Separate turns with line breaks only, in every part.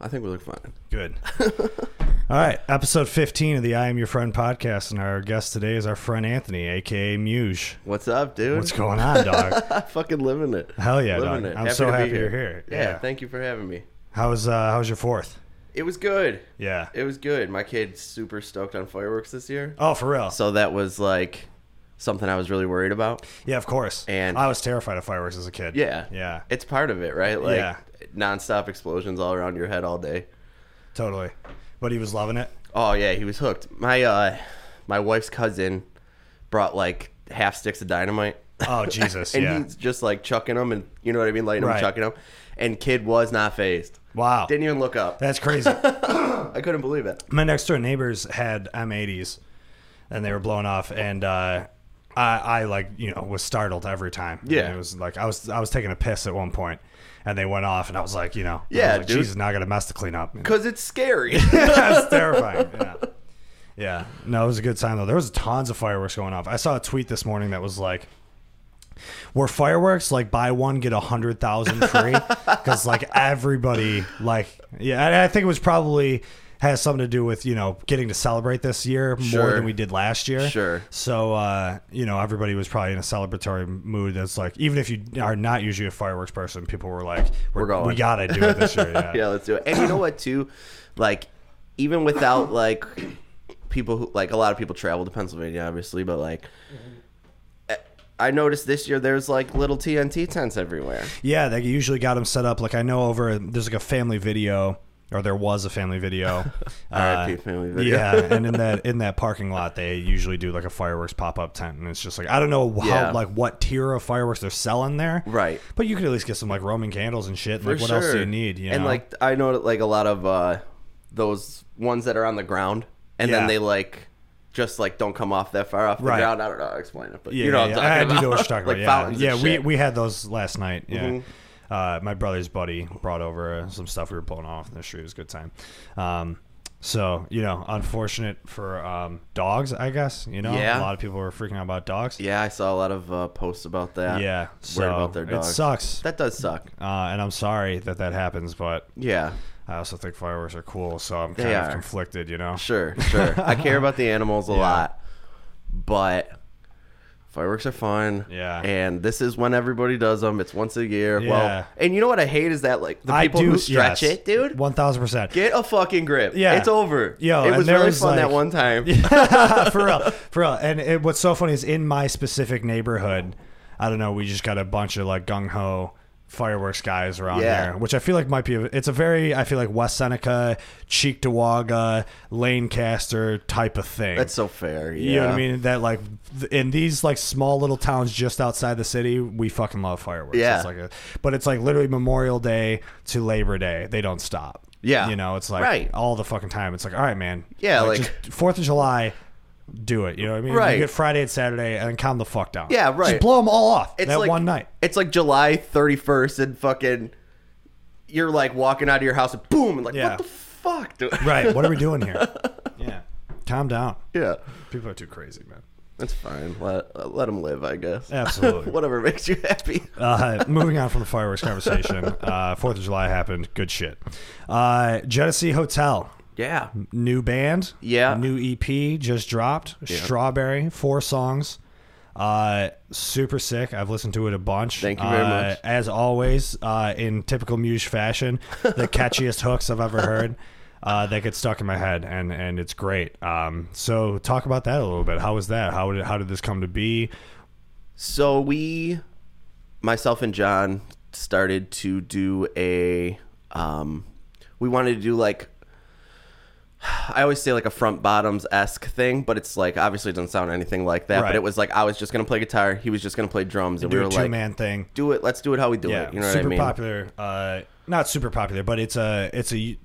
I think we look fine.
Good. All right, episode 15 of the I Am Your Friend podcast, and our guest today is our friend Anthony, aka Muge.
What's up, dude?
What's going on, dog?
I'm fucking living it.
Hell yeah,
living
dog.
it.
I'm so
to be
happy you're here.
Yeah,
Yeah.
thank you for having me.
How's uh, how's your fourth?
It was good.
Yeah.
It was good. My kid's super stoked on fireworks this year.
Oh, for real?
So that was like something I was really worried about.
yeah, of course.
And-
I was terrified of fireworks as a kid.
Yeah.
Yeah.
It's part of it, right? Like
Yeah.
nonstop explosions all around your head all day.
Totally. But he was loving it.
Oh yeah, he was hooked. My uh my wife's cousin brought like half sticks of dynamite.
Oh Jesus.
and
yeah.
he's just like chucking them and you know what I mean, lighting them,
Right.
chucking them. And kid was not phased.
Wow.
Didn't even look up.
That's crazy.
I couldn't believe it.
my next door neighbors had M80s, and they were blown off, and uh, I, I like you know was startled every time.
Yeah.
And it was like I was I was taking a piss at one point, and they went off, and I was like, you know,
Yeah,
I was like,
dude.
Jesus, now I got a mess to clean up. And
Cause it's scary.
That's terrifying. Yeah. Yeah. No, it was a good time though. There was tons of fireworks going off. I saw a tweet this morning that was like. Were fireworks like buy one get a hundred thousand free? Because like everybody like yeah, and I think it was probably has something to do with you know getting to celebrate this year more
Sure.
than we did last year.
Sure.
So uh, you know everybody was probably in a celebratory mood. That's like even if you are not usually a fireworks person, people were like, we're,
We're going.
we gotta do it this year.
yeah, let's do it. And you know what too? Like, even without like people who like a lot of people travel to Pennsylvania, obviously, but like
Mm-hmm.
I noticed this year there's like little TNT tents everywhere.
Yeah, they usually got them set up. Like I know over there's like a family video, or there was a family video. Uh,
RIP family video.
Yeah, and in that in that parking lot, they usually do like a fireworks pop up tent, and it's just like I don't know how
Yeah.
like what tier of fireworks they're selling there.
Right.
But you could at least get some like Roman candles and shit.
For
like what else do
sure.
you need? You
and
know?
like I know like a lot of uh those ones that are on the ground and
Yeah.
then they like just like don't come off that far off the
Right.
ground. I don't know how to explain it, but
yeah,
you know
yeah,
what
yeah.
I'm talking
I
about.
do know what you're talking
like
about.
fountains
Yeah,
and
yeah. We
shit.
we had those last night. Yeah.
Mhm.
Uh, my brother's buddy brought over uh, some stuff we were blowing off in the street. It was a good time. Um, so you know, unfortunate for um, dogs, I guess. You know,
Yeah.
a lot of people were freaking out about dogs.
yeah, I saw a lot of uh, posts about that.
yeah. So
about their
it
dogs.
sucks, uh,
That does suck.
and I'm sorry that that happens. But
Yeah.
I also think fireworks are cool, so I'm kind
They
of
are.
conflicted. You know,
Sure, sure. I care about the animals a lot, but fireworks are fun.
Yeah.
And this is when everybody does them. It's once a year.
Yeah.
Well, and you know what I hate is that like the people who stretch it, dude.
One thousand percent.
Get a fucking grip.
Yeah.
It's over.
Yo,
it
and
was
there
really
was,
fun that
like-
one time.
for real, for real. And it, what's so funny is in my specific neighborhood, I don't know, we just got a bunch of like gung ho fireworks guys around
Yeah.
there, which I feel like might be. A, it's a very, I feel like West Seneca, Cheektowaga, Lancaster type of thing.
That's so fair. Yeah.
you know what I mean? That like th- in these like small little towns just outside the city, we fucking love fireworks.
Yeah.
It's like a, but it's like literally Memorial Day to Labor Day. They don't stop.
Yeah.
You know, it's like
Right.
all the fucking time. It's like, all right, man.
Yeah, like-
just Fourth of July, do it. You know what I mean?
Right.
You get Friday and Saturday and calm the fuck down.
Yeah,
Just
right.
blow them all off
It's
that
like
one night.
It's like July 31st and fucking you're like walking out of your house and boom and like
Yeah.
what the fuck, dude?
Right. What are we doing here? yeah. Calm down.
yeah.
People are too crazy, man.
That's fine. Let, let them live, I guess.
Absolutely.
Whatever makes you happy.
uh, moving on from the fireworks conversation, uh, Fourth of July happened. Good shit. Uh, Genesee Hotel,
Yeah.
new band,
Yeah.
new EP just dropped. Strawberry, four songs, uh, super sick. I've listened to it a bunch.
Thank you very
Uh,
much.
As always, uh, in typical Muse fashion, the catchiest hooks I've ever heard. Uh, that get stuck in my head, and and it's great. Um, so talk about that a little bit. How was that? How did how did this come to be?
So we, myself and John, started to do a. Um, we wanted to do like. I always say like a front bottoms esque thing, but it's like obviously it doesn't sound anything like that.
Right.
But it was like I was just gonna play guitar, he was just gonna play drums, and
Do
we
a
were
two
like,
man thing.
"Do it, let's do it how we do
yeah,
it." You know
super
what I mean?
popular. Uh, not super popular, but it's a it's a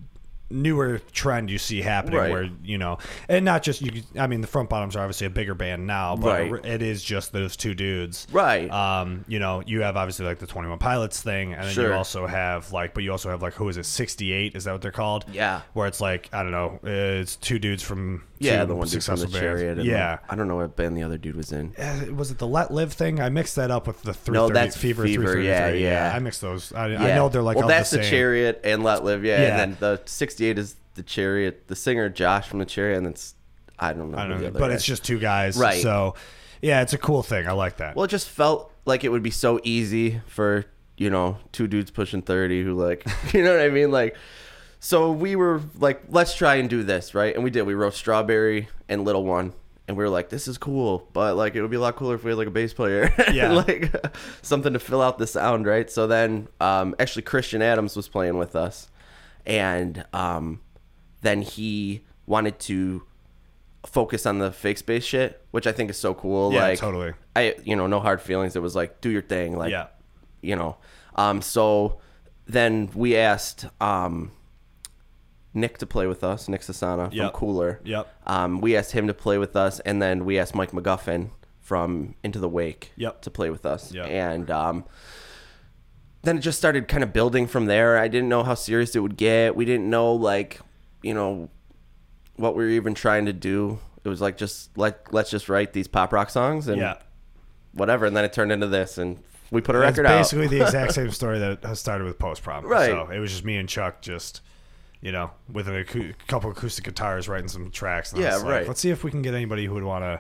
newer trend you see happening
Right.
where you know, and not just you. I mean, the front bottoms are obviously a bigger band now, but
Right.
it is just those two dudes.
Right.
Um, you know, you have obviously like the Twenty One Pilots thing, and then you
Sure.
also have like, but you also have like who is it? Sixty Eight is that what they're called?
Yeah.
Where it's like I don't know, uh, it's two dudes from
Yeah,
two
the one dude from the
successful bands.
chariot. and
yeah,
the- I don't know what band the other dude was in.
Uh, was it the Let Live thing? I mixed that up with the three.
that's
Fever.
Fever,
333.
yeah, yeah.
I mixed those. I,
Yeah.
I know they're like
well,
of
that's
the,
the,
same.
chariot and Let Live. Yeah,
Yeah.
and then the '68 is the chariot. The singer Josh from the chariot, and then s- I don't know.
I
who
don't
the
know,
other
but
guy
it's just two guys,
Right.
So, yeah, it's a cool thing. I like that.
Well, it just felt like it would be so easy for, you know, two dudes pushing 30 who, like, you know what I mean? Like, so we were like, let's try and do this, right? And we did. We wrote Strawberry and Little One. And we were like, this is cool, but like, it would be a lot cooler if we had like a bass player.
Yeah.
like, something to fill out the sound, right? So then, um, actually, Christian Adams was playing with us. And um, then he wanted to focus on the fake space shit, which I think is so cool.
Yeah,
like,
totally.
I you know no hard feelings. It was like do your thing, like
Yeah.
you know. Um, so then we asked um, Nick to play with us, Nick Sasana
Yep.
from Cooler.
Yep.
Um, we asked him to play with us, and then we asked Mike McGuffin from Into the Wake
Yep.
to play with us.
Yep.
And um, then it just started kind of building from there. I didn't know how serious it would get. We didn't know like you know what we were even trying to do. It was like just like let's just write these pop rock songs and
yeah,
whatever, and then it turned into this, and we put a
it's
record out.
basically the exact same story that has started with Post Problem.
Right.
So it was just me and Chuck, just you know, with a acou- couple acoustic guitars writing some tracks. And I
Yeah,
was like,
right.
Let's see if we can get anybody who would want to,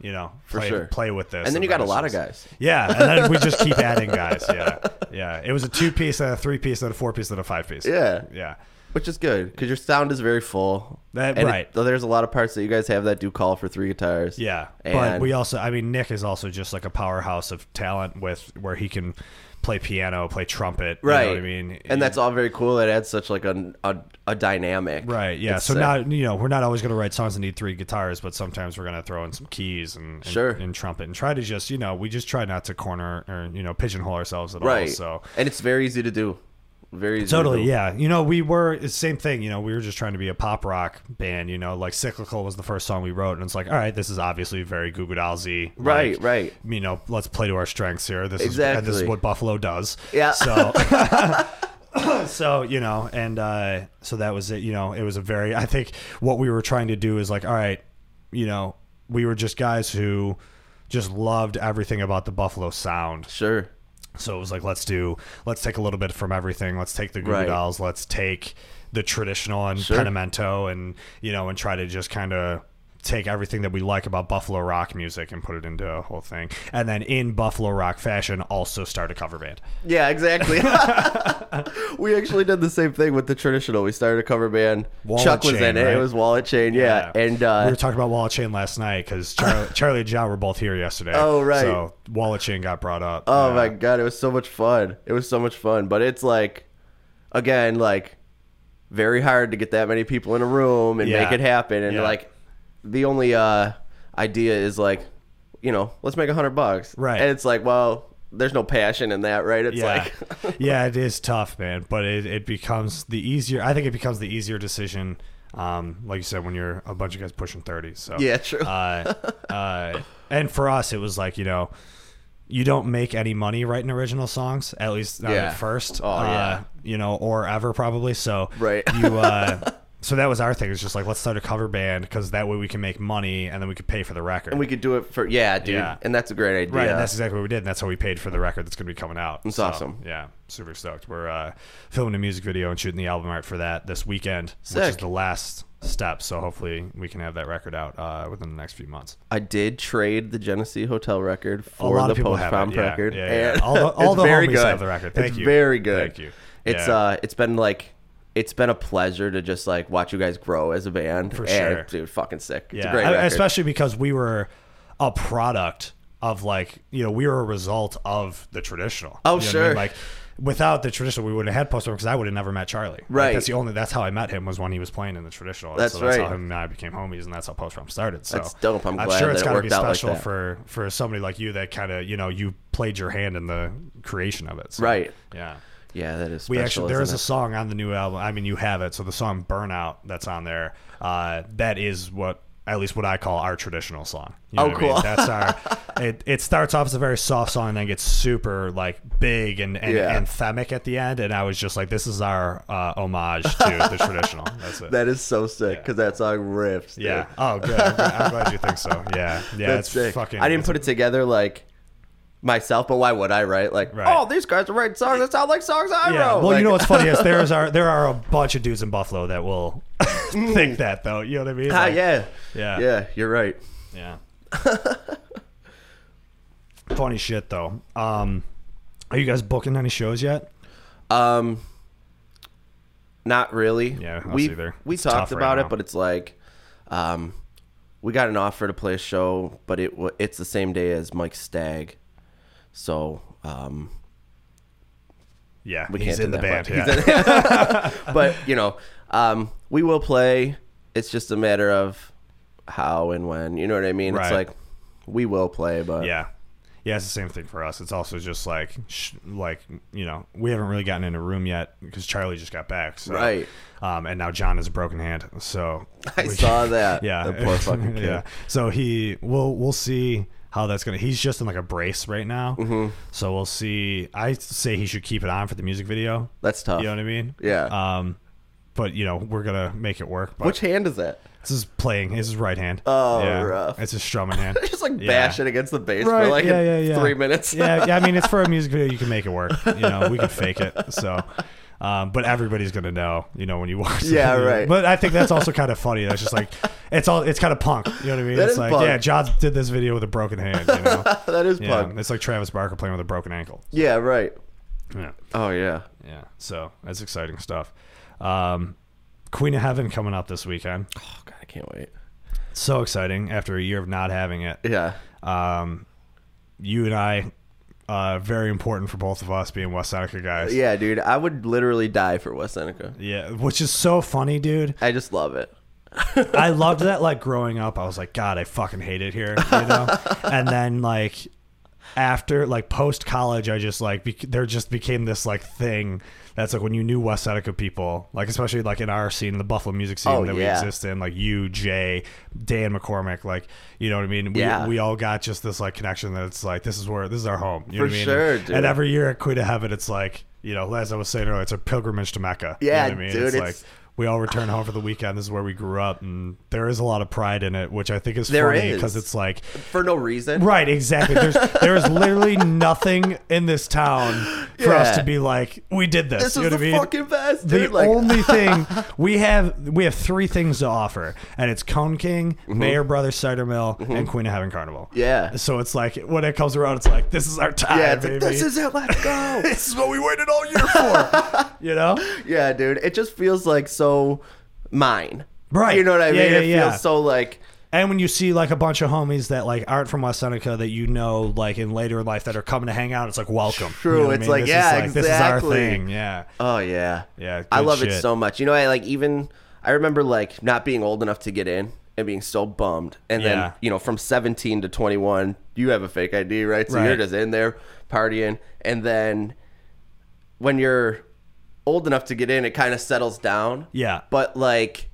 you know, play,
sure.
play with this.
And then you got a
that
lot of
was-
guys.
Yeah, and then we just keep adding guys. Yeah, yeah. It was a two piece, and a three piece, and a four piece, and a five piece.
Yeah,
yeah.
which is good because your sound is very full.
That-
And it-
right.
though there's a lot of parts that you guys have that do call for three guitars.
Yeah, but
And-
we also, I mean, Nick is also just like a powerhouse of talent with where he can play piano, play trumpet.
right.
You know what I mean,
and that's all very cool. It adds such like a a, a dynamic.
right. Yeah.
It's
so
sick.
not you know we're not always going to write songs that need three guitars, but sometimes we're going to throw in some keys and, and
Sure.
and trumpet and try to just you know we just try not to corner or you know pigeonhole ourselves at all.
right.
So
and it's very easy to do. Very easy to
Totally,
do.
yeah. You know, we were it's same thing. You know, we were just trying to be a pop rock band. You know, like Cyclical was the first song we wrote, and it's like, all right, this is obviously very Goo Goo Dolls
Right, right.
You know, let's play to our strengths here. This is and this
Exactly.
is what Buffalo does.
Yeah.
So, so you know, and uh, so that was it. You know, it was a very. I think what we were trying to do is like, all right, you know, we were just guys who just loved everything about the Buffalo sound.
Sure.
So it was like, let's do, let's take a little bit from everything. Let's take the Goo Goo
Right.
Dolls. Let's take the traditional and
Sure.
Penamento and, you know, and try to just kind of take everything that we like about Buffalo rock music and put it into a whole thing. And then in Buffalo rock fashion, also start a cover band.
Yeah, exactly. we actually did the same thing with the traditional. We started a cover band.
Wallet
Chuck was
Chain,
in it.
right?
It was Wallet Chain. Yeah, and uh,
we were talking about Wallet Chain last night because Charlie, Charlie and John were both here yesterday.
Oh, right.
So Wallet Chain got brought up. Uh,
Oh
Yeah.
my god, it was so much fun. It was so much fun, but it's like again like very hard to get that many people in a room and
Yeah.
make it happen and
Yeah.
like the only uh idea is like you know, let's make a 100 bucks.
Right.
And it's like, well, there's no passion in that, right? It's
yeah.
like
yeah, it is tough, man. But it, it becomes the easier. I think it becomes the easier decision. Um, like you said, when you're a bunch of guys pushing thirty. So
Yeah, true.
Uh, uh, and for us, it was like you know, you don't make any money writing original songs, at least not
Yeah.
at first.
Oh,
uh,
yeah.
You know, or ever probably. So
Right.
You. Uh, So that was our thing. It's just like let's start a cover band because that way we can make money and then we could pay for the record.
and we could do it for yeah, dude.
Yeah.
And that's a great idea.
Right, and that's exactly what we did, and that's how we paid for the record that's going to be coming out. It's
awesome.
Yeah, super stoked. We're uh, filming a music video and shooting the album art for that this weekend, which is
Sick.
the last step. So hopefully we can have that record out uh, within the next few months.
I did trade the Genesee Hotel record
A
for
lot
the
of people
post
have
prom
it, yeah,
record.
yeah, yeah.
and
All the- all
it's
the
very
homies
good.
have the record. Thank
it's
you.
very good.
Thank you.
It's
Yeah.
uh, it's been like, it's been a pleasure to just like watch you guys grow as a band.
For
And,
sure.
dude. Fucking sick. It's
yeah,
a great
I-
record.
especially because we were a product of like you know we were a result of the traditional.
Oh,
You know what I mean?
sure.
Like without the traditional, we would have had post because I would have never met Charlie. Like,
Right.
that's the only. That's how I met him was when he was playing in the traditional. And
That's
so that's
right.
How him and I became homies, and that's how post prom started. So
That's dope. I'm glad
sure it's
that it
gotta be
worked out like
special
that.
for for somebody like you that kind of you know you played your hand in the creation of it. So,
Right.
Yeah.
yeah, that is. Special,
We actually there is
isn't
a song on the new album. I mean, you have it. So the song "Burnout" that's on there, uh, that is what at least what I call our traditional song. You know
Oh,
what I
cool.
mean? That's our. it, it starts off as a very soft song and then gets super like big and, and
Yeah.
anthemic at the end. And I was just like, this is our uh, homage to the traditional. That's it.
That is so sick because that song riffs. dude.
yeah. Oh, good. I'm glad, I'm glad you think so. Yeah. Yeah.
that's
it's
sick.
fucking.
I didn't
it's-
put it together like myself, but why would I? Right? Like,
Right.
oh, these guys are writing songs that sound like songs I
Yeah.
wrote.
Well, you
Like,
know what's funny is there's are there are a bunch of dudes in Buffalo that will think that though. You know what I mean?
Mm. ah,
Like,
yeah,
Yeah.
yeah. You're right.
Yeah. Funny shit though. Um, are you guys booking any shows yet?
Um, not really.
Yeah, us
we
either.
we
It's
talked
tough right
about
now.
it, but it's like, um, we got an offer to play a show, but it wa- it's the same day as Mike Stagg, so um,
Yeah,
we
he's
can't
in
do
the
that
band.
part.
Yeah.
He's in- but you know, um, we will play. It's just a matter of how and when. You know what I mean?
Right.
It's like we will play, but
yeah, yeah. It's the same thing for us. It's also just like, sh- like you know, we haven't really gotten in a room yet because Charlie just got back. So.
Right.
Um, and now John has a broken hand. So
I saw that.
yeah,
the poor fucking kid.
yeah. So he, we'll we'll see how that's gonna. He's just in like a brace right now.
Mm-hmm.
So we'll see. I say he should keep it on for the music video.
That's tough.
You know what I mean?
Yeah.
Um, but you know we're gonna make it work. But
Which hand is that?
this is playing. His right hand.
Oh, rough.
It's his strumming hand.
Just like
Yeah.
bash it against the base for like three minutes.
yeah, yeah. I mean, it's for a music video. You can make it work. You know, we can fake it. So, um, but everybody's gonna know. You know, when you watch. the
Yeah,
video.
right.
But I think that's also kind of funny. That's just like it's all. It's kind of punk. You know what I mean?
That
it's
is
like
punk.
yeah, John did this video with a broken hand. You know.
that is
yeah,
punk.
it's like Travis Barker playing with a broken ankle.
Yeah, right.
Yeah,
Oh yeah.
yeah. So that's exciting stuff. Um, Queen of Heaven coming up this weekend.
Oh god, I can't wait.
So exciting after a year of not having it.
Yeah.
um, you and I, uh, very important for both of us being West Seneca guys.
Yeah, dude. I would literally die for West Seneca.
Yeah, which is so funny, dude.
I just love it.
I loved that. Like growing up, I was like, God, I fucking hate it here, you know. and then like after, like post college, I just like bec there just became this like thing that's like when you knew West Seneca people, like especially like in our scene, the Buffalo music scene
Oh,
that we
yeah.
exist in, like you, Jay, Dan McCormick, like you know what I mean. We,
Yeah.
we all got just this like connection that it's like this is where this is our home. You know
For
what I mean?
sure,
And-
dude.
And every year at Queen of Heaven, it's like. You know, as I was saying earlier, it's a pilgrimage to Mecca. You know
Yeah,
what I mean?
dude,
It's, like
it's-
we all return home for the weekend. This is where we grew up, and there is a lot of pride in it, which I think is
There
funny
is.
because it's like,
For no reason.
right, exactly. There's there is literally nothing in this town for us
Yeah.
to be like, we did this.
This
you
is the
know what I mean?
fucking best,
the
dude. like,
only thing we have we have three things to offer, and it's Cone King, Mayor Brothers Cider Mill, and Queen of Heaven Carnival.
Mm-hmm. Yeah.
So it's like when it comes around, it's like this is our time.
yeah, it's like,
baby.
this is it. Let's go.
this is what we waited all year for. you know.
yeah, dude. It just feels like so mine.
Right.
You know what I
Yeah,
mean?
yeah,
it
yeah.
feels so like
And when you see like a bunch of homies that like aren't from West Seneca that you know like in later life that are coming to hang out, it's like welcome.
True,
You know what I
it's
mean?
like,
This is,
yeah,
This is our
exactly.
thing. Yeah.
Oh yeah,
Yeah,
I
good
love
shit.
it so much. You know, I like even I remember like not being old enough to get in and being so bummed, and
Yeah.
then you know from seventeen to twenty one, you have a fake ID, right? So
Right.
you're just in there partying, and then when you're old enough to get in, it kind of settles down.
Yeah.
but like.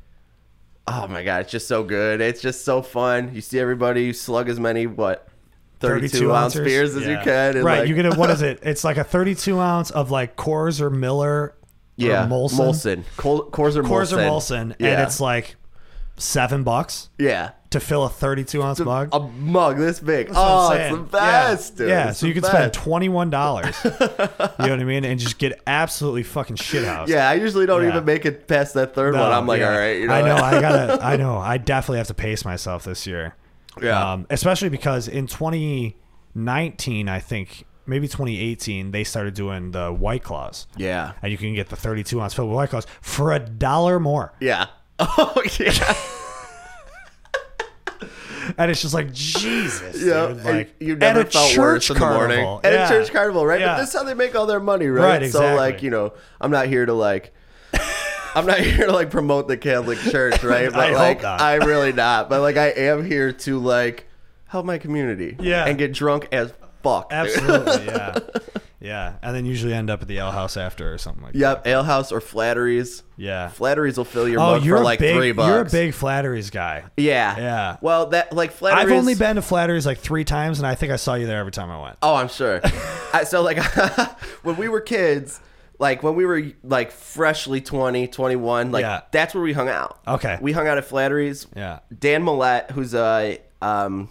Oh my god, it's just so good. It's just so fun. You see everybody, you slug as many what thirty-two, ounce
ounces?
beers as
Yeah.
you can. And
right.
like,
you get a, what is it? It's like a 32 ounce of like Coors or Miller
yeah,
or Molson.
Molson, Col- Coors or
Coors
Molson,
or Molson. And
Yeah.
it's like seven bucks
yeah,
to fill a 32 ounce mug.
a mug this big.
That's what
oh,
I'm
it's the
saying. Yeah.
best, dude.
Yeah,
It's
so
the
you can
best.
spend twenty one dollars. you know what I mean, and just get absolutely fucking shithoused.
Yeah, I usually don't
Yeah.
even make it past that third
No,
one. I'm like,
yeah.
all right, you know,
I know. I gotta. I know. I definitely have to pace myself this year. Um,
Yeah.
especially because in 2019, I think maybe 2018, they started doing the White Claws.
yeah,
And you can get the 32 ounce filled with White Claws for a dollar more.
yeah. Oh yeah,
And it's just like Jesus.
yeah.
Dude, like
And you never
at a
felt worse
church
in the morning.
carnival.
At
Yeah.
a church carnival, right?
Yeah.
But this is how they make all their money,
Right,
right? So like,
exactly.
you know, I'm not here to like. I'm not here to like promote the Catholic Church, right? But
I hope
like,
not.
I'm really not. But like, I am here to like help my community,
Yeah.
and get drunk as fuck. dude.
Absolutely, yeah. Yeah, and then usually end up at the L House after or something like
Yep,
that.
alehouse or flatteries.
Yeah.
Flatteries will fill your
Oh,
mug
you're
for
a
like
big,
three bucks.
You're a big flatteries guy.
Yeah.
Yeah.
Well, that like flatteries.
I've only been to flatteries like three times, and I think I saw you there every time I went.
Oh, I'm sure. I, so like when we were kids, like when we were like freshly 20, 21, like
Yeah.
that's where we hung out.
Okay.
We hung out at Flatteries.
Yeah.
Dan Millett, who's a um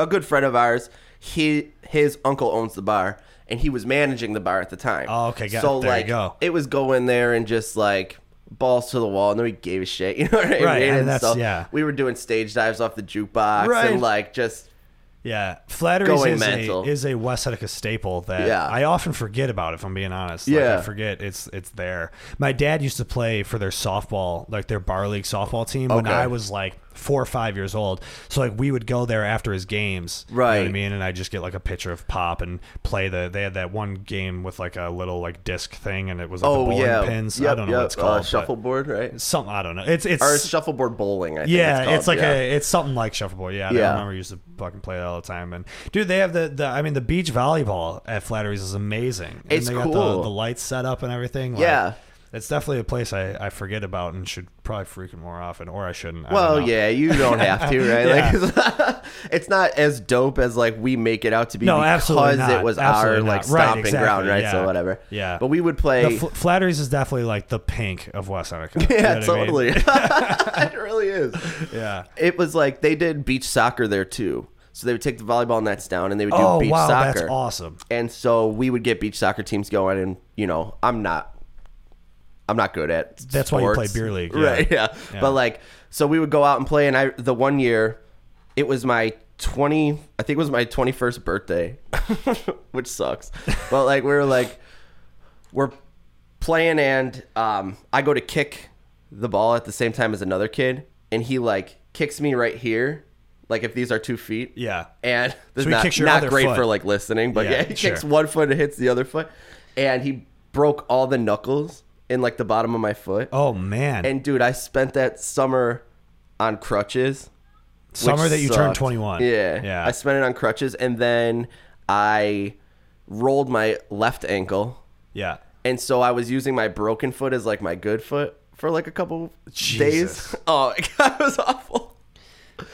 a good friend of ours, he his uncle owns the bar and he was managing the bar at the time.
Oh, okay, got-
so
there you
like
go.
it was go in there and just like balls to the wall. Nobody gave a shit. You know what I mean?
Right, and that's-
so
yeah.
we were doing stage dives off the jukebox
Right.
and like just
Yeah, flatteries
Going
is
mental.
a, is a West Seneca staple that
Yeah.
I often forget about. If I'm being honest, Like,
Yeah.
I forget it's it's there. My dad used to play for their softball, like their bar league softball team, when
Okay.
I was like four or five years old. So like we would go there after his games, you know what I
Right.
mean, and I just get like a picture of Pop and play the. They had that one game with like a little like disc thing, and it was like the
oh
bowling
yeah.
pins. I
Yep,
don't know
yep.
what it's called.
Uh,
but
shuffleboard, right?
Something I don't know. It's it's
or shuffleboard bowling. I think
yeah,
it's,
it's,
called.
like
yeah.
a it's something like shuffleboard. Yeah,
Yeah.
I remember we used to fucking play that all the time. And dude, they have the, the I mean the beach volleyball at Flatteries is amazing. And
It's
they got
cool.
the, the lights set up and everything. Like,
Yeah.
it's definitely a place I, I forget about and should probably frequent more often, or I shouldn't. I
Well,
don't know.
yeah, you don't have to, right? Like, it's- it's not as dope as like we make it out to be
No, absolutely
because
not.
it was
Absolutely
our like
not. Right,
stomping
exactly,
ground, right?
yeah.
So whatever.
Yeah.
But we would
The
play.
Fl- Flatteries is definitely like the pink of West Seneca. You know
yeah,
what I mean?
totally. it really is.
Yeah.
It was like they did beach soccer there too. So they would take the volleyball nets down and they would do
Oh
beach
wow,
soccer.
that's awesome.
and so we would get beach soccer teams going and you know i'm not i'm not good at
That's why you play
sports.
beer league, yeah.
right yeah.
Yeah.
but like so we would go out and play and i the one year it was my 20 i think it was my 21st birthday which sucks but like we were like we're playing and um, I go to kick the ball at the same time as another kid, and he like kicks me right here, like if these are two feet.
Yeah.
And this
So
is
he
not,
kicks your
not
other
great
foot.
for like listening, but
Yeah,
yeah, he
sure.
kicks one foot and hits the other foot, and he broke all the knuckles in like the bottom of my foot.
Oh man,
And dude, I spent that summer on crutches.
summer
Which
that you turned
sucked.
twenty one.
Yeah.
yeah.
I spent it on crutches, and then I rolled my left ankle
yeah.
and so I was using my broken foot as like my good foot for like a couple
Jesus.
days. Oh, it was awful.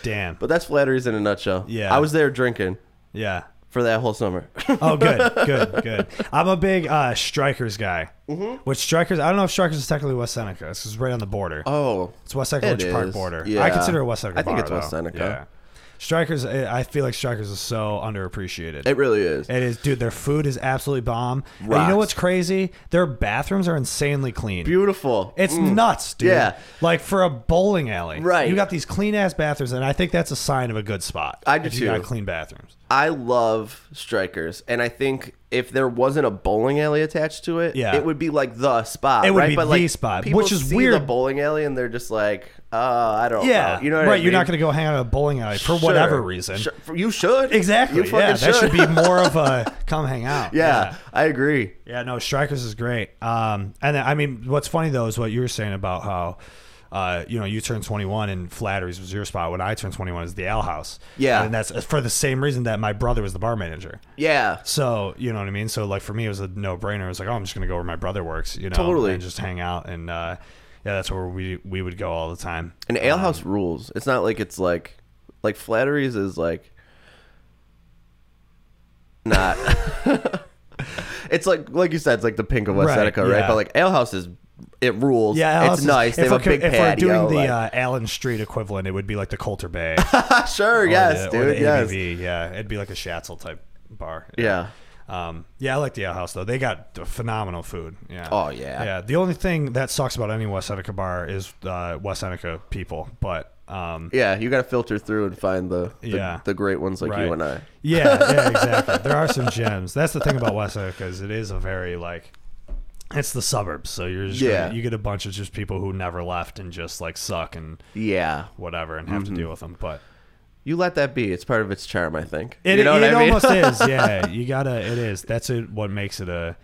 Damn.
But that's flatteries in a nutshell.
Yeah.
I was there drinking
Yeah.
for that whole summer.
Oh, good, good, good. I'm a big uh, strikers guy. Mm-hmm. Which strikers? I don't know if strikers is technically West Seneca. This is right on the border.
oh,
it's West Seneca
it
Lynch Park
is.
border. I
Yeah.
consider it West Seneca.
I think
bar,
it's West
though.
Seneca.
Yeah. Strikers. eh, I I feel like strikers is so underappreciated.
it really is.
it is, dude. Their food is absolutely bomb. And you
Rocks.
know what's crazy? Their bathrooms are insanely clean.
Beautiful. Mm.
It's nuts, dude.
Yeah.
Like for a bowling alley,
Right.
You got these clean ass bathrooms, and I think that's a sign of a good spot.
I do
if You got
too.
clean bathrooms.
I love strikers, and I think if there wasn't a bowling alley attached to it,
Yeah.
it would be like the spot.
It would
right?
be
but
the
like,
spot,
people
which is
see The
weird.
bowling alley, and they're just like, uh, I don't.
Yeah,
know. you know, what
right.
I
You're not
mean?
going to go hang out at a bowling alley
Sure.
for whatever reason.
Sure. You should
Exactly.
You fucking
yeah, that should
should
be more of a come hang out.
Yeah, I agree.
yeah. Yeah, no, strikers is great. Um, and then, I mean, what's funny though is what you were saying about how, uh, you know, you turned 21 and Flatteries was your spot. When I turned 21, is the Al House.
Yeah.
and that's for the same reason that my brother was the bar manager.
Yeah.
So you know what I mean. So like for me, it was a no brainer. It was like, oh, I'm just gonna go where my brother works. You know,
Totally.
and just hang out and. Uh, yeah, that's where we we would go all the time.
And alehouse
Um,
rules. It's not like it's like like flatteries is like not. it's like like you said, it's like the pink of West
Right,
Seneca, right?
yeah.
But like alehouse is it rules.
Yeah, Alice
it's
is-
nice. They
if
have a
we're co-
big
if
patio.
we're doing the
like- Ah,
uh, Allen Street equivalent, it would be like the Coulter Bay.
sure,
or
yes,
the- or the
dude, yes.
ABV, Yeah, it'd be like a Schatzel type bar.
Yeah.
Um, yeah, I like the outhouse though. They got d- phenomenal food. Yeah.
Oh, yeah.
Yeah. The only thing that sucks about any West Seneca bar is uh, West Seneca people, but um,
Yeah, you got to filter through and find the the,
Yeah.
the great ones like
right.
you and I.
Yeah, yeah, exactly. there are some gems. That's the thing about West Seneca is it is a very like. It's the suburbs, so you're just
Yeah.
gonna, you get a bunch of just people who never left and just like suck and
Yeah,
whatever and have
Mm-hmm.
to deal with them. But
you let that be. It's part of its charm, I think.
It,
you know
it,
what I mean?
almost is, yeah. You gotta, it is. That's it. What makes it a,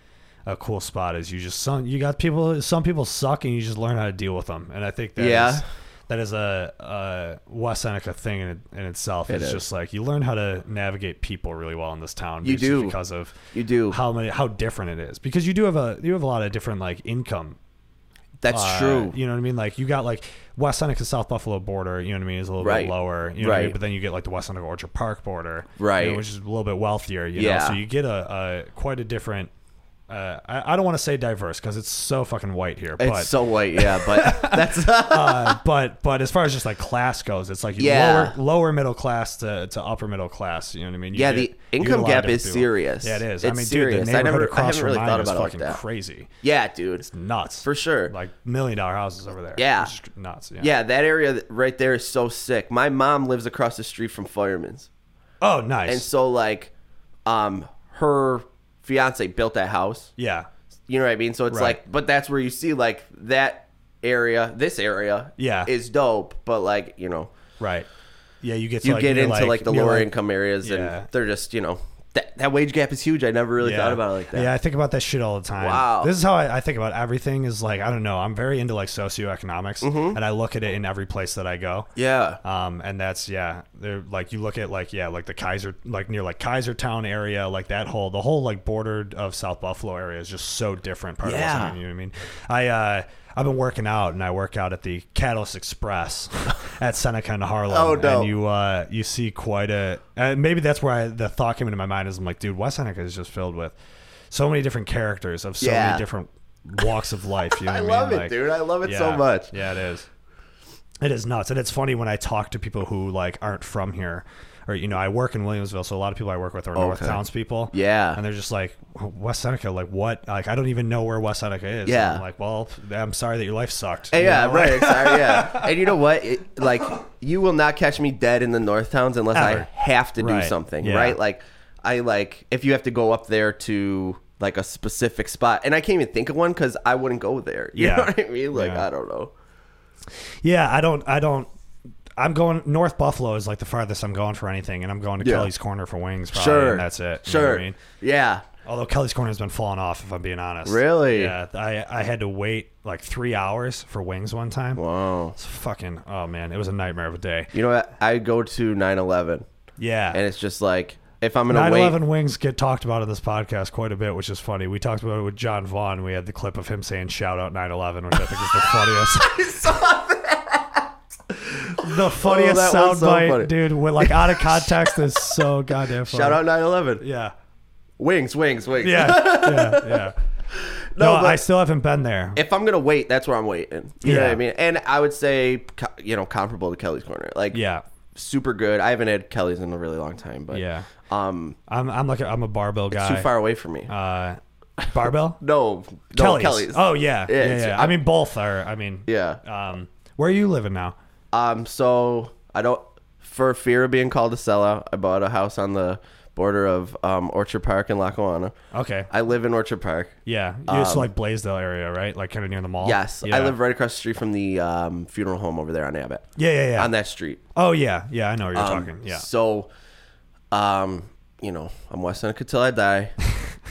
a cool spot is you just some you got people. Some people suck, and you just learn how to deal with them. And I think that is
Yeah.
that is a, a West Seneca thing in, in itself.
It
it's
is.
just like you learn how to navigate people really well in this town.
You
just
do.
because of
You do.
how many how different it is because you do have a you have a lot of different like income
That's
uh,
true.
You know what I mean? Like you got like West Seneca South Buffalo border. You know what I mean? Is a little
Right.
bit lower. You know what I mean?
Right.
But then you get like the West Seneca Orchard Park border, you
Right.
know, which is a little bit wealthier. You know,
Yeah.
so you get a, a quite a different. Uh, I, I don't want to say diverse because it's so fucking white here,
it's
but
so white, yeah, but that's
uh, but but as far as just like class goes, it's like
Yeah.
lower lower middle class to, to upper middle class. You know what I mean? You
Yeah,
get-
the
you get a
income
lot of
gap
different
is
people.
serious.
Yeah, it is. I
It's
mean, dude,
serious. I
the neighborhood
never- I
across
haven't
from
really
mine
thought
is
about it like
fucking
that.
crazy.
yeah,
Uh,
dude.
Nuts
For sure.
like million dollar houses over there.
Yeah.
It's just nuts. Yeah.
Yeah, that area th- right there is so sick. My mom lives across the street from Fireman's.
Oh, nice.
And so like um her fiance built that house.
yeah.
You know what I mean? So it's
Right.
like but that's where you see like that area, this area
Yeah.
is dope, but like, you know,
Right. Yeah, you get to
you
like,
get
you're
into like, the
you're
lower
like-
income areas
Yeah.
and they're just, you know, that that wage gap is huge. I never really thought about it like that.
Yeah, I think about that shit all the time.
Wow.
This is how I, I think about everything. Is like I don't know. I'm very into like socioeconomics,
Mm-hmm.
and I look at it in every place that I go.
Yeah.
Um, and that's yeah, they're like you look at like yeah, like the Kaiser, like near like Kaisertown area, like that whole the whole like border of South Buffalo area is just so different. Part
Yeah.
of what's you know what I mean? I uh, I've been working out, and I work out at the Catalyst Express at Seneca and Harlem.
Oh, dope.
And you uh, you see quite a and maybe that's where I, the thought came into my mind is I'm like, dude, West Seneca is just filled with so many different characters of so
Yeah.
many different walks of life. You know
I
what
love
mean?
it,
Like,
dude. I love it so much.
yeah, it is. It is nuts, and it's funny when I talk to people who like aren't from here, or you know, I work in Williamsville, so a lot of people I work with are North
Okay.
townspeople.
Yeah.
and they're just like West Seneca, like what? Like I don't even know where West Seneca is.
Yeah.
And I'm like well, I'm sorry that your life sucked.
Hey,
You
yeah,
know?
right. Sorry, yeah. And you know what? It, like, you will not catch me dead in the North Towns unless
Ever.
I have to do
Right.
something,
Yeah.
right? Like, I like if you have to go up there to like a specific spot, and I can't even think of one because I wouldn't go there. You
Yeah.
know what I mean? Like,
Yeah.
I don't know.
Yeah, I don't. I don't. I'm going North Buffalo is like the farthest I'm going for anything, and I'm going to
Yeah.
Kelly's Corner for wings. Probably,
Sure,
and that's it. You know what
Sure.
I mean?
Yeah.
Although Kelly's Corner has been falling off, if I'm being honest.
Really?
Yeah. I, I had to wait like three hours for wings one time.
Wow.
It's fucking, oh man, it was a nightmare of a day.
You know what? I go to 9/11, and
Yeah.
it's just like if I'm gonna
9
wait.
11 wings get talked about in this podcast quite a bit, which is funny. We talked about it with John Vaughn. We had the clip of him saying shout out 9 11, which I think is the funniest. The funniest
Oh, that was so
soundbite,
funny.
dude, with like out of context is so goddamn funny.
Shout out 9/11.
Yeah.
Wings, wings, wings.
Yeah. Yeah. Yeah.
No,
no,
but-
I still haven't been there.
if I'm gonna wait, that's where I'm waiting. You know what
Yeah.
I mean? And I would say, co- you know, comparable to Kelly's Corner, like
yeah.
super good. I haven't had Kelly's in a really long time, but
Yeah.
um,
I'm, I'm like, a, I'm a barbell guy.
too far away from me.
Uh, barbell?
no, no,
Kelly's.
Kelly's.
Oh yeah, yeah, yeah.
it's-
I mean both are. I mean,
yeah.
Um, where are you living now?
Um, so I don't, for fear of being called a sellout, I bought a house on the border of um, Orchard Park in Lackawanna.
Okay,
I live in Orchard Park.
yeah, you it's like Blaisdell area, right? Like kind of near the mall.
Um, Yes,
Oh, yeah.
I live right across the street from the um, funeral home over there on Abbott.
Yeah, yeah, yeah.
On that street.
oh yeah, yeah. I know what you're
Um,
talking. Yeah,
So, um, you know, I'm West Seneca till I die,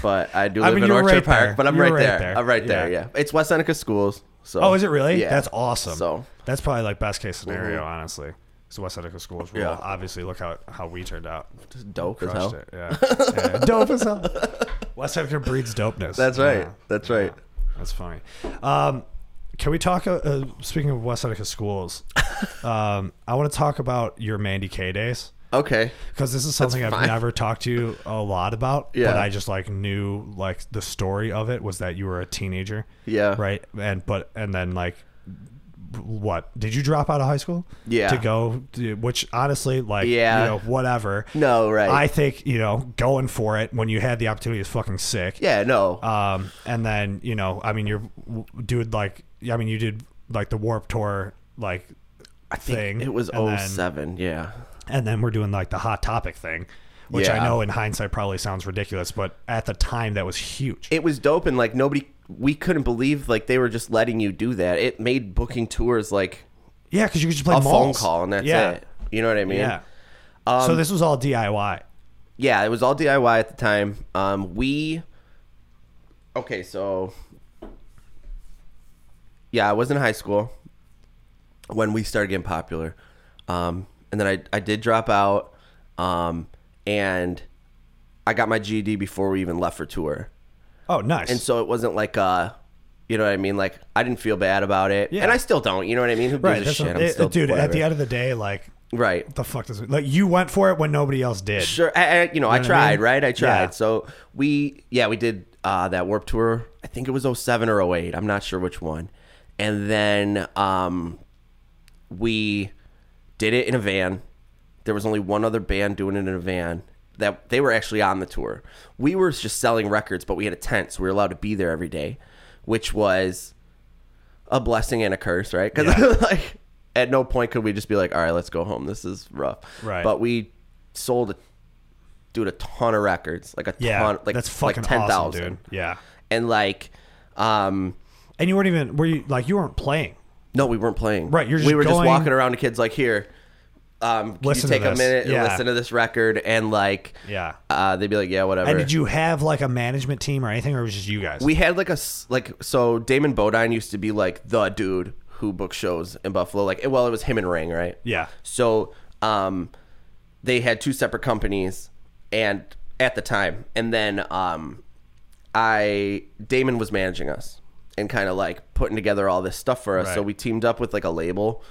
but I do
I
live
mean,
in
you were
Orchard
right
Park.
there.
But I'm
You were
right,
right
there.
there.
I'm right there.
Yeah.
Yeah, it's West Seneca schools. So.
Oh, is it really?
Yeah.
That's awesome.
So- Mm-hmm.
that's probably like best case scenario, honestly. It's West Seneca Schools rule.
Yeah.
Obviously, look how how we turned out.
dope as
Crushed
hell?
it. Yeah. yeah. Dope as hell. West Seneca breeds dopeness.
That's right.
Yeah.
That's right.
That's funny. Um, can we talk? Uh, uh, speaking of West Seneca schools, um, I want to talk about your Mandy K days
Okay.
because this is something I've
fine.
never talked to you a lot about.
Yeah.
But I just like knew like the story of it was that you were a teenager.
Yeah.
Right. And but and then like what did you drop out of high school?
Yeah.
To go, to, which honestly, like,
Yeah.
you know, whatever.
No, right.
I think you know going for it when you had the opportunity is fucking sick.
yeah. No.
Um, and then you know, I mean, you're dude like, I mean, you did like the Warp Tour like thing.
it was
and then-
07. Yeah.
and then we're doing like the Hot Topic thing, which I
Yeah.
know in hindsight probably sounds ridiculous, but at the time that was huge.
It was dope, and like nobody, we couldn't believe like they were just letting you do that. It made booking tours like
yeah, because you could just play
a phone
malls.
call, and that's
yeah.
it. Um, You know what I mean?
Yeah. so this was all DIY.
yeah, it was all DIY at the time. Um, we okay, so yeah, I was in high school. when we started getting popular. Um, and then I, I did drop out, um, and I got my GED before we even left for tour.
Oh, nice.
And so it wasn't like, uh, you know what I mean? Like, I didn't feel bad about it.
Yeah.
And I still don't. You know what I mean? Who gives
right,
a
that's
shit?
what-
I'm
it-
still
dude. At
whatever.
the end of the day, like
Right.
the fuck does it, like you went for it when nobody else did.
Sure. I, I, you know, I
what I
tried,
mean?
right? I tried.
Yeah.
So we, yeah, we did uh, that Warp Tour. I think it was 07 or 08. I'm not sure which one. And then um, we did it in a van. There was only one other band doing it in a van that they were actually on the tour. We were just selling records, but we had a tent, so we were allowed to be there every day, which was a blessing and a curse, right? Because like at no point could we just be like, all right, let's go home. This is rough.
Right.
But we sold a dude a ton of records, like a
Yeah,
ton, like
that's fucking
like ten
awesome,
thousand,
dude. Yeah,
and like, um,
and you weren't even were you like you weren't playing.
no, we weren't playing.
Right, you're
we
just
were just
going-
walking around to kids like here. Um, can
Listen
you
to
take a
this."
minute and
Yeah.
listen to this record and like,
Yeah.
uh, they'd be like, yeah, whatever.
And did you have like a management team or anything, or was it just you guys?
We had like a s- like so Damon Bodine used to be like the dude who booked shows in Buffalo. Like, well, it was him and Ring, right?
yeah,
So um, they had two separate companies, and at the time, and then um, I Damon was managing us and kind of like putting together all this stuff for us.
Right.
So we teamed up with like a label,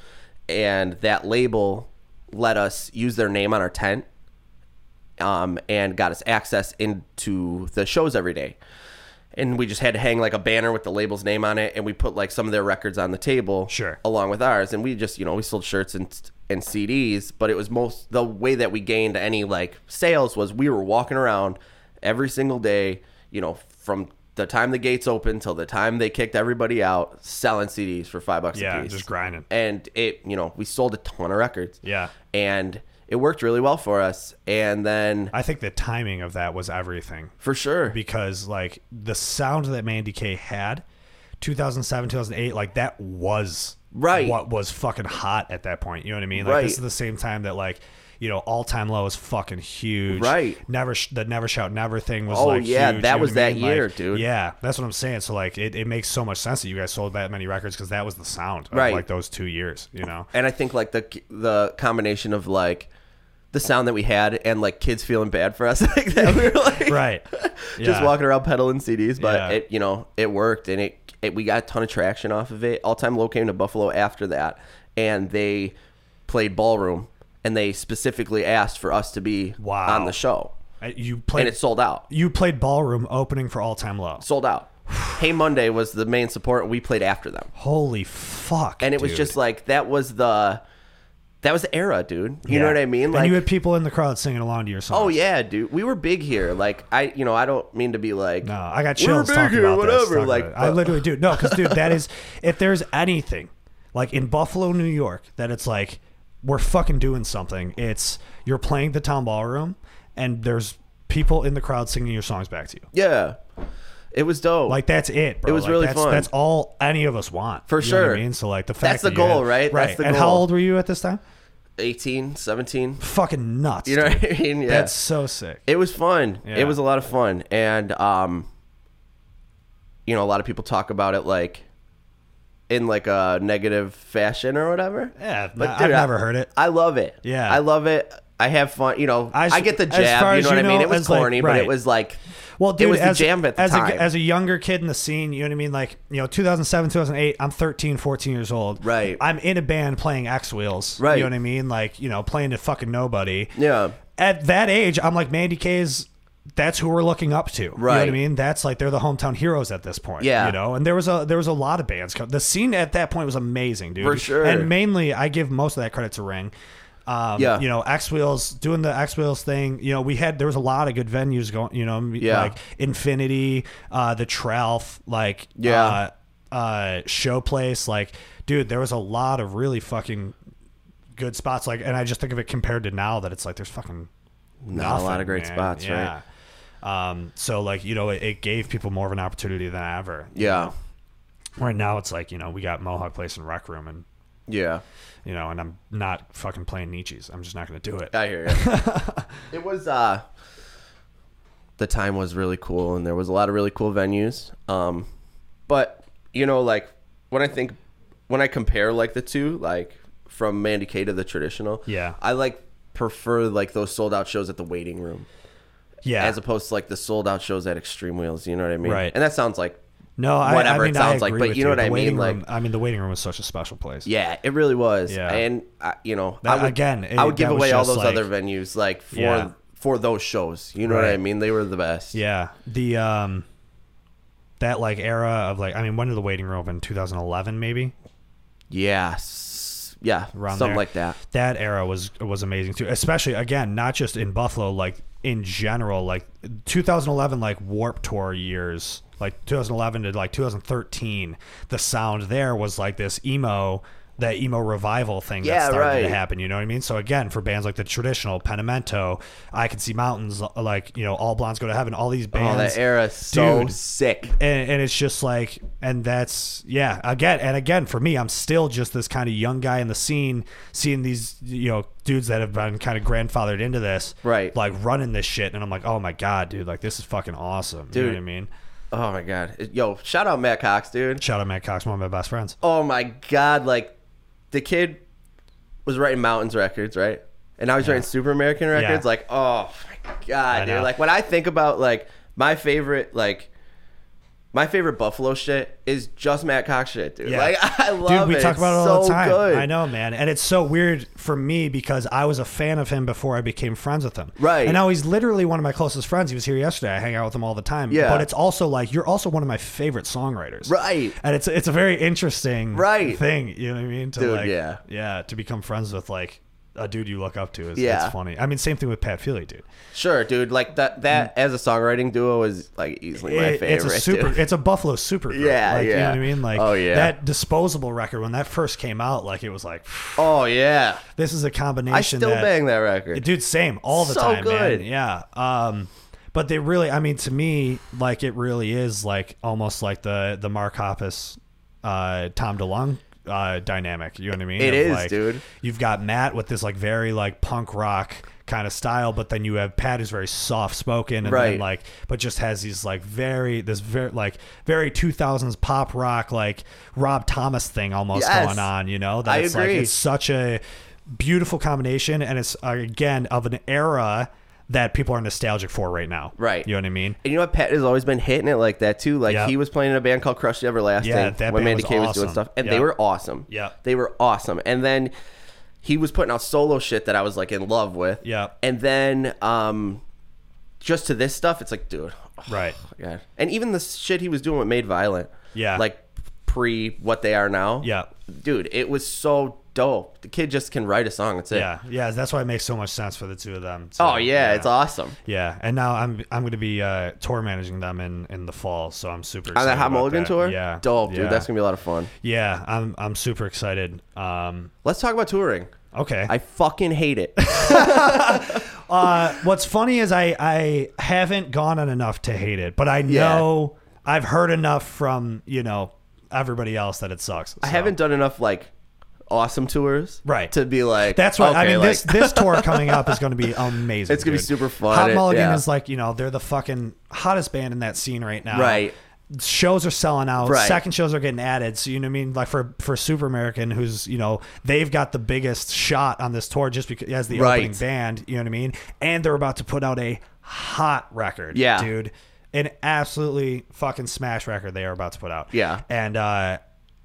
and that label let us use their name on our tent, um, and got us access into the shows every day. And we just had to hang like a banner with the label's name on it, and we put like some of their records on the table,
Sure.
along with ours. And we just, you know, we sold shirts and and CDs, but it was most the way that we gained any like sales was we were walking around every single day, you know, from the time the gates opened till the time they kicked everybody out, selling CDs for five bucks a
yeah,
piece.
just grinding.
and it, you know, we sold a ton of records.
Yeah,
And it worked really well for us. And then
I think the timing of that was everything.
for sure.
because like the sound that Mandy K had 2007 2008 like that was
Right.
what was fucking hot at that point you know what i mean like
Right.
this is the same time that like you know all time low is fucking huge
Right.
never sh- the never shout never thing was
Oh,
like
yeah,
huge,
that
you know
was
what I
that
mean? Like,
year, dude.
yeah that's what i'm saying so like it, it makes so much sense that you guys sold that many records because that was the sound of,
Right.
like those two years you know
and I think like the the combination of like the sound that we had and like kids feeling bad for us like that we were like
right
just
Yeah.
walking around peddling CDs but
Yeah.
it you know it worked and it, it we got a ton of traction off of it all time low came to Buffalo after that and they played ballroom and they specifically asked for us to be
Wow.
on the show
Uh, you
and
played
it sold out
you played ballroom opening for all time low
sold out Hey Monday was the main support and we played after them
holy fuck
and it was
dude.
just like that was the that was the era dude you know
Yeah.
what I mean
And
like
you had people in the crowd singing along to your songs.
Oh yeah, dude. We were big here. Like I, you know, I don't mean to be like.
No, I got
We were
chills
big
talking
here,
about this,
whatever,
talking
like, uh,
about it. I
but-
literally do. No, because dude, that is if there's anything like in Buffalo, New York, that it's like we're fucking doing something. It's you're playing the town ballroom, and there's people in the crowd singing your songs back to you.
Yeah, it was dope.
Like that's it, bro.
It was
Like,
really
that's,
fun.
That's all any of us want
For
you know what
sure.
I mean, so like the fact
That's the
that you had-
goal, right?
Right.
That's the
and how
goal.
old were you at this time?
18, 17.
Fucking nuts.
You know
dude.
what I mean? Yeah.
That's so sick.
it was fun.
Yeah.
It was a lot of fun, and um, you know, a lot of people talk about it like in like a negative fashion or whatever.
yeah,
But,
I've
dude, I-
never heard it.
I love it.
Yeah.
I love it. I have fun. You know,
As-
I get the
as far
jab. You
as
know what
you
I mean?
know,
it was
as, like,
corny, but
right.
it was like,
Well, dude,
it was
as,
the jam at the
as
time.
A, as a younger kid in the scene, you know what I mean? Like, you know, 2007, 2008, I'm 13, 14 years old.
Right.
I'm in a band playing X Wheels.
Right.
You know what I mean? Like, you know, playing to fucking nobody.
yeah.
At that age, I'm like, Mandy K's, that's who we're looking up to. You know what I
Right.
mean? That's like, they're the hometown heroes at this point.
Yeah.
You know, and there was a, there was a lot of bands. co- The scene at that point was amazing, dude.
For sure.
And mainly, I give most of that credit to Ring. Um,
Yeah.
You know, X Wheels doing the X Wheels thing. You know, we had there was a lot of good venues going. You know, m-
Yeah.
like Infinity, uh, the Tralf, like
Yeah.
uh, uh, Showplace. Like, dude, there was a lot of really fucking good spots. Like, and I just think of it compared to now that it's like there's fucking
a
nothing,
lot of great
man.
spots, right?
Yeah. Um, so like you know, it, it gave people more of an opportunity than ever.
Yeah.
Right now, it's like you know we got Mohawk Place and Rec Room, and
Yeah.
you know, and I'm not fucking playing Nietzsche's. I'm just not gonna do it.
I hear you. it was uh the time was really cool and there was a lot of really cool venues. Um but you know like when I think when I compare like the two, like from Mandy K to the traditional,
Yeah.
I like prefer like those sold out shows at the waiting room
Yeah.
as opposed to like the sold out shows at Extreme Wheels. You know what I mean?
Right.
And that sounds like
no, I,
whatever
I
it
mean,
sounds
I
like,
agree
but
with
you know what I
The waiting
mean, like-
room- I mean, the waiting room was such a special place.
yeah, it really was.
Yeah.
And I, you know,
That-
I would,
again, it-
I would give
that was
away all
just,
those
like-
other venues like for
Yeah.
for those shows. You know what
Right.
I mean? They were the best.
Yeah. The um that like era of like I mean when did the waiting room in 2011 maybe?
Yes. Yeah.
Around
Something
there.
like that.
That era was was amazing too. Especially again not just in Buffalo like in general like 2011 like Warp Tour years like 2011 to like 2013 the sound there was like this emo that emo revival thing
Yeah,
that started to
right.
happen you know what i mean so again for bands like the traditional penamento i can see mountains uh, like you know all blondes go to heaven all these
Oh,
bands
that era is so
Dude.
sick.
and, and it's just like and that's yeah again and again for me i'm still just this kind of young guy in the scene seeing these you know dudes that have been kind of grandfathered into this
Right.
like running this shit and i'm like oh my god dude like this is fucking awesome you know
Dude.
what i mean
Oh my god. Yo, shout out Matt Cox, dude.
shout out matt cox one of my best friends
Oh my god, like the kid was writing Mountains records, right? And now he's writing Super American records. Like, oh my god, dude.
know.
Like when I think about like my favorite like my favorite Buffalo shit is just Matt Cox shit, dude. Like I love
Dude, we
it.
talk
It's
about it all
so
the time.
Good.
I know, man. And it's so weird for me because I was a fan of him before I became friends with him.
Right.
And now he's literally one of my closest friends. He was here yesterday. I hang out with him all the time.
Yeah.
But it's also like you're also one of my favorite songwriters.
Right.
And it's it's a very interesting
Right.
thing. You know what I mean? To
Dude,
like
yeah.
yeah, to become friends with like a dude you look up to is
Yeah.
it's funny. I mean, same thing with Pat Feely, dude.
Sure, dude. Like that that as a songwriting duo is like easily my
Mm. It-
favorite.
it's a super.
dude.
It's a Buffalo super. Group.
Yeah,
like, You know
yeah.
what I mean? Like,
Oh, yeah.
That disposable record when that first came out, like it was like,
Oh yeah.
this is a combination.
I still
that,
bang that record.
dude same all the
So
time
good.
man yeah um but they really i mean to me like it really is like almost like the the mark hoppus uh tom delong uh dynamic you know what i mean
It
It is,
is, dude.
you've got matt with this like very like punk rock kind of style but then you have pat who's very soft spoken and
Right.
then like but just has these like very this very like very 2000s pop rock like rob thomas thing almost
Yes.
going on you know that
I
it's
agree.
like it's such a beautiful combination and it's uh, again of an era that people are nostalgic for right now
Right.
you know what i mean
And you know what? Pat has always been hitting it like that too. Like
Yep.
he was playing in a band called Crush the Everlasting
Yeah, that
when
band
Mandy
was
Kay was doing
awesome.
stuff, and
Yeah.
they were awesome.
Yeah.
they were awesome. And then he was putting out solo shit that I was like in love with.
Yeah.
And then um, just to this stuff, it's like, dude, oh,
right
God. And even the shit he was doing with Made Violent.
Yeah.
Like pre what they are now.
Yeah.
Dude, it was so dope. The kid just can write a song. That's it.
yeah yeah that's why it makes so much sense for the two of them to-
Oh yeah, it's awesome.
yeah and now i'm i'm gonna be uh tour managing them in in the fall so i'm super
On
excited
that Hot
about
Mulligan
that.
tour?
yeah
Dope, dude.
Yeah.
That's gonna be a lot of fun.
yeah i'm i'm super excited um
Let's talk about touring.
okay
I fucking hate it.
Uh, what's funny is I I haven't gone on enough to hate it, but I know I've heard enough from you know everybody else that it sucks.
I haven't done enough like awesome tours,
Right.
To be like,
That's what I
okay,
mean.
like-
this this tour coming up is going to be amazing.
It's gonna be
dude.
super fun.
Hot
It-
Mulligan
yeah.
is like you know they're the fucking hottest band in that scene right now.
Right.
Shows are selling out.
Right.
Second shows are getting added. So you know what I mean. Like for for Super American, who's you know they've got the biggest shot on this tour just because as the
Right.
opening band. You know what I mean. And they're about to put out a hot record.
Yeah.
dude. An absolutely fucking smash record they are about to put out.
Yeah.
and uh,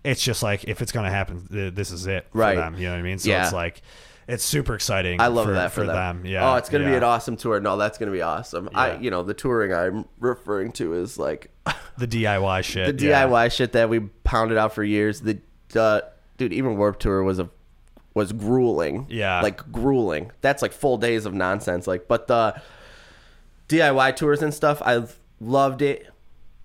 it's just like if it's gonna happen, th- this is it for
Right.
them. You know what I mean? So
Yeah.
it's like it's super exciting.
I love that for,
them.
them.
Yeah.
Oh, it's gonna be
yeah.
an awesome tour. No, that's gonna be awesome. I,
Yeah.
you know, the touring I'm referring to is like
the DIY shit.
the DIY shit that we pounded out for years. The uh, dude, even Warp Tour was a was grueling.
Yeah.
like grueling. That's like full days of nonsense. Like, but the DIY tours and stuff, I loved it.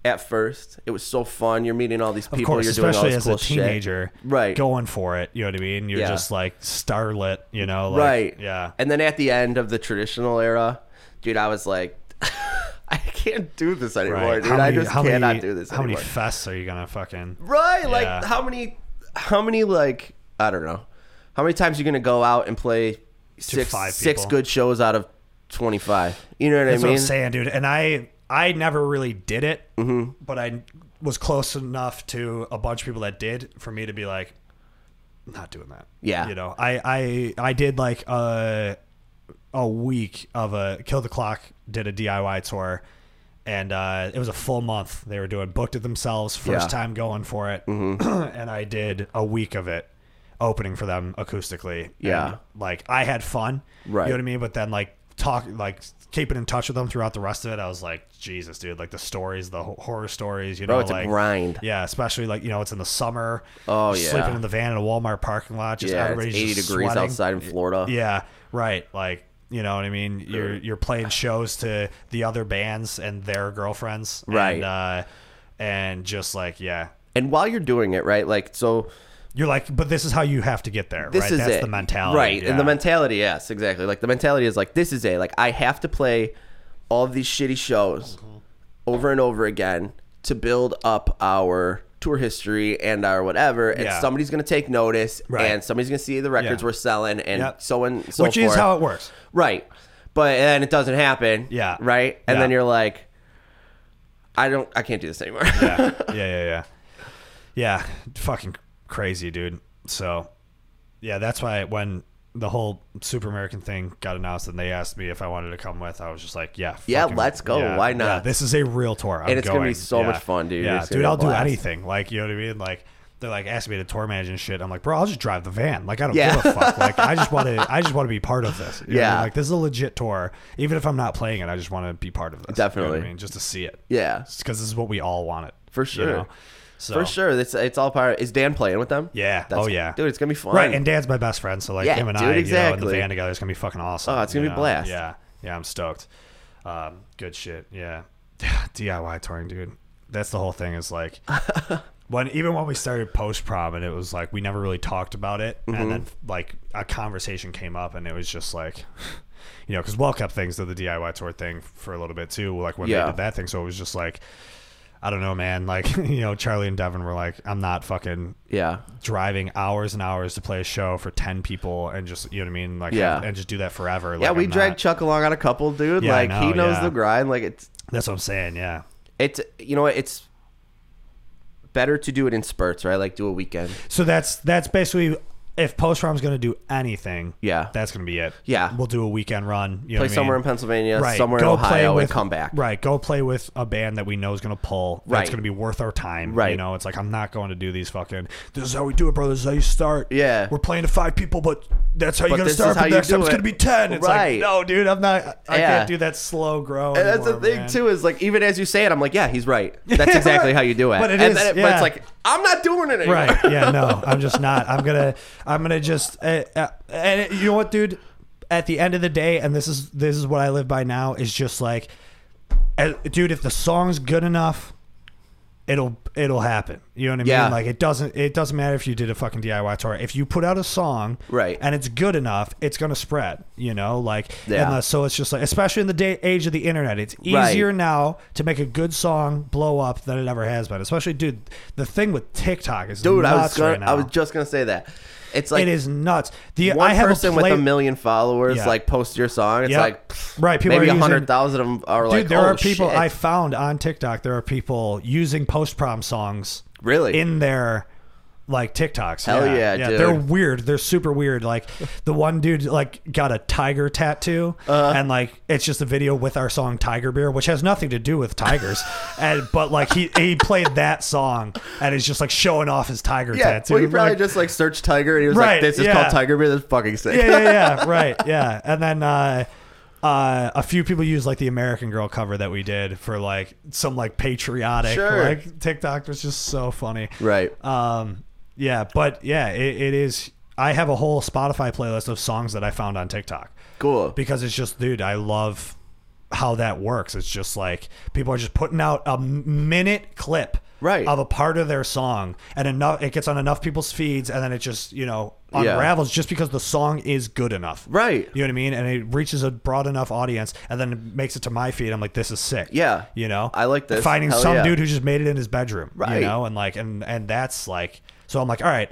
At first, it was so fun. You're meeting all these people.
Of course,
you're doing all
especially
this
as
cool
a
shit.
teenager,
Right.
Going for it, you know what I mean. You're
Yeah.
just like starlit, you know, like,
right
Yeah,
and then at the end of the traditional era dude i was like i can't do this anymore
right.
dude i just cannot do this
How many
anymore
fests are you gonna fucking?
right like
Yeah.
how many how many like i don't know how many times you gonna go out and play six
five
six
people.
good shows out of 25 you know what
That's
i
what
mean Mm-hmm.
I'm saying, dude. And I I never really did it, but I was close enough to a bunch of people that did for me to be like, not doing that.
Yeah.
You know, I I I did like a a week of a kill the clock did a DIY tour and uh, it was a full month they were doing booked it themselves first
Yeah. Mm-hmm.
time going for it and I did a week of it opening for them acoustically
Yeah.
And, like I had fun
Right.
you know what I mean but then like talk like keeping in touch with them throughout the rest of it I was like Jesus dude like the stories the ho- horror stories you
Bro,
know
it's a
like
grind.
yeah, especially like you know it's in the summer.
Oh,
You're
yeah.
sleeping in the van in a Walmart parking lot, just
Yeah, it's
everybody's
80
just
degrees
sweating.
outside in Florida.
Yeah, right. Like you know what I mean. You're you're playing shows to the other bands and their girlfriends,
Right.
And, uh, and just like yeah,
And while you're doing it, right? Like so
you're like, but this is how you have to get there.
this
right?
is
That's
it.
the mentality,
right? And the
yeah.
mentality, yes, exactly. Like the mentality is like this is a like I have to play all of these shitty shows
Mm-hmm.
over and over again to build up our tour history and our whatever, and
Yeah.
somebody's gonna take notice,
Right.
and somebody's gonna see the records
Yeah.
we're selling, and
Yep.
so and so
which is
forth.
how it works.
right? But then it doesn't happen,
Yeah.
right? And then
Yeah.
you're like, I don't, I can't do this anymore.
yeah, yeah, yeah, yeah. Yeah, fucking crazy, dude. So, yeah, that's why when the whole Super American thing got announced and they asked me if I wanted to come with, I was just like, yeah,
Yeah,
fucking-
let's go. Why not?
this is a real tour, I'm
And it's gonna be
going.
so
Yeah.
much fun, dude.
Yeah,
It's gonna
dude,
be a
I'll do
blast.
anything. Like, you know what I mean? Like. They're like asking me to tour manage and shit. I'm like, bro, I'll just drive the van. Like, I don't
Yeah.
give a fuck. Like, I just want to. I just want to be part of this. You know what I mean?
Yeah.
Like, this is a legit tour. Even if I'm not playing it, I just want to be part of this. You know what I
Definitely.
mean? just to see it
yeah,
because this is what we all wanted
For
you
sure.
know? So
for sure. It's it's all part. Is Dan playing with them?
Yeah.
That's-
oh yeah.
dude, it's gonna be fun.
Right, and Dan's my best friend, so like
Yeah,
him and
dude,
I, you know, in
exactly.
the van together, it's gonna be fucking awesome.
Oh, it's gonna
you
be a
know?
blast.
Yeah, yeah, I'm stoked. Um, good shit. Yeah, DIY touring, dude. That's the whole thing. Is like when even when we started post prom, and it was like we never really talked about it,
Mm-hmm.
and then like a conversation came up, and it was just like. You know, because Well Kept Things did the DIY tour thing for a little bit too, like when
Yeah.
they did that thing. So it was just like, I don't know, man. Like, you know, Charlie and Devin were like, I'm not fucking
yeah,
driving hours and hours to play a show for 10 people and just you know what i mean like
Yeah.
have- and just do that forever like,
yeah. We
I'm
dragged
not-
Chuck along on a couple, dude.
Yeah, I
like he
know,
knows
yeah.
the grind. Like it's
that's what i'm saying yeah
it's you know what, it's better to do it in spurts, right? Like do a weekend.
so that's that's basically if post rom's gonna do anything
Yeah.
that's gonna be it
Yeah.
we'll do a weekend run you know
Play
what I
somewhere
mean?
in Pennsylvania,
Right.
somewhere
go
in
play
Ohio,
with,
and come back.
Right. Go play with a band that we know is going to pull. That's
Right.
going to be worth our time.
Right.
You know, it's like, I'm not going to do these fucking, this is how we do it, bro. This is how you start.
Yeah.
We're playing to five people, but that's how
But
you got to
this is
start.
how
But
you
next
do
time it's
it.
going to be 10. It's
Right.
like, no, dude, I'm not, I
Yeah.
can't do that slow grow.
And that's the
anymore,
thing
man.
too is like even as you say it, I'm like, yeah, he's right. That's exactly how you do it.
But it
and
is,
then but
yeah.
it's like I'm not doing it anymore.
Right. Yeah. No, I'm just not. I'm gonna. I'm gonna just. Uh, uh, and it- you know what, dude? At the end of the day, and this is this is what I live by now is just like, uh, dude. If the song's good enough, it'll it'll happen. You know what I mean?
Yeah.
Like it doesn't it doesn't matter if you did a fucking DIY tour. If you put out a song,
Right.
and it's good enough, it's gonna spread. You know, like
Yeah.
unless- so it's just like, especially in the day age of the internet, it's
Right.
easier now to make a good song blow up than it ever has been. Especially, dude, the thing with TikTok is
Dude,
nuts
I was gonna,
right now.
I was just gonna say that. It's like
it is nuts. The
one
I have
person
a play-
with a million followers
Yeah.
like post your song. It's
Yep.
like pfft,
Right, people
maybe
are
a
using-
hundred thousand of them are
Dude,
like.
there
oh,
are people
shit.
I found on TikTok. There are people using post prom songs.
Really?
In their like TikToks.
Hell yeah, dude.
They're weird. They're super weird. Like the one dude like got a tiger tattoo
Uh-huh.
and like it's just a video with our song Tiger Beer, which has nothing to do with tigers. and but like he he played that song and it's just like showing off his tiger
yeah,
tattoo.
well, you probably
Like,
just like searched Tiger, and he was like,
Right,
"This is
yeah.
called Tiger Beer. That's fucking sick."
yeah, yeah, yeah. Right. Yeah. And then uh, uh, a few people used like the American Girl cover that we did for like some like patriotic
Sure.
like TikTok was just so funny.
Right.
Um. Yeah. But yeah, it, it is. I have a whole Spotify playlist of songs that I found on TikTok
Cool.
because it's just, dude, I love how that works. It's just like people are just putting out a minute clip
Right.
of a part of their song, and enough it gets on enough people's feeds, and then it just you know
Yeah.
unravels just because the song is good enough,
Right.
You know what I mean? And it reaches a broad enough audience, and then it makes it to my feed. I'm like, this is sick.
Yeah.
you know,
I like this.
Finding
Hell
some
yeah.
dude who just made it in his bedroom,
Right.
You know, and like, and and that's like, so I'm like, all right.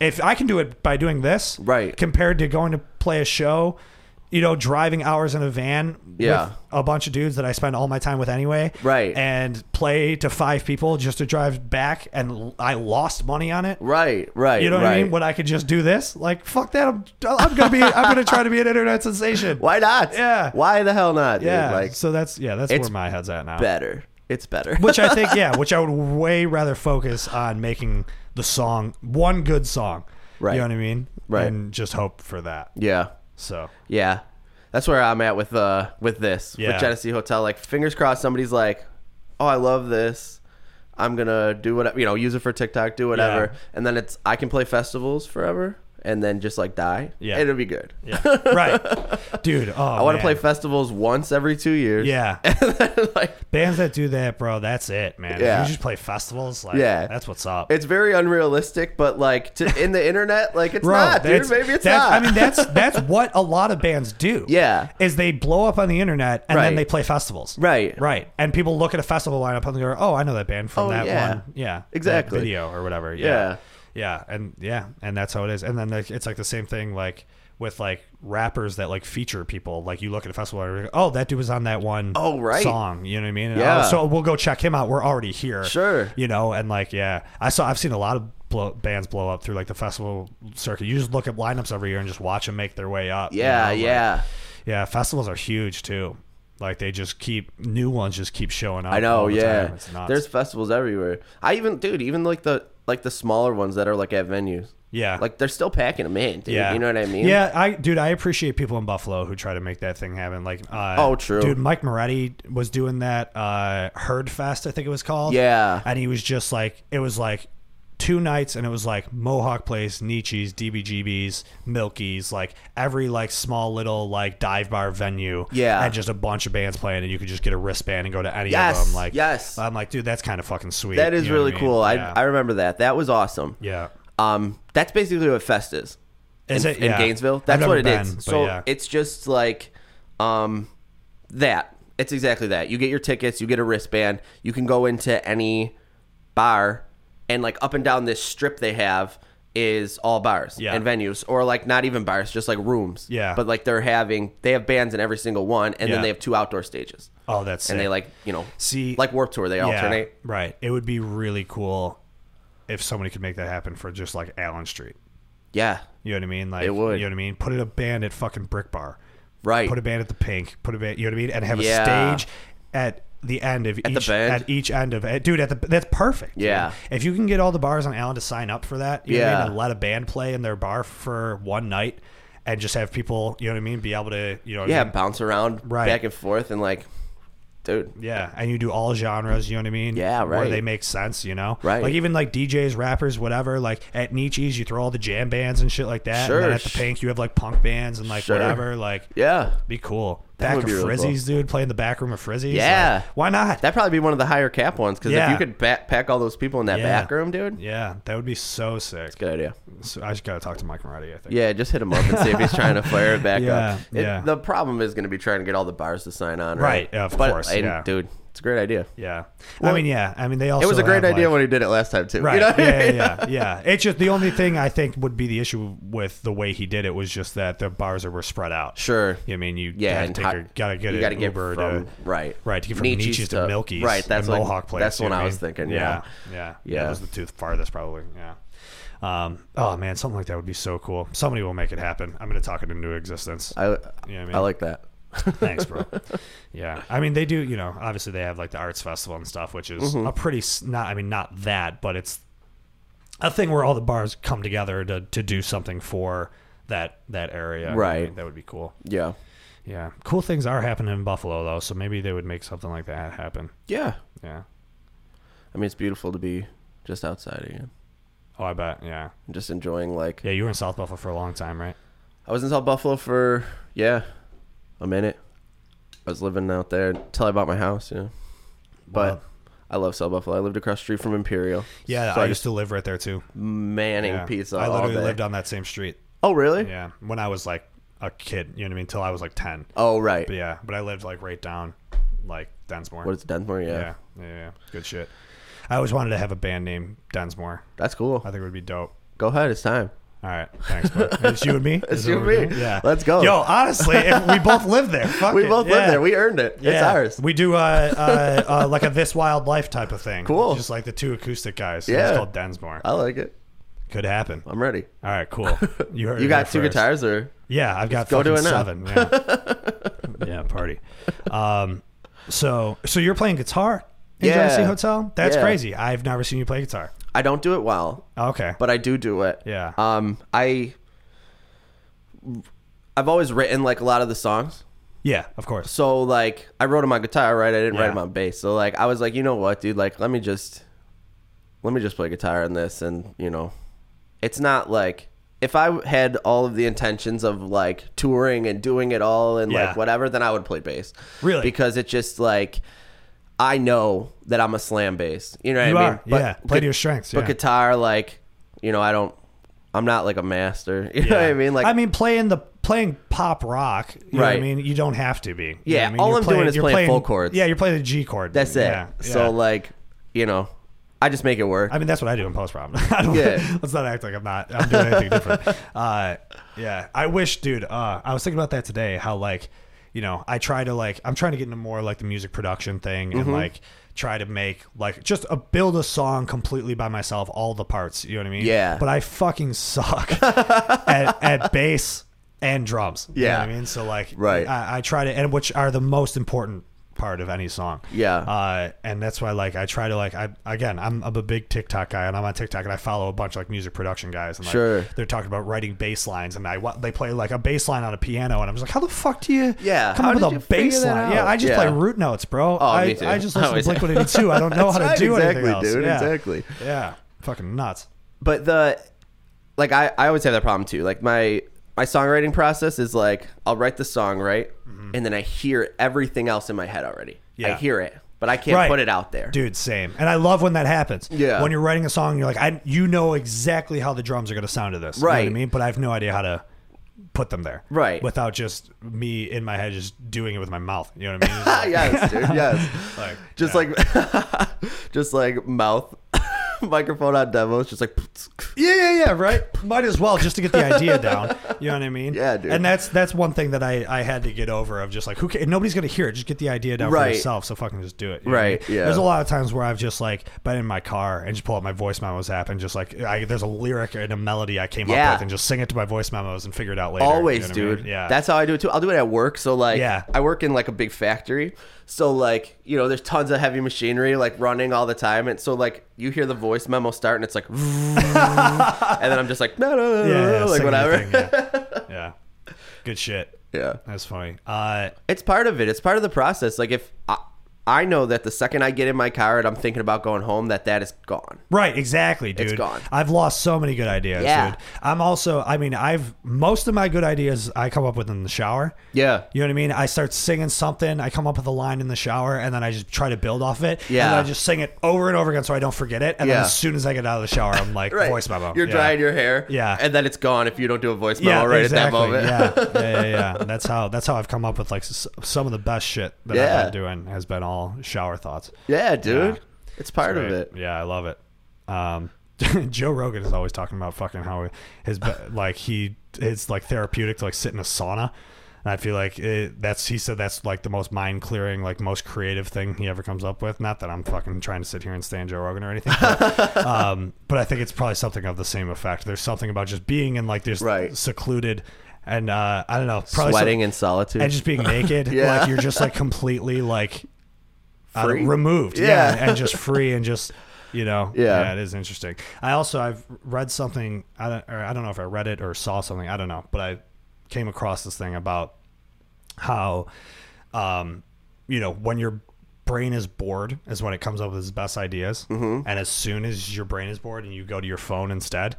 If I can do it by doing this,
Right.
compared to going to play a show you know, driving hours in a van
Yeah.
with a bunch of dudes that I spend all my time with anyway.
Right.
And play to five people just to drive back and l- I lost money on it.
Right, right.
You know what
right.
I mean? When I could just do this, like fuck that, I'm, I'm gonna be, I'm gonna try to be an internet sensation.
Why not?
Yeah.
Why the hell not? dude?
Yeah.
Like
so that's yeah, that's
it's
where my head's at now.
better. It's better.
Which I think yeah, which I would way rather focus on making the song one good song.
Right.
You know what I mean?
Right.
And just hope for that.
yeah.
So
Yeah. That's where I'm at with uh with this.
Yeah.
With Genesee Hotel. Like fingers crossed somebody's like, Oh, I love this. I'm gonna do whatever you know, use it for TikTok, do whatever.
Yeah.
And then it's I can play festivals forever and then just like die.
Yeah.
It'll be good.
yeah. right. Dude, oh
I wanna
man.
play festivals once every two years.
Yeah.
like
Bands that do that, bro, that's it, man.
Yeah.
If you just play festivals, like
Yeah.
that's what's up.
it's very unrealistic, but like to, in the internet, like it's
Bro,
not, dude.
that's-
Maybe it's
that's-
not.
I mean, that's that's what a lot of bands do.
Yeah.
is they blow up on the internet and
Right.
then they play festivals.
Right.
right. And people look at a festival lineup and they go, "Oh, I know that band from
Oh,
that
yeah.
one, yeah, that
Exactly.
video or whatever."
Yeah.
Yeah. yeah, and yeah, and that's how it is. And then like, it's like the same thing, like with like rappers that like feature people. Like you look at a festival, and you're like, "Oh, that dude was on that one
Oh, right.
song." You know what I mean? And,
Yeah.
"Oh, so we'll go check him out. We're already here.
Sure.
You know, and like yeah, I saw I've seen a lot of blow, bands blow up through like the festival circuit. You just look at lineups every year and just watch them make their way up. you
Yeah,
know, like-
yeah.
yeah, festivals are huge too. Like they just keep new ones just keep showing up.
I know,
all the
yeah.
time. It's nuts.
There's festivals everywhere. I even, dude, even like the like the smaller ones that are like at venues.
yeah,
Like they're still packing them in, dude.
yeah.
You know what I mean?
Yeah, I dude, I appreciate people in Buffalo who try to make that thing happen. Like, uh,
Oh, true.
dude. Mike Moretti was doing that uh, Herd Fest, I think it was called.
Yeah.
and he was just like, it was like two nights, and it was like Mohawk Place, Nietzsche's, DBGB's, Milky's, like every like small little like dive bar venue.
Yeah.
and just a bunch of bands playing, and you could just get a wristband and go to any
Yes,
of them. Like,
yes.
I'm like, dude, that's kind of fucking sweet.
That is
You know what
really
I mean?
cool.
Yeah.
I, I remember that. That was awesome.
yeah.
Um, that's basically what Fest is.
Is
in,
it? Yeah.
in Gainesville?
I've
That's what it
never
is.
been, but
So
yeah.
it's just like, um, that. It's exactly that. You get your tickets. You get a wristband. You can go into any bar, and like up and down this strip they have is all bars
Yeah.
and venues, or like not even bars, just like rooms.
Yeah.
But like they're having, they have bands in every single one, and then
Yeah.
they have two outdoor stages,
Oh, that's sick.
and they like you know,
See-
like Warp Tour, they alternate.
Right. It would be really cool if somebody could make that happen for just like Allen Street.
Yeah.
You know what I mean? Like
It would.
You know what I mean? Put it a band at fucking Brick Bar.
Right.
Put a band at the Pink. Put a band. You know what I mean? And have
Yeah.
a stage at the end of
the
each
bend?
at each end of it, dude. At the that's perfect. dude.
Yeah.
If you can get all the bars on Allen to sign up for that, you know what I
Yeah.
mean? And let a band play in their bar for one night. And just have people, you know what I mean, be able to, you know, what I
yeah,
mean?
bounce around
Right.
back and forth, and like, dude,
Yeah, and you do all genres. You know what I mean?
Yeah,
Where
right.
they make sense, you know?
Right.
Like even like DJs, rappers, whatever. Like at Nietzsche's, you throw all the jam bands and shit like that. And
Sure,
then at the
sh-
Pink, you have like punk bands and like
Sure.
whatever. Like,
yeah,
be cool.
That
back
would
of
be really cool.
Frizzy's, dude, playing the back room of Frizzy's.
Yeah.
Like, why not?
That'd probably be one of the higher cap ones because if
Yeah.
you could ba- pack all those people in that
Yeah.
back room, dude,
yeah, that would be so sick.
good idea.
So I just gotta talk to Mike Moretti. I think.
Yeah, just hit him up and see if he's trying to fire it back
Yeah,
up. It-
yeah.
The problem is going to be trying to get all the bars to sign on, right?
Right, yeah, of
But,
course,
and,
yeah.
dude, it's a great idea.
Yeah.
Well,
I mean, yeah. I mean, they also.
It was a great
have,
idea
like-
when he did it last time too. You
Right.
know what I
yeah,
mean?
yeah, yeah. It's just the only thing I think would be the issue with the way he did it was just that the bars were spread out.
Sure.
I mean, you
Yeah,
gotta,
and
take
hot-
your- gotta get
you
it
gotta get
Uber
from-
to,
right.
right to get from
Nietzsche's
Nietzsche's,
to-
to Milky's,
right, that's
and
what-
Mohawk Place.
that's
you
what
know
I
what
was
mean?
thinking,
Yeah,
yeah.
yeah, yeah.
Yeah.
That was the two farthest probably. Yeah. Um, oh man, something like that would be so cool. Somebody will make it happen. I'm gonna talk it into existence.
I,
You know what I mean?
I like that.
Thanks, bro. yeah, I mean they do. You know, obviously they have like the arts festival and stuff, which is
Mm-hmm.
a pretty s- not. I mean, not that, but it's a thing where all the bars come together to to do something for that that area. I
Right.
mean, that would be cool.
Yeah.
Yeah, cool things are happening in Buffalo though, so maybe they would make something like that happen.
Yeah.
Yeah.
I mean, it's beautiful to be just outside again,
Oh, I bet. Yeah.
and just enjoying like
Yeah, you were in South Buffalo for a long time, right?
I was in South Buffalo for yeah, a minute. I was living out there until I bought my house, you know. But
Wow.
I love South Buffalo. I lived across the street from Imperial.
Yeah,
so
I
I
used to live right there too.
manning
Yeah.
pizza.
I literally
all day.
lived on that same street.
Oh really?
Yeah, when I was like a kid, you know what I mean, till I was like ten.
Oh right.
But yeah, but I lived like right down, like Densmore.
What is it, Denver? Yeah.
yeah. yeah, yeah, good shit. I always wanted to have a band name Densmore.
that's cool.
I think it would be dope.
Go ahead. It's time.
All right, thanks. bud. It's you and me. Is
you
it
and
what we're
me.
doing? Yeah,
Let's go.
Yo, honestly, if we both live there. Fuck
We
it.
both
Yeah.
live there. We earned it. It's
Yeah.
ours.
We do uh, uh, uh, like a This Wild Life type of thing.
Cool.
Just like the two acoustic guys.
Yeah. Uh,
It's called Densmore.
I like it.
Could happen. All
I'm ready.
right, cool. You, heard it
You got two
here first.
guitars or
Yeah, I've got
go
fucking
do it now.
seven. Yeah. yeah, party. Um, so so you're playing guitar in
Yeah.
Genesee Hotel? That's
Yeah.
crazy. I've never seen you play guitar.
I don't do it well,
Okay.
but I do do it.
Yeah.
Um I I've always written like a lot of the songs.
yeah, of course.
So like I wrote them on guitar, right? I didn't write
Yeah.
them on bass. So like I was like, you know what, dude? Like let me just let me just play guitar on this, and you know, it's not like if I had all of the intentions of like touring and doing it all and
Yeah.
like whatever, then I would play bass.
Really?
Because it's just like I know that I'm a slam bass. You know what
You
I mean?
are. yeah. Play to your strengths.
But
yeah.
guitar, like, you know, I don't. I'm not like a master. You know
Yeah.
what I mean? Like,
I mean, playing the playing pop rock. You know what I
Right.
mean, you don't have to be. You know
Yeah,
what I mean?
all
You're
I'm doing is
you're
playing full chords.
Yeah, you're playing the G chord.
that's it.
Yeah,
So
yeah.
like, you know, I just make it work.
I mean, that's what I do in post prom. I don't,
Yeah.
Let's not act like I'm not. I'm doing anything different. Uh, yeah. I wish, dude. Uh, I was thinking about that today. How like, you know, I try to like, I'm trying to get into more like the music production thing
Mm-hmm.
and like try to make like just a, build a song completely by myself, all the parts. You know what I mean?
Yeah.
But I fucking suck at, at bass and drums. You know
Yeah.
what I mean, so like,
Right.
I, I try to, and which are the most important part of any song.
Yeah.
Uh, and that's why, like, I try to, like, I again, I'm, I'm a big TikTok guy, and I'm on TikTok, and I follow a bunch of like music production guys, and like,
Sure.
they're talking about writing bass lines, and I wa- they play like a bass line on a piano, and I'm just like, how the fuck do you,
Yeah,
come
how
up with
did
a
you figure
bass
that
line? Yeah,
out?
I just
Yeah. Oh,
play root notes, bro. I,
me too.
I just
I
listen to
always-
Blink 182. I don't know how to
That's
do
right,
anything
exactly,
else.
dude,
Yeah.
exactly.
Yeah, fucking nuts.
but the like I, I always have that problem too like my my songwriting process is like i'll write the song right and then i hear everything else in my head already i
Mm-hmm. Yeah.
hear it but i can't
Right.
put it out there
Dude, same. And I love when that happens.
Yeah.
When you're writing a song, you're like, I, you know exactly how the drums are going to sound to this. You know what
Right.
I mean, but I have no idea how to put them there.
Right.
Without just me in my head, just doing it with my mouth. You know what I mean? It's
Ah,
like-
yes dude yes
like,
just
yeah.
like just like mouth microphone on demos just like
Yeah, yeah, yeah, right. Might as well just to get the idea down. You know what I mean?
Yeah, dude.
And that's that's one thing that I, I had to get over of just like who ca- nobody's gonna hear it. Just get the idea down
Right.
for yourself. So fucking just do it. you know what I
Right,
mean?
yeah.
There's a lot of times where I've just like been in my car and just pull up my voice memos app and just like I, there's a lyric and a melody I came
Yeah.
up with and just sing it to my voice memos and figure it out later. you know
always
what I mean?
dude
Yeah.
that's how i do it too i'll do it at work so like
Yeah.
i work in like a big factory so like you know there's tons of heavy machinery like running all the time and so like you hear the voice memo start and it's like and then i'm just like no no no,
yeah,
no,
yeah,
like
sing
whatever
anything, yeah. yeah. Good shit.
yeah
That's funny. Uh
it's part of it it's part of the process like if i i know that the second i get in my car and i'm thinking about going home that that is gone
Right, exactly, dude.
gone.
I've lost so many good ideas,
Yeah.
dude. I'm also, I mean, I've most of my good ideas I come up with in the shower.
yeah
You know what I mean? I start singing something, I come up with a line in the shower, and then I just try to build off it.
Yeah.
And then I just sing it over and over again so I don't forget it. And
Yeah.
then as soon as I get out of the shower, I'm like,
right
voice memo.
you're
yeah.
drying your hair
Yeah.
and then it's gone if you don't do a voice memo right at that moment
Yeah, yeah, yeah, yeah. That's how that's how I've come up with like s- some of the best shit that
Yeah.
I've been doing has been all shower thoughts.
yeah dude
Yeah.
it's part of
Right.
it
Yeah, I love it. Um, Joe Rogan is always talking about fucking how his be- like he it's like therapeutic to like sit in a sauna. And I feel like it, that's he said that's like the most mind clearing, like most creative thing he ever comes up with. Not that I'm fucking trying to sit here and stand Joe Rogan or anything, but, um, but I think it's probably something of the same effect. There's something about just being in like this
Right.
secluded, and uh, I don't know, probably some-
sweating in solitude
and just being naked.
Yeah.
Like you're just like completely like I don't-
Free?
removed.
Yeah.
Yeah. and just free and just you know.
Yeah.
it is interesting. I also I've read something. I don't. Or I don't know if I read it or saw something. I don't know, but I came across this thing about how, um, you know, when your brain is bored is when it comes up with its best ideas, mm-hmm. and as soon as your brain is bored and you go to your phone instead.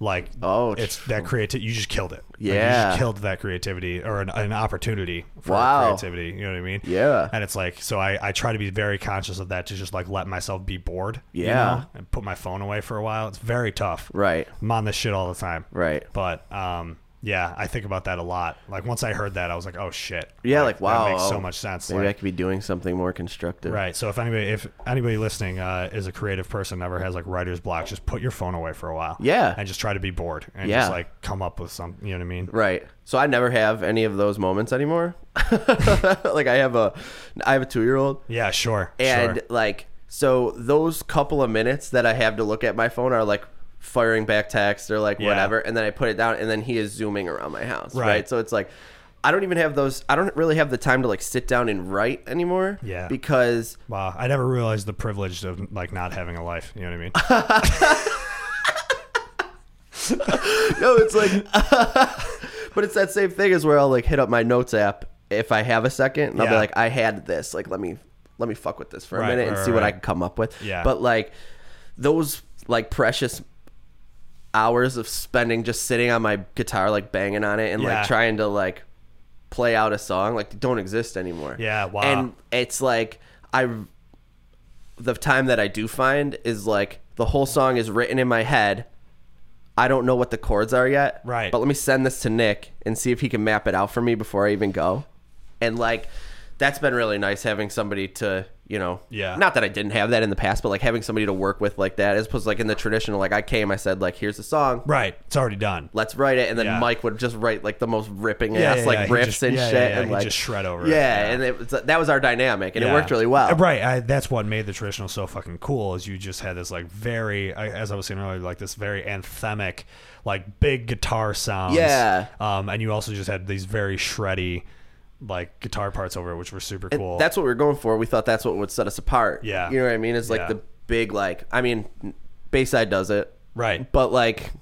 Like
Oh,
it's that creative. You just killed it. Like, you
Yeah.
just killed that creativity or an, an opportunity for
Wow.
creativity. You know what I mean?
Yeah.
And it's like, so I, I try to be very conscious of that to just like let myself be bored. you
Yeah.
know, and put my phone away for a while. It's very tough.
right
I'm on this shit all the time.
Right.
But um, Yeah, I think about that a lot. Like once I heard that, I was like, "Oh shit!"
Yeah, like,
Like,
wow,
that makes so
oh,
much sense.
Maybe
Like,
I could be doing something more constructive.
Right. So if anybody, if anybody listening uh, is a creative person, ever has like writer's block, just put your phone away for a while.
Yeah.
And just try to be bored and
Yeah.
just like come up with some. You know what I mean?
Right. So I never have any of those moments anymore. like I have a I have a 2-year-old
Yeah. Sure.
and
sure.
like so those couple of minutes that I have to look at my phone are like firing back texts or like
Yeah.
whatever and then I put it down and then he is zooming around my house,
Right.
right? So it's like I don't even have those I don't really have the time to like sit down and write anymore
Yeah.
because
Wow. I never realized the privilege of like not having a life. You know what I mean?
no, it's like, but it's that same thing as where I'll like hit up my notes app if I have a second, and I'll be
Yeah.
like, I had this, like let me let me fuck with this for a
Right,
minute and
right,
see what I
right.
can come up with.
Yeah.
But like those like precious hours of spending just sitting on my guitar, like banging on it, and
Yeah.
like trying to like play out a song, like don't exist anymore.
Yeah, wow.
And it's like I the time that I do find is like the whole song is written in my head. I don't know what the chords are yet.
Right.
But let me send this to Nick and see if he can map it out for me before I even go. And like that's been really nice having somebody to, you know,
Yeah.
Not that I didn't have that in the past, but like having somebody to work with like that, as opposed to like in the traditional, like I came, I said, like, here's the song,
right. It's already done.
let's write it, and then
Yeah.
Mike would just write like the most ripping
Yeah,
ass
yeah,
like
yeah. He'd
riffs
just-
and
yeah, yeah,
shit,
yeah.
and
He'd
like
just shred over it.
yeah,
Yeah.
and it was, that was our dynamic, and
Yeah.
it worked really well,
Right. I, that's what made the traditional so fucking cool is you just had this like very, I- as I was saying earlier, like this very anthemic, like big guitar sounds.
Yeah.
Um, and you also just had these very shreddy, like guitar parts over it, which were super cool.
That's what we were going for. We thought that's what would set us apart.
Yeah.
You know what I mean? It's like
Yeah.
the big, like, I mean, Bayside does it.
right.
But, like,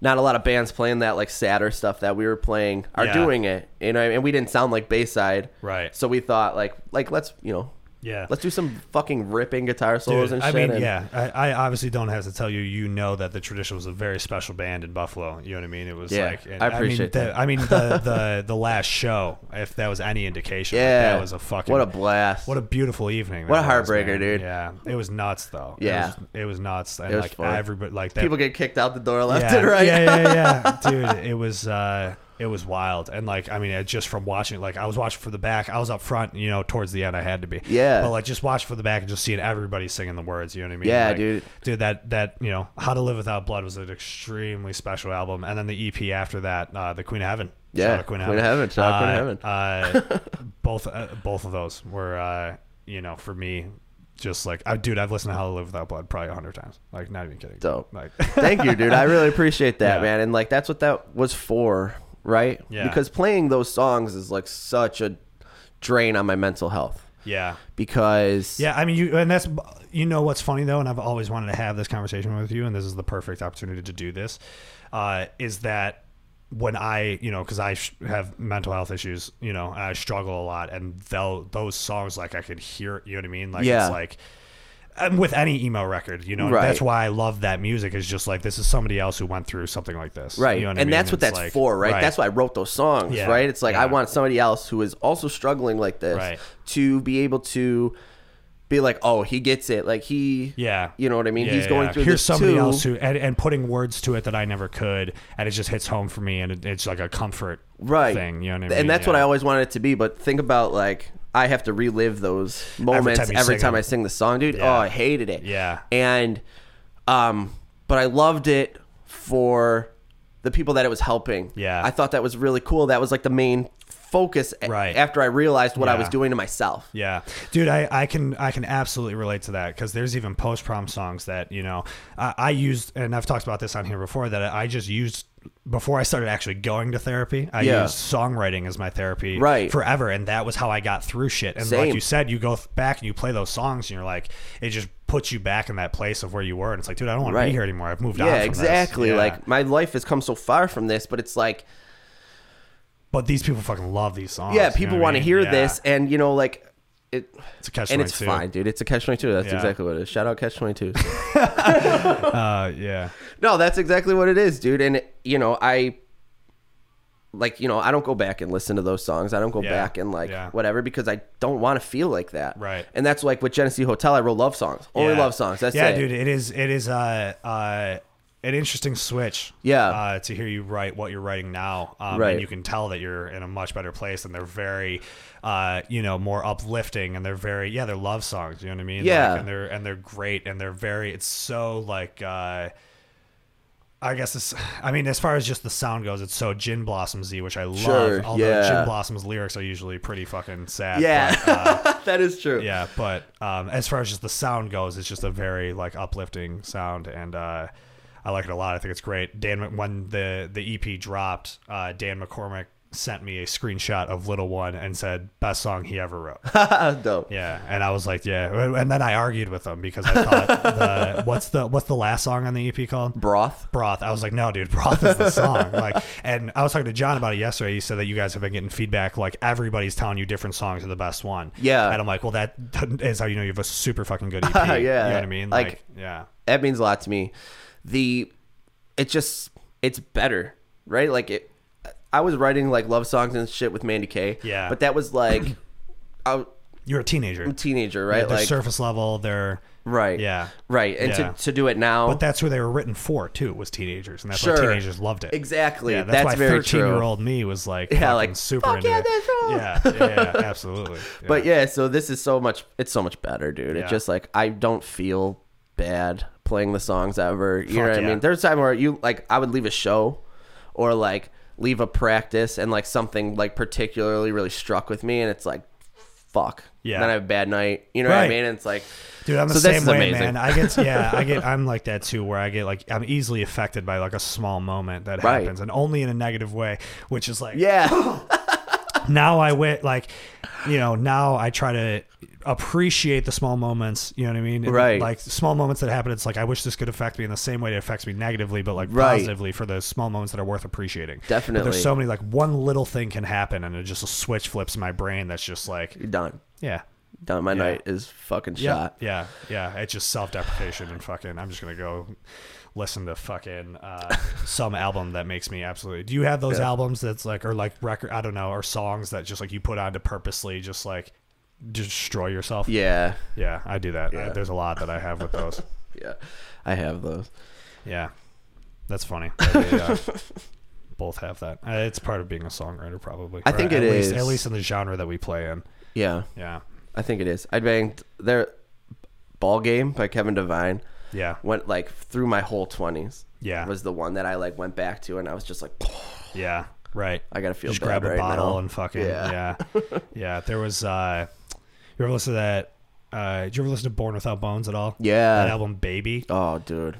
not a lot of bands playing that, like, sadder stuff that we were playing are
Yeah.
doing it. You know, what I mean? and we didn't sound like Bayside.
Right.
So we thought, like, like let's, you know,
Yeah.
let's do some fucking ripping guitar solos
Dude,
and
I
shit.
mean,
and-
yeah, I, I obviously don't have to tell you. You know that the tradition was a very special band in Buffalo. You know what I mean? It was
Yeah,
like, and
I appreciate
I mean,
that.
The, I mean, the, the the last show, if that was any indication, like,
Yeah.
that was a fucking
What a blast.
What a beautiful evening.
What
that
a
was,
heartbreaker,
man.
dude.
Yeah. It was nuts though.
Yeah.
It was, it was nuts. And
It was
like
fun.
everybody like that.
People get kicked out the door left
yeah,
and right.
yeah, yeah, yeah. Dude, it was uh it was wild. And like I mean it- just from watching like I was watching for the back. I was up front, you know, towards the end I had to be.
Yeah.
But like just watch for the back and just seeing everybody singing the words, you know what I mean?
Yeah,
Like,
dude.
Dude, that that, you know, How to Live Without Blood was an extremely special album. And then the EP after that, uh The Queen of Heaven.
Yeah,
Shout out Queen of
Queen of
Heaven.
Heaven, shout out Queen of Heaven.
Uh, both uh, both of those were uh, you know for me just like I, dude I've listened to How to Live Without Blood probably a hundred times like not even kidding
Dope.
like
Thank you, dude. I really appreciate that,
Yeah.
man. And like that's what that was for, right?
Yeah.
Because playing those songs is like such a drain on my mental health.
yeah
Because
yeah I mean you and that's you know what's funny though and I've always wanted to have this conversation with you and this is the perfect opportunity to do this uh, is that when I you know because I sh- have mental health issues you know and I struggle a lot and though those songs like I could hear you know what I mean like
Yeah.
it's like and with any emo record, you know,
Right.
that's why I love that music. Is just like this is somebody else who went through something like this,
right.
You know what
and
I mean?
that's what
It's
that's
like-
for, right? That's why I wrote those songs,
Yeah.
right? It's like
Yeah.
I want somebody else who is also struggling like this
Right.
to be able to be like, "Oh, he gets it." Like he
Yeah,
You know what I mean?
Yeah,
He's
yeah,
going
yeah.
through
Here's
this
somebody
too.
else who and, and putting words to it that I never could, and it just hits home for me, and it, it's like a comfort
right
thing. You know what I mean?
and that's what
Yeah.
I always wanted it to be. But think about like I have to relive those moments
time
every
you
time, I
sing them.
sing the song, dude.
Yeah.
Oh, I hated it.
Yeah.
and um, but I loved it for the people that it was helping.
Yeah.
I thought that was really cool. That was like the main focus. a-
Right.
after I realized what I
Yeah.
was doing to myself.
Yeah, dude, I, I can I can absolutely relate to that because there's even post prom songs that you know I, I used and I've talked about this on here before that I just used before I started actually going to therapy. I
Yeah.
used songwriting as my therapy
Right.
forever, and that was how I got through shit. And like
Same.
you said, you go th- back and you play those songs, and you're like, it just puts you back in that place of where you were, and it's like, dude, I don't want to be
Right.
here anymore. I've moved on.
Yeah,
from this.
exactly.
Yeah.
Like my life has come so far from this, but it's like
but these people fucking love these songs.
yeah,
you know
people
what I
want to
mean?
hear
Yeah.
this, and you know, like it,
It's a catch
and it's
22.
fine, dude. It's a catch twenty two. That's
Yeah.
exactly what it is. Shout out catch twenty two.
Uh, yeah,
No, that's exactly what it is, dude. And you know, I like you know, I don't go back and listen to those songs. I don't go
Yeah.
back and like
Yeah.
whatever because I don't want to feel like that.
Right.
And that's like with Genesee Hotel, I wrote love songs, only
Yeah.
love songs. That's
yeah,
it.
dude. It is. It is. Uh, uh, an interesting switch.
Yeah.
uh, to hear you write what you're writing now, um,
Right.
And you can tell that you're in a much better place, and they're very, uh, you know, more uplifting, and they're very, yeah, they're love songs. You know what I mean? Like,
Yeah.
and they're and they're great, and they're very. It's so like. Uh, I guess it's, I mean, as far as just the sound goes, it's so Gin Blossoms y, which I love.
Sure,
although
yeah.
Gin Blossoms lyrics are usually pretty fucking sad.
Yeah.
but, uh,
that is true.
yeah but um, as far as just the sound goes it's just a very like uplifting sound and uh, i like it a lot i think it's great dan Mc- when the the ep dropped uh, dan mccormick sent me a screenshot of little one and said best song he ever wrote
Dope.
yeah and i was like yeah and then i argued with him because i thought the, what's the what's the last song on the ep called
Broth.
broth. I was like, no, dude, broth is the song. like, and I was talking to John about it yesterday. He said that you guys have been getting feedback. Like, everybody's telling you different songs are the best one.
Yeah.
And I'm like, well, that is how you know you have a super fucking good EP.
Yeah.
You know what I mean? Like,
Like-
yeah.
That means a lot to me. The it just it's better, right? Like it. I was writing like love songs and shit with Mandy Kay.
Yeah.
But that was like, I was
You're a teenager.
a teenager, right?
They're
like
surface level. They're
right.
Yeah.
Right. And
Yeah.
to to do it now.
But that's who they were written for too. Was teenagers, and that's why
Sure.
teenagers loved it.
Exactly.
Yeah,
that's
that's, why
very true.
year old me was like,
Yeah,
fucking
like,
super
fuck
into
yeah,
it.
that's wrong.
Yeah, yeah, yeah, absolutely. Yeah.
But yeah, so this is so much. It's so much better, dude.
Yeah.
It's just like I don't feel bad playing the songs ever. You know
Fuck
what I
yeah.
mean? There's time where you like I would leave a show, or like leave a practice, and like something like particularly really struck with me, and it's like, fuck.
Yeah.
And then I have a bad night. You know what I
Right.
mean? And it's like,
Dude, I'm the
So this
same
is
way,
amazing.
man. I get, yeah, I get, I'm like that too, where I get like, I'm easily affected by like a small moment that
Right.
happens, and only in a negative way, which is like,
yeah,
now I went like, you know, now I try to appreciate the small moments. You know what I mean? And,
Right.
Like small moments that happen. It's like I wish this could affect me in the same way it affects me negatively, but like
Right.
positively for the small moments that are worth appreciating. But
Definitely.
there's so many like one little thing can happen, and it just a switch flips in my brain. That's just like,
you're done.
yeah.
Done. My night is fucking
Yeah,
shot.
Yeah, yeah. It's just self deprecation and fucking. I'm just gonna go listen to fucking uh, some album that makes me absolutely. Do you have those albums that's like or like record? I don't know or songs that just like you put on to purposely just like destroy yourself.
Yeah,
yeah. I do that. I-
Yeah.
there's a lot that I have with those.
yeah. I have those.
yeah, that's funny. that we, uh, both have that. Uh, it's part of being a songwriter, probably.
I think
it
it
is.
is.
at least in the genre that we play in.
Yeah,
Yeah,
I think it is. I banged their ball game by Kevin Devine.
yeah,
went like through my whole 20s
Yeah.
was the one that i like went back to and i was just like
yeah. Right.
i gotta feel
just
bad
grab a
right
bottle
now.
and fucking yeah
Yeah.
yeah. there was uh you ever listen to that uh did you ever listen to born without bones at all
Yeah.
that album baby
oh dude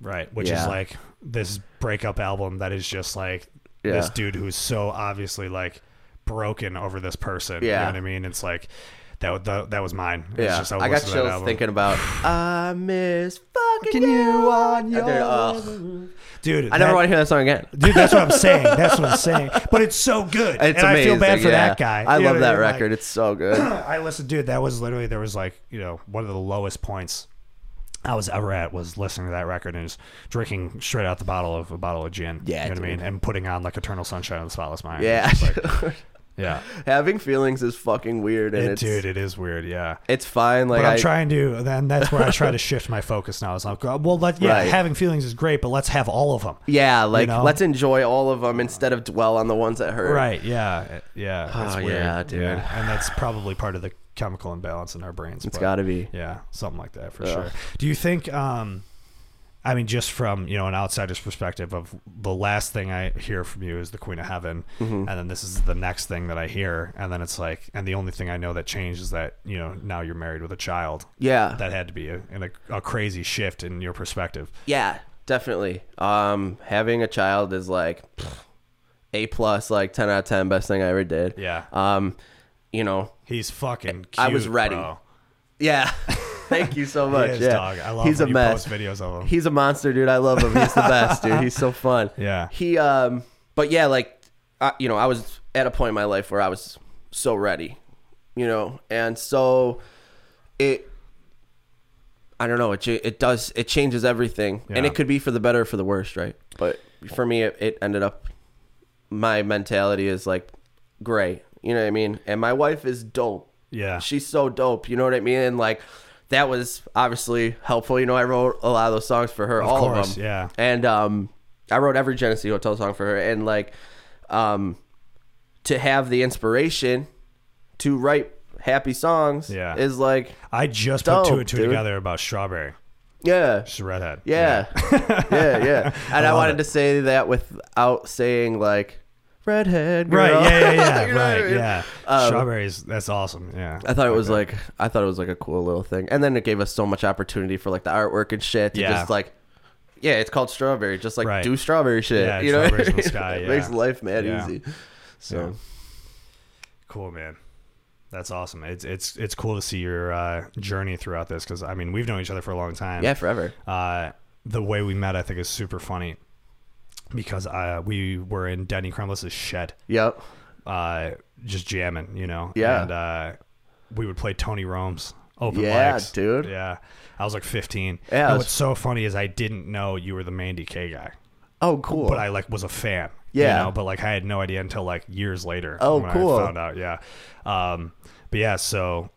right which is
Yeah.
like this breakup album that is just like this
Yeah.
dude who's so obviously like broken over this person you
Yeah.
know what i mean it's like that, wa- that, that was mine It's
yeah
just,
i got
listened to that
chills
album.
thinking about i miss fucking
Fucking you
you
on your
Dude, ugh.
dude
uh, i never want to hear that song again
Dude, that's what I'm saying. That's what I'm saying. But it's so good,
it's
and I
amazing
feel bad for
yeah.
that guy.
i
You know
love
what
that
mean? Like,
record it's so good
I listened, dude. That was literally there was like you know one of the lowest points I was ever at was listening to that record and just drinking straight out the bottle of a bottle of gin.
Yeah,
you know what I
dude.
mean, and putting on like Eternal Sunshine of the Spotless Mind.
yeah
It's just like- yeah,
having feelings is fucking weird and
It-
it's
dude, it is weird. Yeah.
it's fine like
But I'm
i
trying to. Then that's where I try to shift my focus now. It's like, uh, well, let, yeah,
Right.
having feelings is great, but let's have all of them.
yeah like
know?
let's enjoy all of them instead of dwell on the ones that hurt
Right. Yeah. Yeah. That's
Oh,
weird.
yeah, dude.
And that's probably part of the chemical imbalance in our brains.
it's
but-
gotta be
Yeah, something like that for
Yeah.
sure. Do you think? Um, I mean, just from you know an outsider's perspective, of the last thing I hear from you is the Queen of Heaven,
Mm-hmm.
and then this is the next thing that I hear, and then it's like, and the only thing I know that changed is that you know now you're married with a child.
yeah
That had to be a, in a, a crazy shift in your perspective.
Yeah, definitely. Um, having a child is like pfft, a plus, like ten out of ten, best thing I ever did.
Yeah,
Um, you know,
Uh, he's fucking. Cute,
I was ready.
bro.
yeah. Thank you so much.
He is,
yeah,
dog. I love
he's
when
a
you
mess.
post videos of him.
He's a monster, dude. I love him. He's the best, dude. He's so fun.
Yeah.
He, um, but yeah, like, I, you know, I was at a point in my life where I was so ready, you know, and so it. I don't know. It cha- it does it changes everything, and
Yeah.
it could be for the better or for the worst, right? But for me, it, it ended up. My mentality is like gray. You know what I mean? And my wife is dope
yeah,
she's so dope. You know what I mean? And like, that was obviously helpful. You know, I wrote a lot of those songs for her, all
course,
of them.
yeah.
And um, I wrote every Genesee Hotel song for her, and like, um, to have the inspiration to write happy songs,
Yeah.
is like,
I just
Dope,
put two and two
dude.
together about strawberry.
yeah,
She's a redhead.
yeah, yeah, yeah. And I,
love
wanted
it.
to say that without saying like, redhead girl.
Right. Yeah. Yeah.
You
Yeah.
know what I
right.
mean? Um,
Yeah. Strawberries. That's awesome. Yeah.
I thought it was like I thought it was like a cool little thing, and then it gave us so much opportunity for like the artwork and shit to
Yeah.
just like, yeah, it's called strawberry, just like
Right.
do strawberry shit,
Yeah,
you know,
strawberries in the sky,
it
yeah.
makes life mad
Yeah.
easy. So
Cool, man. That's awesome. It's it's it's cool to see your uh, journey throughout this because I mean we've known each other for a long time.
yeah, forever.
Uh, the way we met, I think, is super funny because uh, we were in Denny Crumless's shed,
Yep.
uh, just jamming, you know.
Yeah.
And uh, we would play Tony Rome's open
Yeah,
mics.
dude.
Yeah. I was like 15.
Yeah,
And
it was-
what's so funny is I didn't know you were the main DK guy
Oh, cool.
but I like was a fan.
Yeah.
You know, but like I had no idea until like years later.
Oh,
when
cool.
I found out. Yeah. Um, but yeah, so,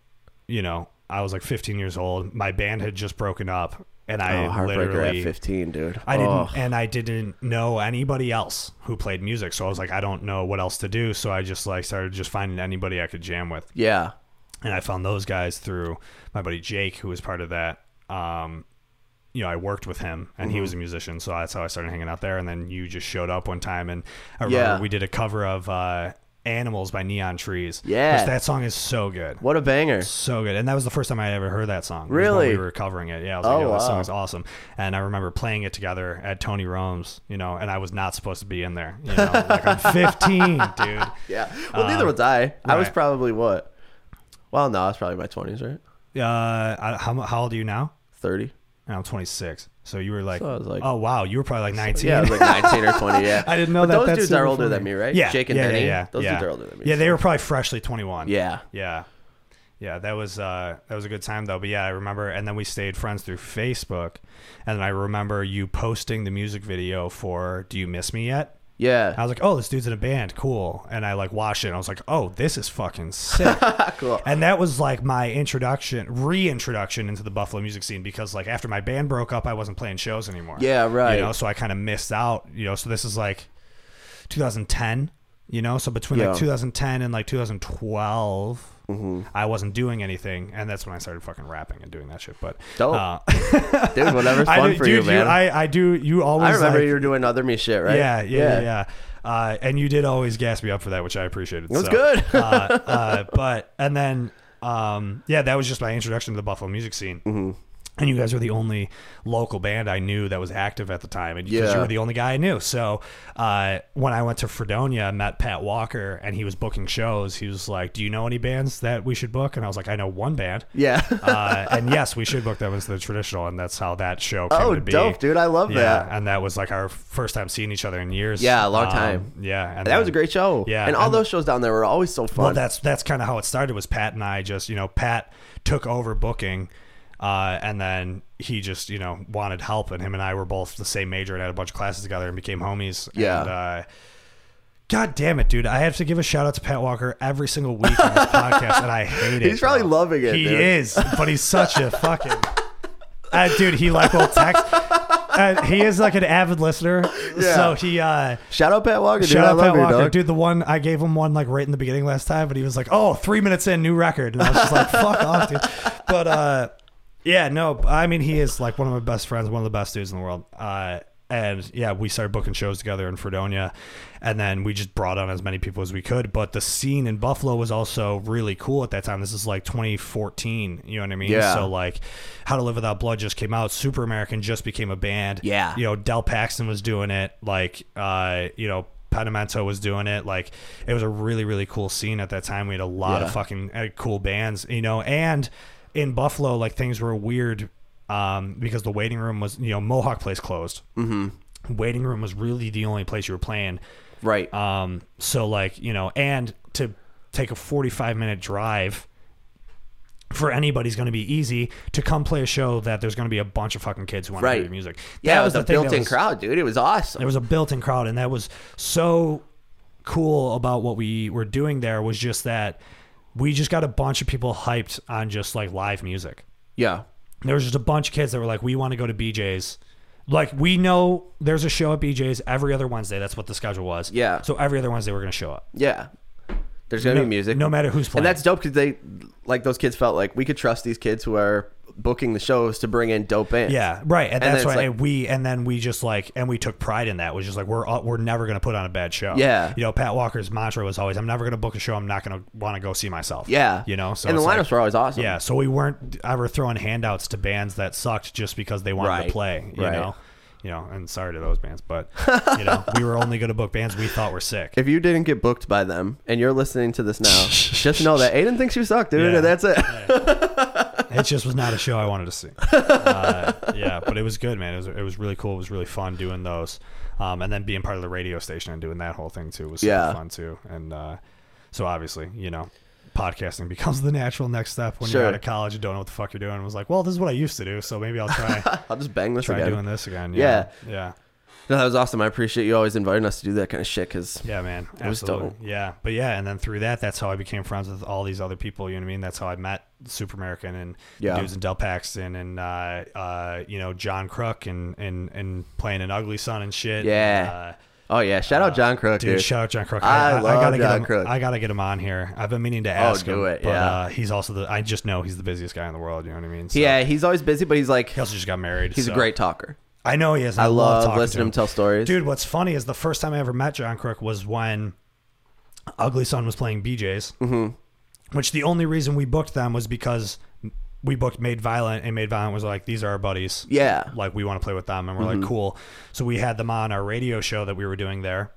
you know, I was like 15 years old. My band had just broken up and
oh,
I
heartbreaker at
literally,
fifteen, dude.
I didn't,
Oh,
and I didn't know anybody else who played music. So I was like, I don't know what else to do. So I just like started just finding anybody I could jam with
yeah.
and I found those guys through my buddy Jake, who was part of that. Um, you know, I worked with him, and he was a
Mm-hmm.
musician, so that's how I started hanging out there. And then you just showed up one time, and I remember
Yeah.
we did a cover of uh, "Animals" by Neon Trees.
Yeah.
Which that song is so good,
What a banger.
so good. And that was the first time I ever heard that song. was when
Really?
we were covering it. Yeah, I was like,
Oh,
"Yo, this
wow.
song is awesome." And I remember playing it together at Tony Rome's, you know, and I was not supposed to be in there. You know, like I'm 15, dude.
Yeah. Well, neither was I. I was
Uh, right.
probably what? Well, no, I was probably my twenties, right?
Uh, I- how how old are you now?
Thirty.
and I'm 26. So you were like,
I was like-
oh wow, you were probably like 19.
Yeah, I was like nineteen or twenty. Yeah.
I didn't know
But
that.
Those
That's
dudes are
super
older
funny.
than me, right?
Yeah,
Jake and
yeah,
Benny.
Yeah, yeah,
Those
yeah.
dudes are older than me.
Yeah, they were probably freshly 21.
Yeah.
yeah, yeah. That was uh, that was a good time though. But yeah, I remember. And then we stayed friends through Facebook. And I remember you posting the music video for "Do You Miss Me Yet."
Yeah.
I was like, oh, this dude's in a band, cool. And I like watched it. And I was like, oh, this is fucking sick.
Cool.
And that was like my introduction, reintroduction into the Buffalo music scene because like after my band broke up, I wasn't playing shows anymore.
Yeah, right.
You know, so I kind of missed out. You know, so this is like 2010. You know, so between
Yeah. Mm-hmm.
like 2010 and like 2012. I wasn't doing anything, and that's when I started fucking rapping and doing that shit. But
Dope.
uh,
Dude, whatever's
I
fun
do-
for
dude,
you, man. I,
I, I do. You always.
remember
like-
you were doing other me shit, right?
yeah, yeah, yeah. yeah. Uh, and you did always gas me up for that, which I appreciated. It
was good.
uh, uh, but and then, um, yeah, that was just my introduction to the Buffalo music scene.
Mm-hmm.
And you guys were the only local band I knew that was active at the time, and because
Yeah.
you were the only guy I knew. So uh, when I went to Fredonia, I met Pat Walker, and he was booking shows. He was like, "Do you know any bands that we should book?" And I was like, "I know one band."
Yeah.
Uh, and yes, we should book them as the traditional, and that's how that show came
oh,
to be.
dope, dude. I love
Yeah,
that.
and that was like our first time seeing each other in years.
Yeah, a long
Um,
time.
Yeah, and
That was
then-
a great show.
Yeah,
And all
and-
those shows down there were always so fun.
Well, that's that's kind of how it started. Was Pat and I just you know Pat took over booking, uh, and then he just you know wanted help, and him and I were both the same major and had a bunch of classes together and became homies.
Yeah.
And, uh, God damn it, dude! I have to give a shout out to Pat Walker every single week on this podcast, and I hate it.
He's probably
bro.
loving it,
He
dude.
is, but he's such a fucking. Uh, dude, he like will text. Uh, he is like an avid listener,
Yeah.
so he uh,
Shout out Pat Walker, dude.
Shout
I
out
love
Pat
you,
Walker,
dog.
dude. The one I gave him one like right in the beginning last time, but he was like, "Oh, three minutes in, new record," and I was just like, "Fuck off, dude." But uh, yeah, no, I mean, he is like one of my best friends, one of the best dudes in the world. Uh, and yeah, we started booking shows together in Fredonia, and then we just brought on as many people as we could. But the scene in Buffalo was also really cool at that time. This is like 2014, you know what I mean?
Yeah.
So like, How to Live Without Blood just came out. Super American just became a band.
Yeah.
You know, Del Paxton was doing it. Like, uh, you know, Pedimento was doing it. Like, it was a really, really cool scene at that time. We had a lot
Yeah.
of fucking uh, cool bands, you know, and in Buffalo, like, things were weird um, because the waiting room was, you know, Mohawk Place closed. Mm-hmm. Waiting room was really the only place you were playing.
Right.
Um, so like you know, and to take a forty-five minute drive for anybody's going to be easy to come play a show that there's going to be a bunch of fucking kids who want to
Right.
hear your music.
yeah,
that
it was a
thing that
built in
was-
crowd, dude. It was awesome.
There was a built-in crowd, and that was so cool about what we were doing there was just that we just got a bunch of people hyped on just like live music.
Yeah.
there was just a bunch of kids that were like, we want to go to BJ's. Like we know there's a show at BJ's every other Wednesday. That's what the schedule was.
Yeah.
So every other Wednesday we're gonna show up.
Yeah. There's gonna
No-
be music.
no matter who's playing.
And that's dope because they, like those kids, felt like we could trust these kids who are booking the shows to bring in dope bands.
Yeah, right. And,
then
that's
it's
why
like-
and we and then we just like and we took pride in that. Was just like we're uh, we're never gonna put on a bad show.
Yeah.
You know, Pat Walker's mantra was always, "I'm never gonna book a show. I'm not gonna want to go see myself."
Yeah.
You know. So
and the
it's
lineups
like-
were always awesome.
yeah. So we weren't ever throwing handouts to bands that sucked just because they wanted
Right,
to play. You
right.
know. You know, and sorry to those bands, but you know, we were only gonna book bands we thought were sick.
If you didn't get booked by them and you're listening to this now, just know that Aiden thinks you suck, dude.
Yeah.
and That's it.
It just was not a show I wanted to see. Uh, yeah, but it was good, man. It was it was really cool. It was really fun doing those, um, and then being part of the radio station and doing that whole thing too was super
Yeah.
fun too. And uh, so obviously, you know, podcasting becomes the natural next step when
Sure.
you're out of college and don't know what the fuck you're doing. And was like, well, this is what I used to do, so maybe I'll try
I'll just bang this
try
again.
doing this again. Yeah, yeah, yeah,
No, that was awesome. I appreciate you always inviting us to do that kind of shit because
man,
was
absolutely.
dope.
Yeah, but yeah, and then through that, that's how I became friends with all these other people. You know what I mean? That's how I met Super American and
Yeah.
dudes in Del Paxton and uh, uh, you know John Crook and and and playing an Ugly Son and shit.
Yeah.
uh,
oh yeah, shout out John Crook,
dude,
dude.
shout out John Crook.
I love John
gotta get him,
Crook. Oh,
I gotta get him on here. I've been meaning to ask
do
him,
it,
but
yeah.
uh, he's also the. I just know he's the busiest guy in the world. You know what I mean? So-
yeah, he's always busy, but he's like
He also just got married.
he's a
so-
great talker.
I know he is. and
I,
I,
love,
talking
listening to him tell stories.
Dude, what's funny is the first time I ever met John Crook was when Ugly Son was playing BJ's, which the only reason we booked them was because we booked Made Violent, and Made Violent was like, these are our buddies.
yeah, Mm-hmm.
Like, we want to play with them. And we're like, cool. So we had them on our radio show that we were doing there.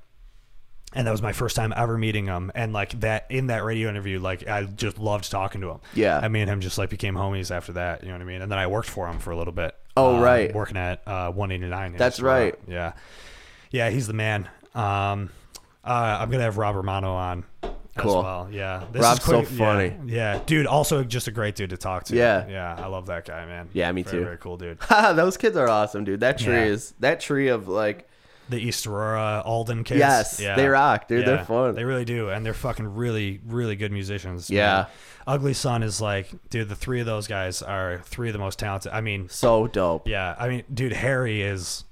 And that was my first time ever meeting him. And like that in that radio interview, like I just loved talking to him.
Yeah.
And me and him just like became homies after that. You know what I mean? And then I worked for him for a little bit.
Oh,
um,
right.
Working at uh, 189. in
That's
Sparta.
right.
Yeah. Yeah, he's the man. Um, uh, I'm gonna have Rob Romano on.
Cool.
As well. Yeah. This
Rob's so
yeah,
funny.
Yeah, dude. Also, just a great dude to talk to.
Yeah.
Yeah, I love that guy, man.
Yeah, me
Very,
too.
Very cool dude.
those kids are awesome, dude. That tree
Yeah.
is that tree of like
The East Aurora Alden kids.
Yes, they rock, dude. They're fun.
They really do, and they're fucking really, really good musicians. man.
Yeah.
Ugly Son is like, dude. The three of those guys are three of the most talented. I mean,
so dope.
Yeah, I mean, dude, Harry is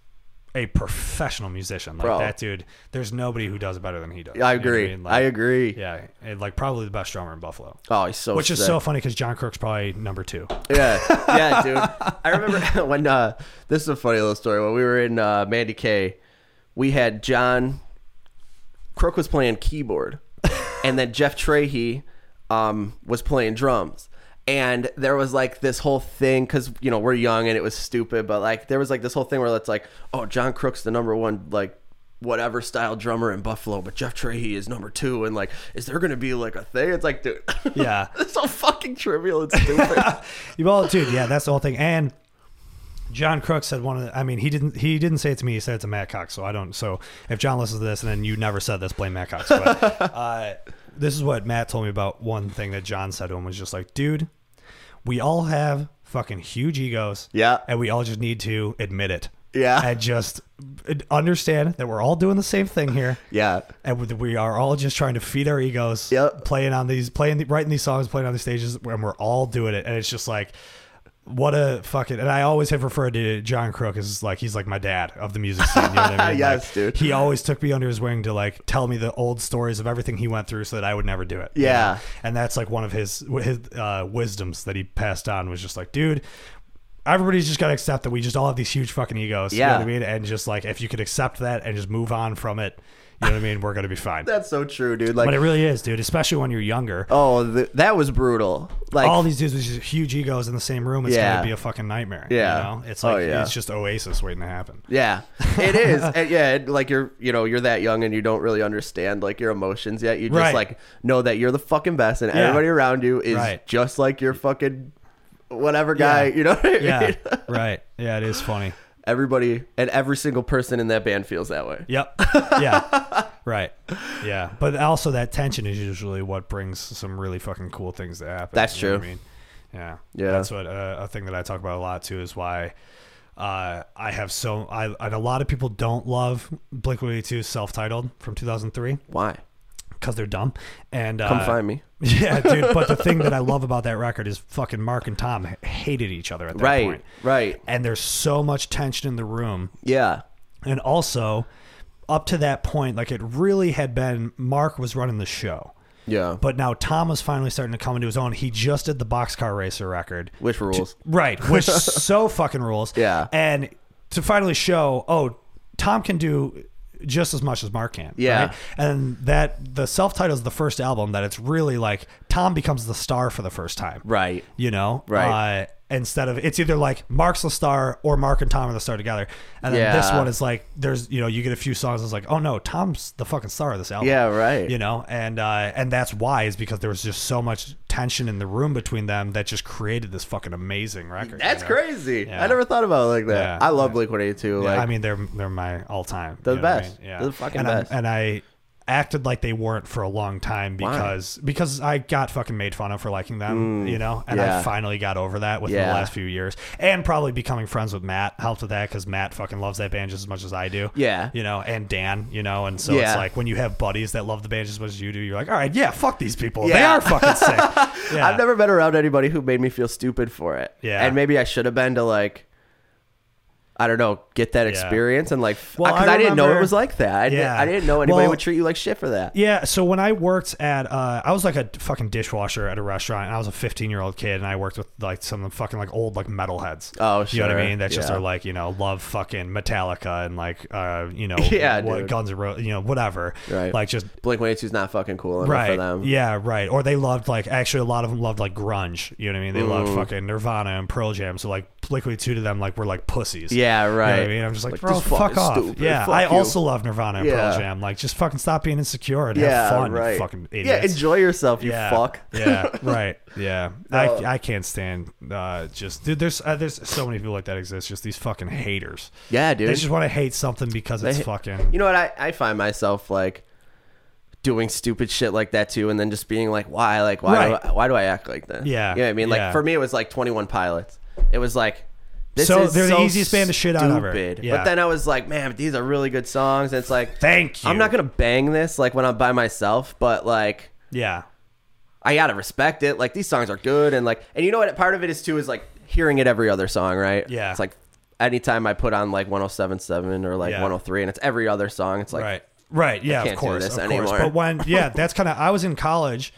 a professional musician. Like
Bro.
that dude, there's nobody who does it better than he does.
I
You know what
agree.
mean?
I
Like,
agree.
Yeah, and like probably the best drummer in Buffalo,
Oh, he's so
which is
sick.
so funny because John Kirk's probably number two.
Yeah, yeah, dude. I remember when uh, this is a funny little story. When we were in uh, Mandy K, we had John Crook was playing keyboard, and then Jeff Trahey um, was playing drums. And there was like this whole thing because you know we're young and it was stupid, but like there was like this whole thing where it's like, oh, John Crook's the number one like whatever style drummer in Buffalo, but Jeff Trahey is number two, and like, is there gonna be like a thing? It's like, dude,
Yeah.
it's so fucking trivial and stupid.
You all, dude, yeah, that's the whole thing. And John Crook said one of the. I mean, he didn't. He didn't say it to me. He said it to Matt Cox. So I don't. So if John listens to this and then you never said this, blame Matt Cox. But, uh, this is what Matt told me about one thing that John said to him was just like, dude, we all have fucking huge egos.
Yeah.
and we all just need to admit it.
Yeah.
and just understand that we're all doing the same thing here.
yeah.
And we- we are all just trying to feed our egos,
Yep.
playing on these, playing, the, writing these songs, playing on these stages, and we're all doing it. And it's just like, what a fucking. And I always have referred to John Crook as like he's like my dad of the music scene. You know what I mean?
Yes,
Like,
dude.
He always took me under his wing to like tell me the old stories of everything he went through, so that I would never do it. you
Yeah.
know? and that's like one of his his uh, wisdoms that he passed on was just like, dude. Everybody's just gotta accept that we just all have these huge fucking egos. You
Yeah.
know what I mean? And just like if you could accept that and just move on from it, you know what I mean, we're gonna be fine.
That's so true, dude. Like,
But it really is, dude, especially when you're younger.
oh, th- that was brutal. Like,
All these dudes with just huge egos in the same room, it's
Yeah.
gonna be a fucking nightmare.
Yeah.
You know? It's like
Oh, yeah.
it's just Oasis waiting to happen.
yeah, it is. And yeah, it- like you're, you know, you're that young and you don't really understand like your emotions yet. You just
Right.
like know that you're the fucking best, and everybody around you is
Right.
just like your fucking whatever guy.
Yeah.
You know what I mean?
Yeah. right. Yeah, it is funny.
Everybody and every single person in that band feels that way.
Yep. Yeah. right. Yeah. But also that tension is usually what brings some really fucking cool things to happen.
That's
you know what
true.
I mean, yeah.
Yeah.
That's what uh, a thing that I talk about a lot too is why uh, I have so I and a lot of people don't love Blink One Eighty Two self titled from two thousand three
Why?
because they're dumb. And uh,
Come find me.
Yeah, dude. But the thing that I love about that record is fucking Mark and Tom h- hated each other at that
Right.
point.
Right.
And there's so much tension in the room.
Yeah.
And also, up to that point, like it really had been Mark was running the show.
Yeah.
But now Tom was finally starting to come into his own. He just did the Boxcar Racer record.
Which rules?
Right, which so fucking rules.
Yeah.
And to finally show, oh, Tom can do just as much as Mark can.
Yeah.
right? And that the self title is the first album that it's really like Tom becomes the star for the first time.
Right.
You know?
Right.
Uh, instead of it's either like Mark's the star or Mark and Tom are the star together. And then this
Yeah.
one is like there's you know, you get a few songs it's like, oh no, Tom's the fucking star of this album.
Yeah, right.
You know, and uh and that's why is because there was just so much tension in the room between them that just created this fucking amazing record. you
That's
know?
crazy.
Yeah.
I never thought about it like that.
Yeah.
I love Blink 182. Like,
I mean, they're they're my all time.
They're the best. They're the fucking
and
best.
I, and I acted like they weren't for a long time because because I got fucking made fun of for liking them, you know. And I
Mm. yeah.
finally got over that within the
Yeah.
last few years, and probably becoming friends with Matt helped with that because Matt fucking loves that band just as much as I do.
Yeah.
you know, and Dan, you know, and so
Yeah.
it's like when you have buddies that love the band just as much as you do, you're like, all right, yeah, fuck these people, they
Yeah.
are fucking sick. Yeah.
I've never been around anybody who made me feel stupid for it.
Yeah.
And maybe I should have been to like, I don't know, get that experience and like,
Well,
because I,
I
didn't know it
remember-
was like that. I, didn't,
Yeah.
I didn't know anybody
Well-
would treat you like shit for that.
Yeah, so when I worked at, uh, I was like a fucking dishwasher at a restaurant, and I was a 15 year old kid, and I worked with like some of the fucking like old like metalheads.
Oh,
You know what I
sure.
mean? That just
Yeah.
are like you know love fucking Metallica and like uh you know
Yeah,
what,
dude.
Guns and Roses, you know whatever.
Right.
Like just
Blink 182 is not fucking cool enough
right.
for them.
Yeah, right. Or they loved like actually a lot of them loved like grunge. You know what I mean? They
Mm.
loved fucking Nirvana and Pearl Jam. So like Liquid Two to them like were like pussies.
Yeah,
You know what
right.
I mean? I'm just like,
Like,
bro,
this
fuck
fucking
off.
stupid.
Yeah,
Fuck
I
you.
also love Nirvana and
Yeah.
Pearl Jam. Like, just fucking stop being insecure and
Yeah,
have fun,
right.
you fucking idiots.
Yeah, enjoy yourself, you
yeah,
fuck.
yeah, right. Yeah, I, I can't stand uh, just dude. There's uh, there's so many people like that exist. Just these fucking haters.
Yeah, dude.
They just want to hate something because it's
They-
fucking.
You know what? I, I find myself like doing stupid shit like that too, and then just being like, why? Like, why?
Right.
Do I, why do I act like that?
Yeah,
You know what I mean? Like
yeah.
for me, it was like Twenty One Pilots. It was like. This
So
is
they're the
so
easiest band to shit on ever.
stupid.
Yeah.
But then I was like, man, but these are really good songs. And it's like,
Thank you.
I'm not gonna bang this like when I'm by myself, but like
Yeah.
I gotta respect it. Like these songs are good, and like, and you know what? Part of it is too is like hearing it every other song, right?
Yeah.
It's like anytime I put on like 107.7 or like
Yeah.
103, and it's every other song. It's like,
right right yeah
can't
of
do
course
this
of
anymore.
course but when yeah that's kind of i was in college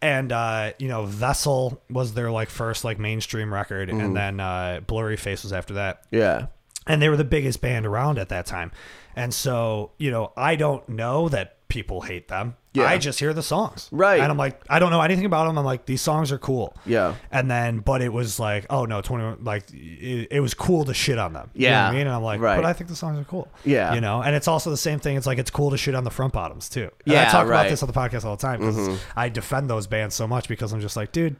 and uh you know vessel was their like first like mainstream record
Mm.
and then uh blurry face was after that
yeah,
and they were the biggest band around at that time and so you know i don't know that people hate them
Yeah.
i just hear the songs
Right.
and i'm like i don't know anything about them i'm like these songs are cool
Yeah.
and then but it was like oh no 21 like it, it was cool to shit on them You know what
Yeah.
i mean and i'm like
Right.
but i think the songs are cool
Yeah.
you know and it's also the same thing it's like it's cool to shit on the front bottoms too and i
Yeah,
talk about
right. Mm-hmm.
this on the podcast all the time 'cause i defend those bands so much because i'm just like dude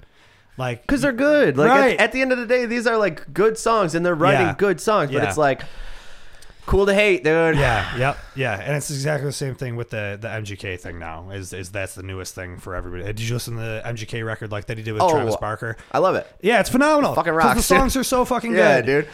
like
because they're good. Like
Right.
at, at the end of the day, these are like good songs, and they're writing
Yeah.
good songs. But
Yeah.
it's like cool to hate, dude.
Yeah, yep, yeah, and it's exactly the same thing with the the MGK thing now. Is is that's the newest thing for everybody? Did you listen to the MGK record like that he did with
Oh.
Travis Barker?
I love it.
Yeah, it's phenomenal.
Fucking
'Cause The
rocks, dude.
songs are so fucking
Yeah,
good,
dude.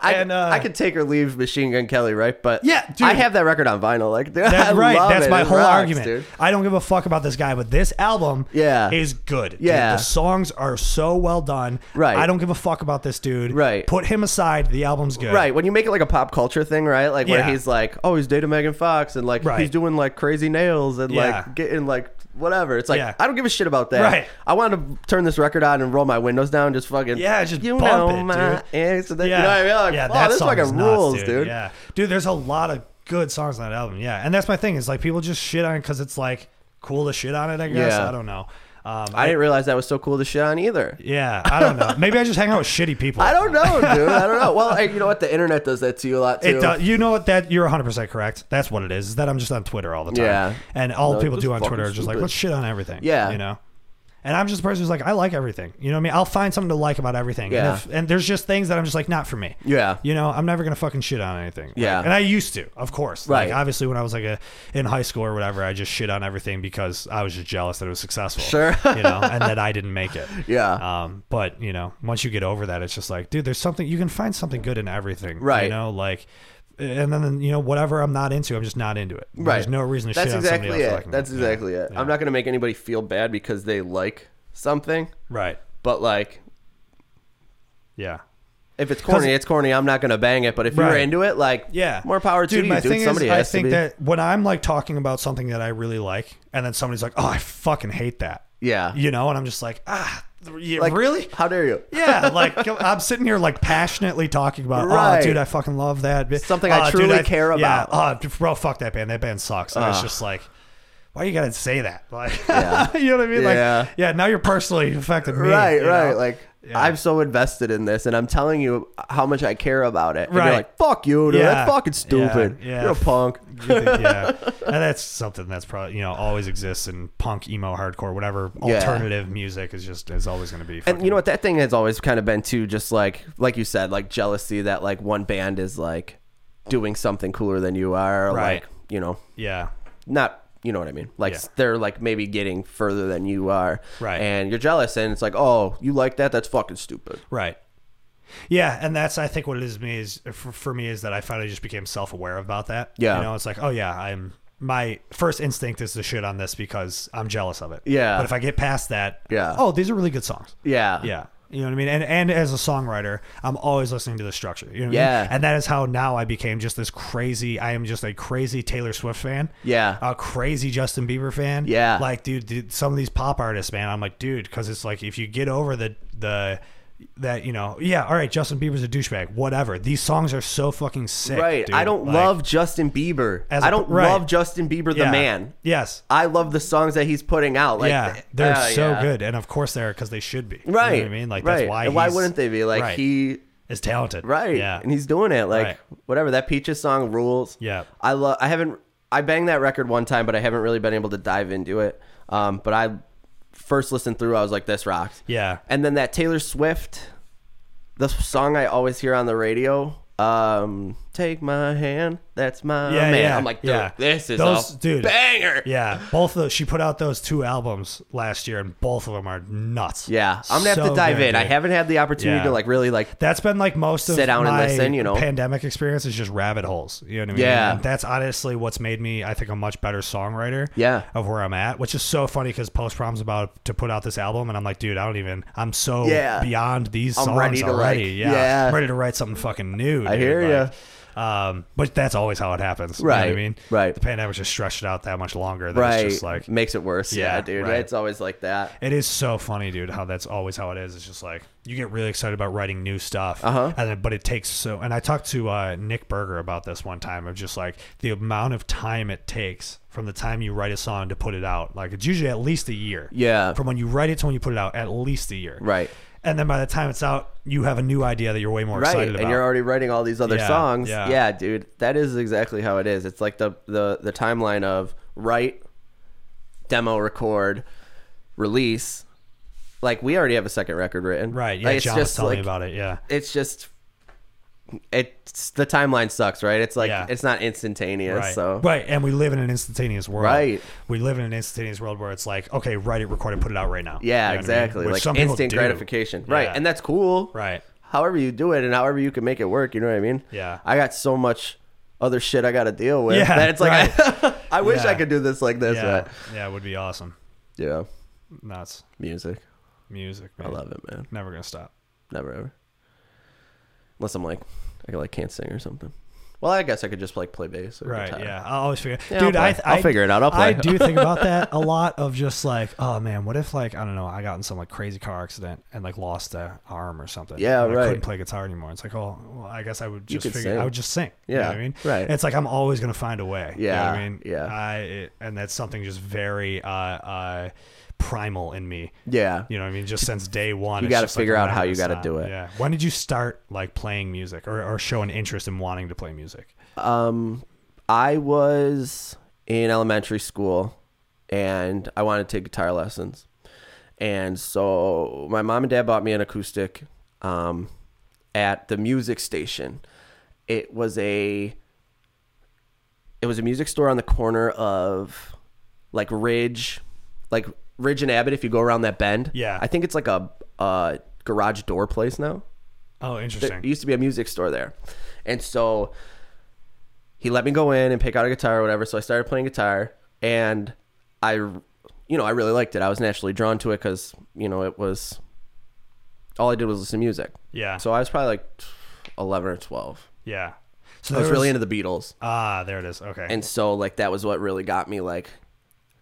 I,
And, uh,
I could take or leave Machine Gun Kelly, right? But
Yeah, dude.
I have that record on vinyl. Like, dude, I
That's right.
love
That's
it.
my
It
whole
rocks,
argument.
dude.
I don't give a fuck about this guy, but this album
Yeah.
is good. Dude,
Yeah.
the songs are so well done.
Right.
I don't give a fuck about this dude.
Right.
Put him aside. The album's good.
Right. When you make it like a pop culture thing, right? Like
Yeah.
where he's like, oh, he's dating Megan Fox and like
Right.
he's doing like crazy nails and
Yeah.
like getting like whatever. It's like,
Yeah.
I don't give a shit about that.
Right.
I want to turn this record on and roll my windows down and just fucking.
Yeah, just
you
bump
know
it,
my
dude.
ex. And then-
Yeah,
You know what I mean? Like,
yeah,
wow,
that
this
song is
fucking
nuts,
rules,
dude.
dude.
Yeah, dude, there's a lot of good songs on that album. Yeah, and that's my thing is like people just shit on it because it's like cool to shit on it. I guess
Yeah.
I don't know. Um,
I didn't realize that was so cool to shit on either.
yeah, I don't know. Maybe I just hang out with shitty people.
I don't know, dude. I don't know. Well, I, you know what? The internet does that to you a lot too.
It does, you know what that you're 100 percent correct. That's what it is. Is that I'm just on Twitter all the time.
Yeah.
And all
No,
people
this
do on
fucking
Twitter are just like
stupid.
let's shit on everything.
Yeah.
You know. And I'm just a person who's like I like everything. You know what I mean? I'll find something to like about everything.
Yeah.
And, if, and there's just things that I'm just like not for me.
Yeah.
You know I'm never gonna fucking shit on anything. Like,
Yeah.
And I used to, of course.
Right.
Like obviously when I was like a in high school or whatever, I just shit on everything because I was just jealous that it was successful.
Sure.
you know, and that I didn't make it.
Yeah.
Um, but you know, once you get over that, it's just like, dude, there's something you can find something good in everything, You
Right.
know, like and then you know whatever I'm not into, I'm just not into it.
Right.
There's no reason to
That's
shit
exactly
on somebody else.
it.
liking
That's
it.
exactly it.
Yeah.
I'm not going to make anybody feel bad because they like something,
Right.
but like
Yeah.
if it's corny,
'Cause-
it's corny. I'm not going to bang it. But if you're
Right.
into it, like
Yeah.
more power to
dude,
you.
My
dude.
thing
Somebody
is,
has
I
to
think
be.
that when I'm like talking about something that I really like, and then somebody's like, "Oh, I fucking hate that,"
yeah,
you know, and I'm just like, "Ah, th- yeah,
like
really."
How dare you?
Yeah, like I'm sitting here like passionately talking about,
Right.
oh, dude, I fucking love that. bi-
Something I
"Oh,
truly care
yeah, oh, bro, fuck that band. That band sucks. And it's just like, why you gotta say that? Like,
Yeah.
you know what I mean?
Yeah.
Like, yeah, now you're personally affected me.
right,
you
right.
know?
Like
Yeah.
I'm so invested in this, and I'm telling you how much I care about it. And
Right.
You're like fuck you, dude.
Yeah.
That's fucking stupid.
Yeah, yeah.
You're a punk.
You think- yeah, and that's something that's probably you know always exists in punk, emo, hardcore, whatever
Yeah.
alternative music is just is always going to be.
And you know
fucking-
what? That thing has always kind of been too, just like like you said, like jealousy that like one band is like doing something cooler than you are. or,
Right.
Like you know,
Yeah,
not you know what I mean. Like
Yeah.
they're like maybe getting further than you are.
Right.
And you're jealous, and it's like, oh, you like that? That's fucking stupid.
right. Yeah, and that's I think what it is me is for, for me is that I finally just became self aware about that.
Yeah.
you know, it's like oh yeah, I'm my first instinct is to shit on this because I'm jealous of it.
Yeah.
but if I get past that,
Yeah.
oh these are really good songs.
Yeah.
Yeah. You know what I mean? And and as a songwriter, I'm always listening to the structure. You know what I
Yeah.
mean? And that is how now I became just this crazy I am just a crazy Taylor Swift fan.
Yeah.
A crazy Justin Bieber fan.
Yeah.
Like, dude, dude some of these pop artists, man, I'm like, dude, because it's like if you get over the the that, you know, yeah, all right, Justin Bieber's a douchebag, whatever. These songs are so fucking sick.
Right.
dude.
I don't
Like,
love Justin Bieber.
As a-
I don't
right.
love Justin Bieber the
yeah.
man.
Yes.
I love the songs that he's putting out. Like,
yeah,
th-
they're
uh,
so
yeah.
good, and of course they're because they should be. You know what
Right.
I mean, like
right.
that's why.
And why
he's-
wouldn't they be? Like
right,
he
is talented,
right.
Yeah,
And he's doing it. Like
Right.
whatever. That Peaches song rules.
Yeah.
I love I haven't I banged that record one time, but I haven't really been able to dive into it. Um, but I first listened through, I was like, this rocks.
yeah,
And then that Taylor Swift, the song I always hear on the radio, um, "Take My Hand," that's my
Yeah,
man.
yeah,
I'm like, dude,
yeah.
this is
Those-
a
dude.
banger.
Yeah, both of those, she put out those two albums last year, and both of them are nuts.
Yeah, I'm gonna have
So
to dive
good,
in. I
dude.
haven't had the opportunity
Yeah.
to like really like.
That's been like most of
Sit down and
my
listen, you know.
pandemic experience is just rabbit holes. You know what I mean?
Yeah.
And that's honestly what's made me, I think, a much better songwriter.
Yeah.
Of where I'm at, which is so funny because Post Prom's about to put out this album, and I'm like, dude, I don't even. I'm so
Yeah.
beyond these
I'm
songs
ready to,
already.
like-
yeah.
yeah.
I'm ready to write something fucking new.
I hear
ya.
ya.
Um, but that's always how it happens. You know what
Right,
I mean,
right.
The pandemic just stretched it out that much longer. That
Right,
It's just like
makes it worse. Yeah,
Yeah,
dude,
right.
it's always like that.
it is so funny, dude. How that's always how it is. It's just like you get really excited about writing new stuff,
Uh-huh.
and then, but it takes so. And I talked to uh, Nick Berger about this one time of just like the amount of time it takes from the time you write a song to put it out. Like it's usually at least a year.
Yeah.
from when you write it to when you put it out, at least a year.
Right.
and then by the time it's out, you have a new idea that you're way more
Right,
excited
and
about.
you're already writing all these other
Yeah,
songs.
yeah.
yeah, dude, that is exactly how it is. It's like the the the timeline of write, demo, record, release. Like we already have a second record written.
right. Yeah,
Like,
John was telling me about it. Yeah.
it's just it's the timeline sucks, right? It's like
Yeah.
it's not instantaneous.
Right.
So
right, and we live in an instantaneous world.
Right.
We live in an instantaneous world where it's like, okay, write it, record it, put it out right now.
yeah,
You know what I mean?
exactly.
Which
Like
some people
instant
do.
gratification, right?
Yeah.
And that's cool,
Right.
However you do it, and however you can make it work, you know what I mean?
Yeah.
I got so much other shit I got to deal with
Yeah,
that it's like I, I wish
Yeah.
I could do this like this,
Yeah.
but
Yeah, it would be awesome.
yeah,
Nuts.
music,
Music. Man.
I love it, man.
Never gonna stop.
Never ever, unless I'm like I like can't sing or somethething. Well, I guess I could just like play bass. Or
Right.
guitar.
Yeah. I always figure.
Yeah,
Dude,
I'll
I,
play.
I
I'll figure it out. I'll play.
I do think about that a lot. Of just like, oh man, what if like I don't know, I got in some like crazy car accident and like lost a arm or something.
Yeah,
and I
right.
couldn't play guitar anymore. It's like, oh, well, I guess I would just
could
figure.
sing.
I would just sing. You know
Yeah,
what I mean,
right.
It's like I'm always gonna find a way. You know what
Yeah,
I mean,
yeah.
I it, and that's something just very uh, uh, primal in me.
Yeah.
You know what I mean? Just since day one,
You
it's
gotta
just like,
figure out how
whatever,
you
it's
gotta
not-
do it.
Yeah. When did you start like playing music or, or show an interest in wanting to play music?
Um, I was in elementary school, and I wanted to take guitar lessons, and so my mom and dad bought me an acoustic, um, at the music station. It was a it was a music store on the corner of like Ridge, like Ridge and Abbott. If you go around that bend,
Yeah.
I think it's like a, a garage door place now
Oh,
there
interesting.
used to be a music store there and so he let me go in and pick out a guitar or whatever. So I started playing guitar, and I, you know, I really liked it. I was naturally drawn to it because you know it was all I did was listen to music.
Yeah.
So I was probably like eleven or twelve.
yeah. So
I was
there
really into the Beatles,
ah, there it is. Okay.
and so like that was what really got me like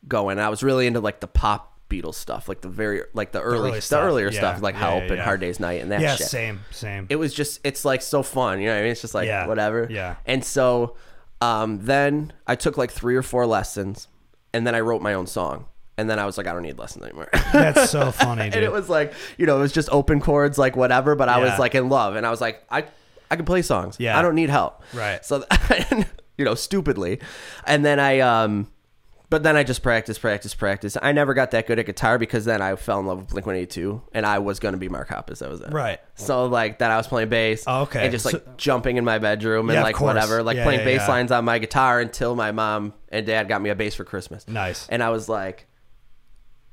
going. I was really into like the pop Beatles stuff, like the very like the early,
early
the
stuff,
earlier
yeah.
stuff, like
Yeah,
Help
yeah,
and
yeah.
Hard Day's Night and that
yeah,
shit
same, same.
it was just it's like so fun you know what i mean it's just like
Yeah.
whatever
Yeah.
and so um then i took like three or four lessons and then i wrote my own song and then i was like i don't need lessons anymore
That's so funny, dude.
and it was like you know it was just open chords like whatever but i
Yeah.
was like in love and i was like i i can play songs
Yeah.
i don't need help
Right.
so you know stupidly and then i um but then I just practiced, practiced, practiced. I never got that good at guitar because then I fell in love with Blink One Eighty Two, and I was going to be Mark Hoppus. That was it.
Right.
So like then I was playing bass.
Oh, okay.
And just like
So-
jumping in my bedroom and
Yeah, of
like
course.
whatever, like
Yeah,
playing
yeah,
bass
yeah.
lines on my guitar until my mom and dad got me a bass for Christmas.
Nice.
And I was like,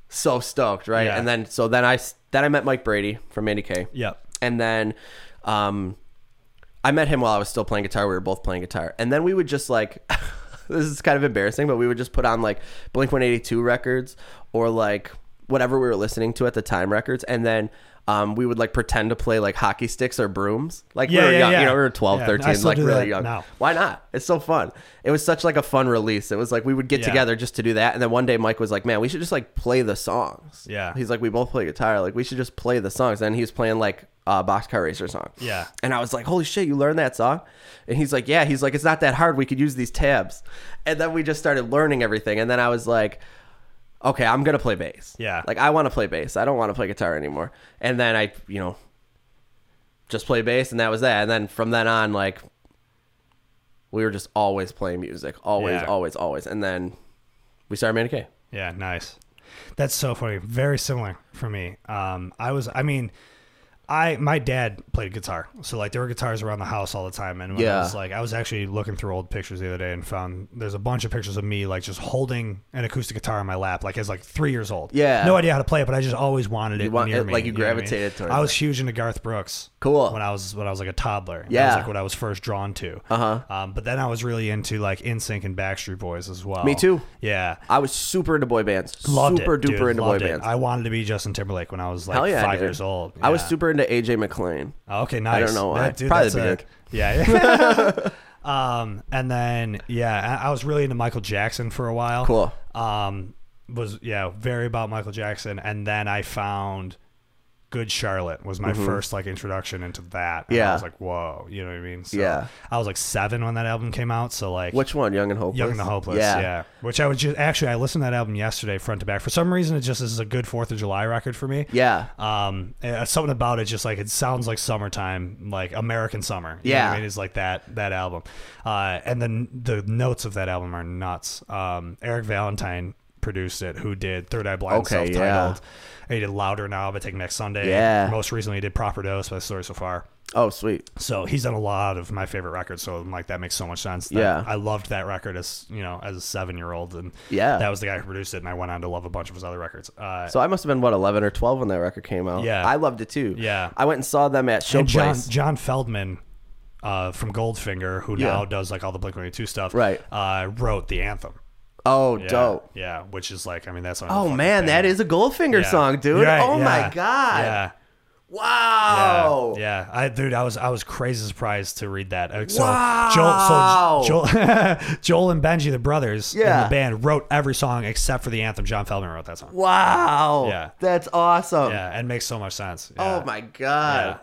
so stoked, right?
Yeah.
And then so then I s- then I met Mike Brady from Andy K.
Yep.
And then, um, I met him while I was still playing guitar. We were both playing guitar, and then we would just like, this is kind of embarrassing, but we would just put on like Blink One Eighty Two records or like whatever we were listening to at the time records, and then. Um, we would like pretend to play like hockey sticks or brooms. Like we
Yeah,
were
yeah,
young,
yeah.
you know, we were 12,
Yeah, I
13,
still
like
do
really
that
young.
now.
Why not? It's so fun. It was such like a fun release. It was like we would get
Yeah.
together just to do that. And then one day Mike was like, man, we should just like play the songs.
Yeah.
He's like, we both play guitar. Like we should just play the songs. And he was playing like a uh, boxcar racer song.
Yeah.
And I was like, holy shit, you learned that song? And he's like, yeah. He's like, it's not that hard. We could use these tabs. And then we just started learning everything. And then I was like, okay, I'm going to play bass.
Yeah.
Like I want to play bass. I don't want to play guitar anymore. And then I, you know, just play bass and that was that. And then from then on, like we were just always playing music, always,
Yeah.
always, always. And then we started Manny K.
Yeah, nice. That's so funny. Very similar for me. Um, I was, I mean, I my dad played guitar, so like there were guitars around the house all the time. And when I
Yeah.
was like, I was actually looking through old pictures the other day and found there's a bunch of pictures of me like just holding an acoustic guitar in my lap, like as like three years old.
Yeah.
no idea how to play it, but I just always wanted it.
want
near
it-
me,
like, you
know what I mean?
gravitated towards
I was huge into Garth Brooks.
Cool.
When I was when I was like a toddler. That was
Yeah.
like what I was first drawn to.
Uh-huh.
Um, but then I was really into like InSync and Backstreet Boys as well.
Me too.
Yeah.
I was super into boy bands.
Loved
super
it,
duper
dude.
into
Loved
boy
it.
bands.
I wanted to be Justin Timberlake when I was like
Hell yeah, I
five
did.
years old.
I was
Yeah. Oh,
super into AJ McLean.
Okay, nice.
don't know why.
That, dude,
Probably
that's
the
a-
beard.
yeah. um, and then yeah, I, I was really into Michael Jackson for a while.
Cool.
Um, was yeah, very about Michael Jackson, and then I found Good Charlotte was my first like introduction into that. And I
Mm-hmm. Yeah.
was like, whoa, you know what I mean? So
Yeah.
I was like seven when that album came out, so like
Which one? Young and Hopeless.
Young and the Hopeless, yeah. Which I was just actually I listened to that album yesterday front to back. For some reason, it just is a good Fourth of July record for me.
Yeah.
Um, eh, something about it just like it sounds like summertime, like American summer. You know what
Yeah.
I mean it's like that that album, uh, and then the notes of that album are nuts. Um, Eric Valentine produced it, who did Third Eye Blind,
Okay, yeah.
self-titled. He did Louder Now, but Take Next Sunday.
Yeah.
Most recently, he did Proper Dose by the Story So Far.
Oh, sweet.
So he's done a lot of my favorite records. So I'm like, that makes so much sense. That
Yeah.
I loved that record as you know as a seven year old, and
Yeah.
that was the guy who produced it. And I went on to love a bunch of his other records. Uh,
So I must have been what eleven or twelve when that record came out.
Yeah.
I loved it too.
Yeah.
I went and saw them at
and John
Showplace.
John Feldman. Uh, from Goldfinger, who
Yeah.
now does like all the Blink One Eighty Two stuff,
Right.
Uh, wrote the anthem.
Oh,
Yeah,
dope.
Yeah, which is like, I mean, that's
Oh man, that is a Goldfinger song, dude. oh my god.
Yeah, Yeah,
Wow.
Yeah, I dude, I was I was crazy surprised to read that. Uh, So
Wow.
Joel, so Joel, Joel and Benji, the brothers in
Yeah.
the band, wrote every song except for the anthem. John Feldman wrote that song.
Wow.
Yeah.
That's awesome.
Yeah, and makes so much sense.
Oh
Yeah.
my god.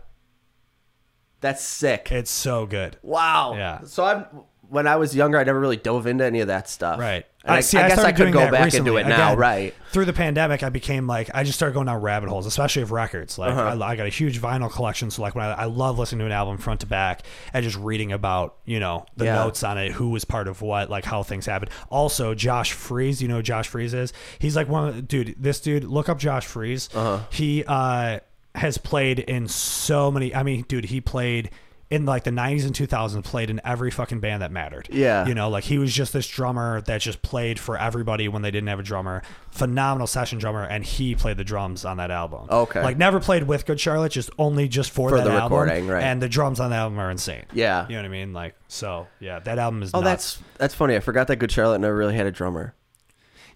That's sick.
it's so good.
wow.
Yeah.
So I'm when I was younger, I never really dove into any of that stuff.
Right.
And I,
see,
I guess
started
I could
doing
go
that
back
recently.
into it now,
Again,
right?
Through the pandemic, I became like I just started going down rabbit holes, especially of records. Like
Uh-huh.
I, I got a huge vinyl collection, so like when I, I love listening to an album front to back and just reading about you know the
Yeah.
notes on it, who was part of what, like how things happened. Also, Josh Freeze, you know who Josh Freeze is. He's like one of the, dude. This dude, look up Josh
Uh-huh.
Freeze. He uh, has played in so many. I mean, dude, he played. in like the 90s and 2000s played in every fucking band that mattered.
Yeah.
You know, like he was just this drummer that just played for everybody when they didn't have a drummer. Phenomenal session drummer and he played the drums on that album.
Okay.
Like never played with Good Charlotte, just only just for,
For
that
the
album.
recording, right.
And the drums on that album are insane.
Yeah.
You know what I mean? Like so, yeah, that album is
Oh,
nuts.
that's that's funny. I forgot that Good Charlotte never really had a drummer.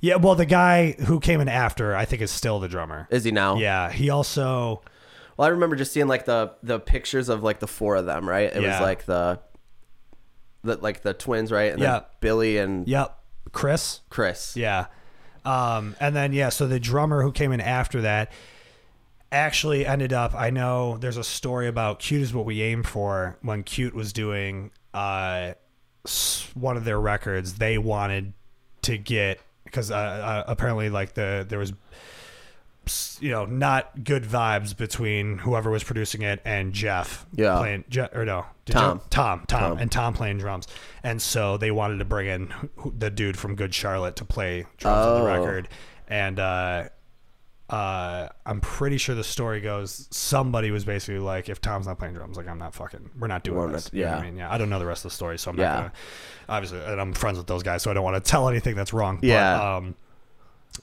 Yeah, well, the guy who came in after, I think, is still the drummer.
Is he now?
Yeah, he also.
Well, I remember just seeing like the the pictures of like the four of them, right? It
Yeah.
was like the the like the twins, right? And
Yeah.
then Billy and
Yep, Chris.
Chris.
Yeah, um, and then yeah, so the drummer who came in after that actually ended up. I know there's a story about "Cute is What We Aim For" when Cute was doing uh, s- one of their records. They wanted to get because uh, uh, apparently like the there was you know not good vibes between whoever was producing it and Jeff.
Yeah.
playing Je- or no did
Tom.
Jeff- Tom, Tom, and Tom playing drums, and so they wanted to bring in who- the dude from Good Charlotte to play drums on the
Oh.
record, and uh, uh, I'm pretty sure the story goes somebody was basically like, if Tom's not playing drums, like I'm not fucking, we're not doing
We're
this.
not-
You know what I
yeah.
mean, yeah, I don't know the rest of the story, so I'm
Yeah.
not gonna obviously, and I'm friends with those guys, so I don't want to tell anything that's wrong. but,
Yeah.
um,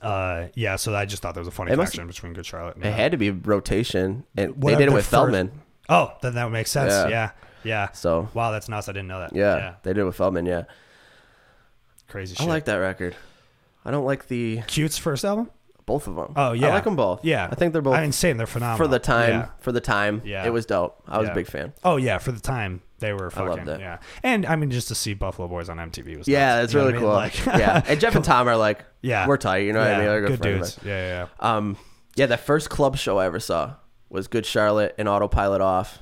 uh, yeah. So I just thought there was a funny
It must-
connection between Good Charlotte. And
It had to be rotation. And
What
they did
if
it
the
with
first-
Feldman.
Oh, then that would make sense. Yeah.
Yeah.
yeah.
So
Wow, that's nuts. I didn't know that.
yeah, they did it with Feldman, yeah.
Crazy
I
shit.
like that record. I don't like the
Cute's first album?
both of them.
Oh, yeah.
I like them both.
Yeah.
I think they're both
I mean, same. They're phenomenal.
for the time.
Yeah.
For the time,
Yeah.
it was dope. I was
Yeah.
a big fan.
Oh, yeah. For the time, they were fucking.
loved it.
Yeah. And I mean, just to see Buffalo Boys on MTV was
Yeah,
nuts.
it's
You know
really cool.
what I mean? Like-
yeah, and Jeff and Tom are like,
Yeah.
we're tight. You know what I
Yeah,
mean? They're
good
friends.
dudes. Yeah, yeah, yeah.
Um, yeah, that first club show I ever saw was Good Charlotte and Autopilot Off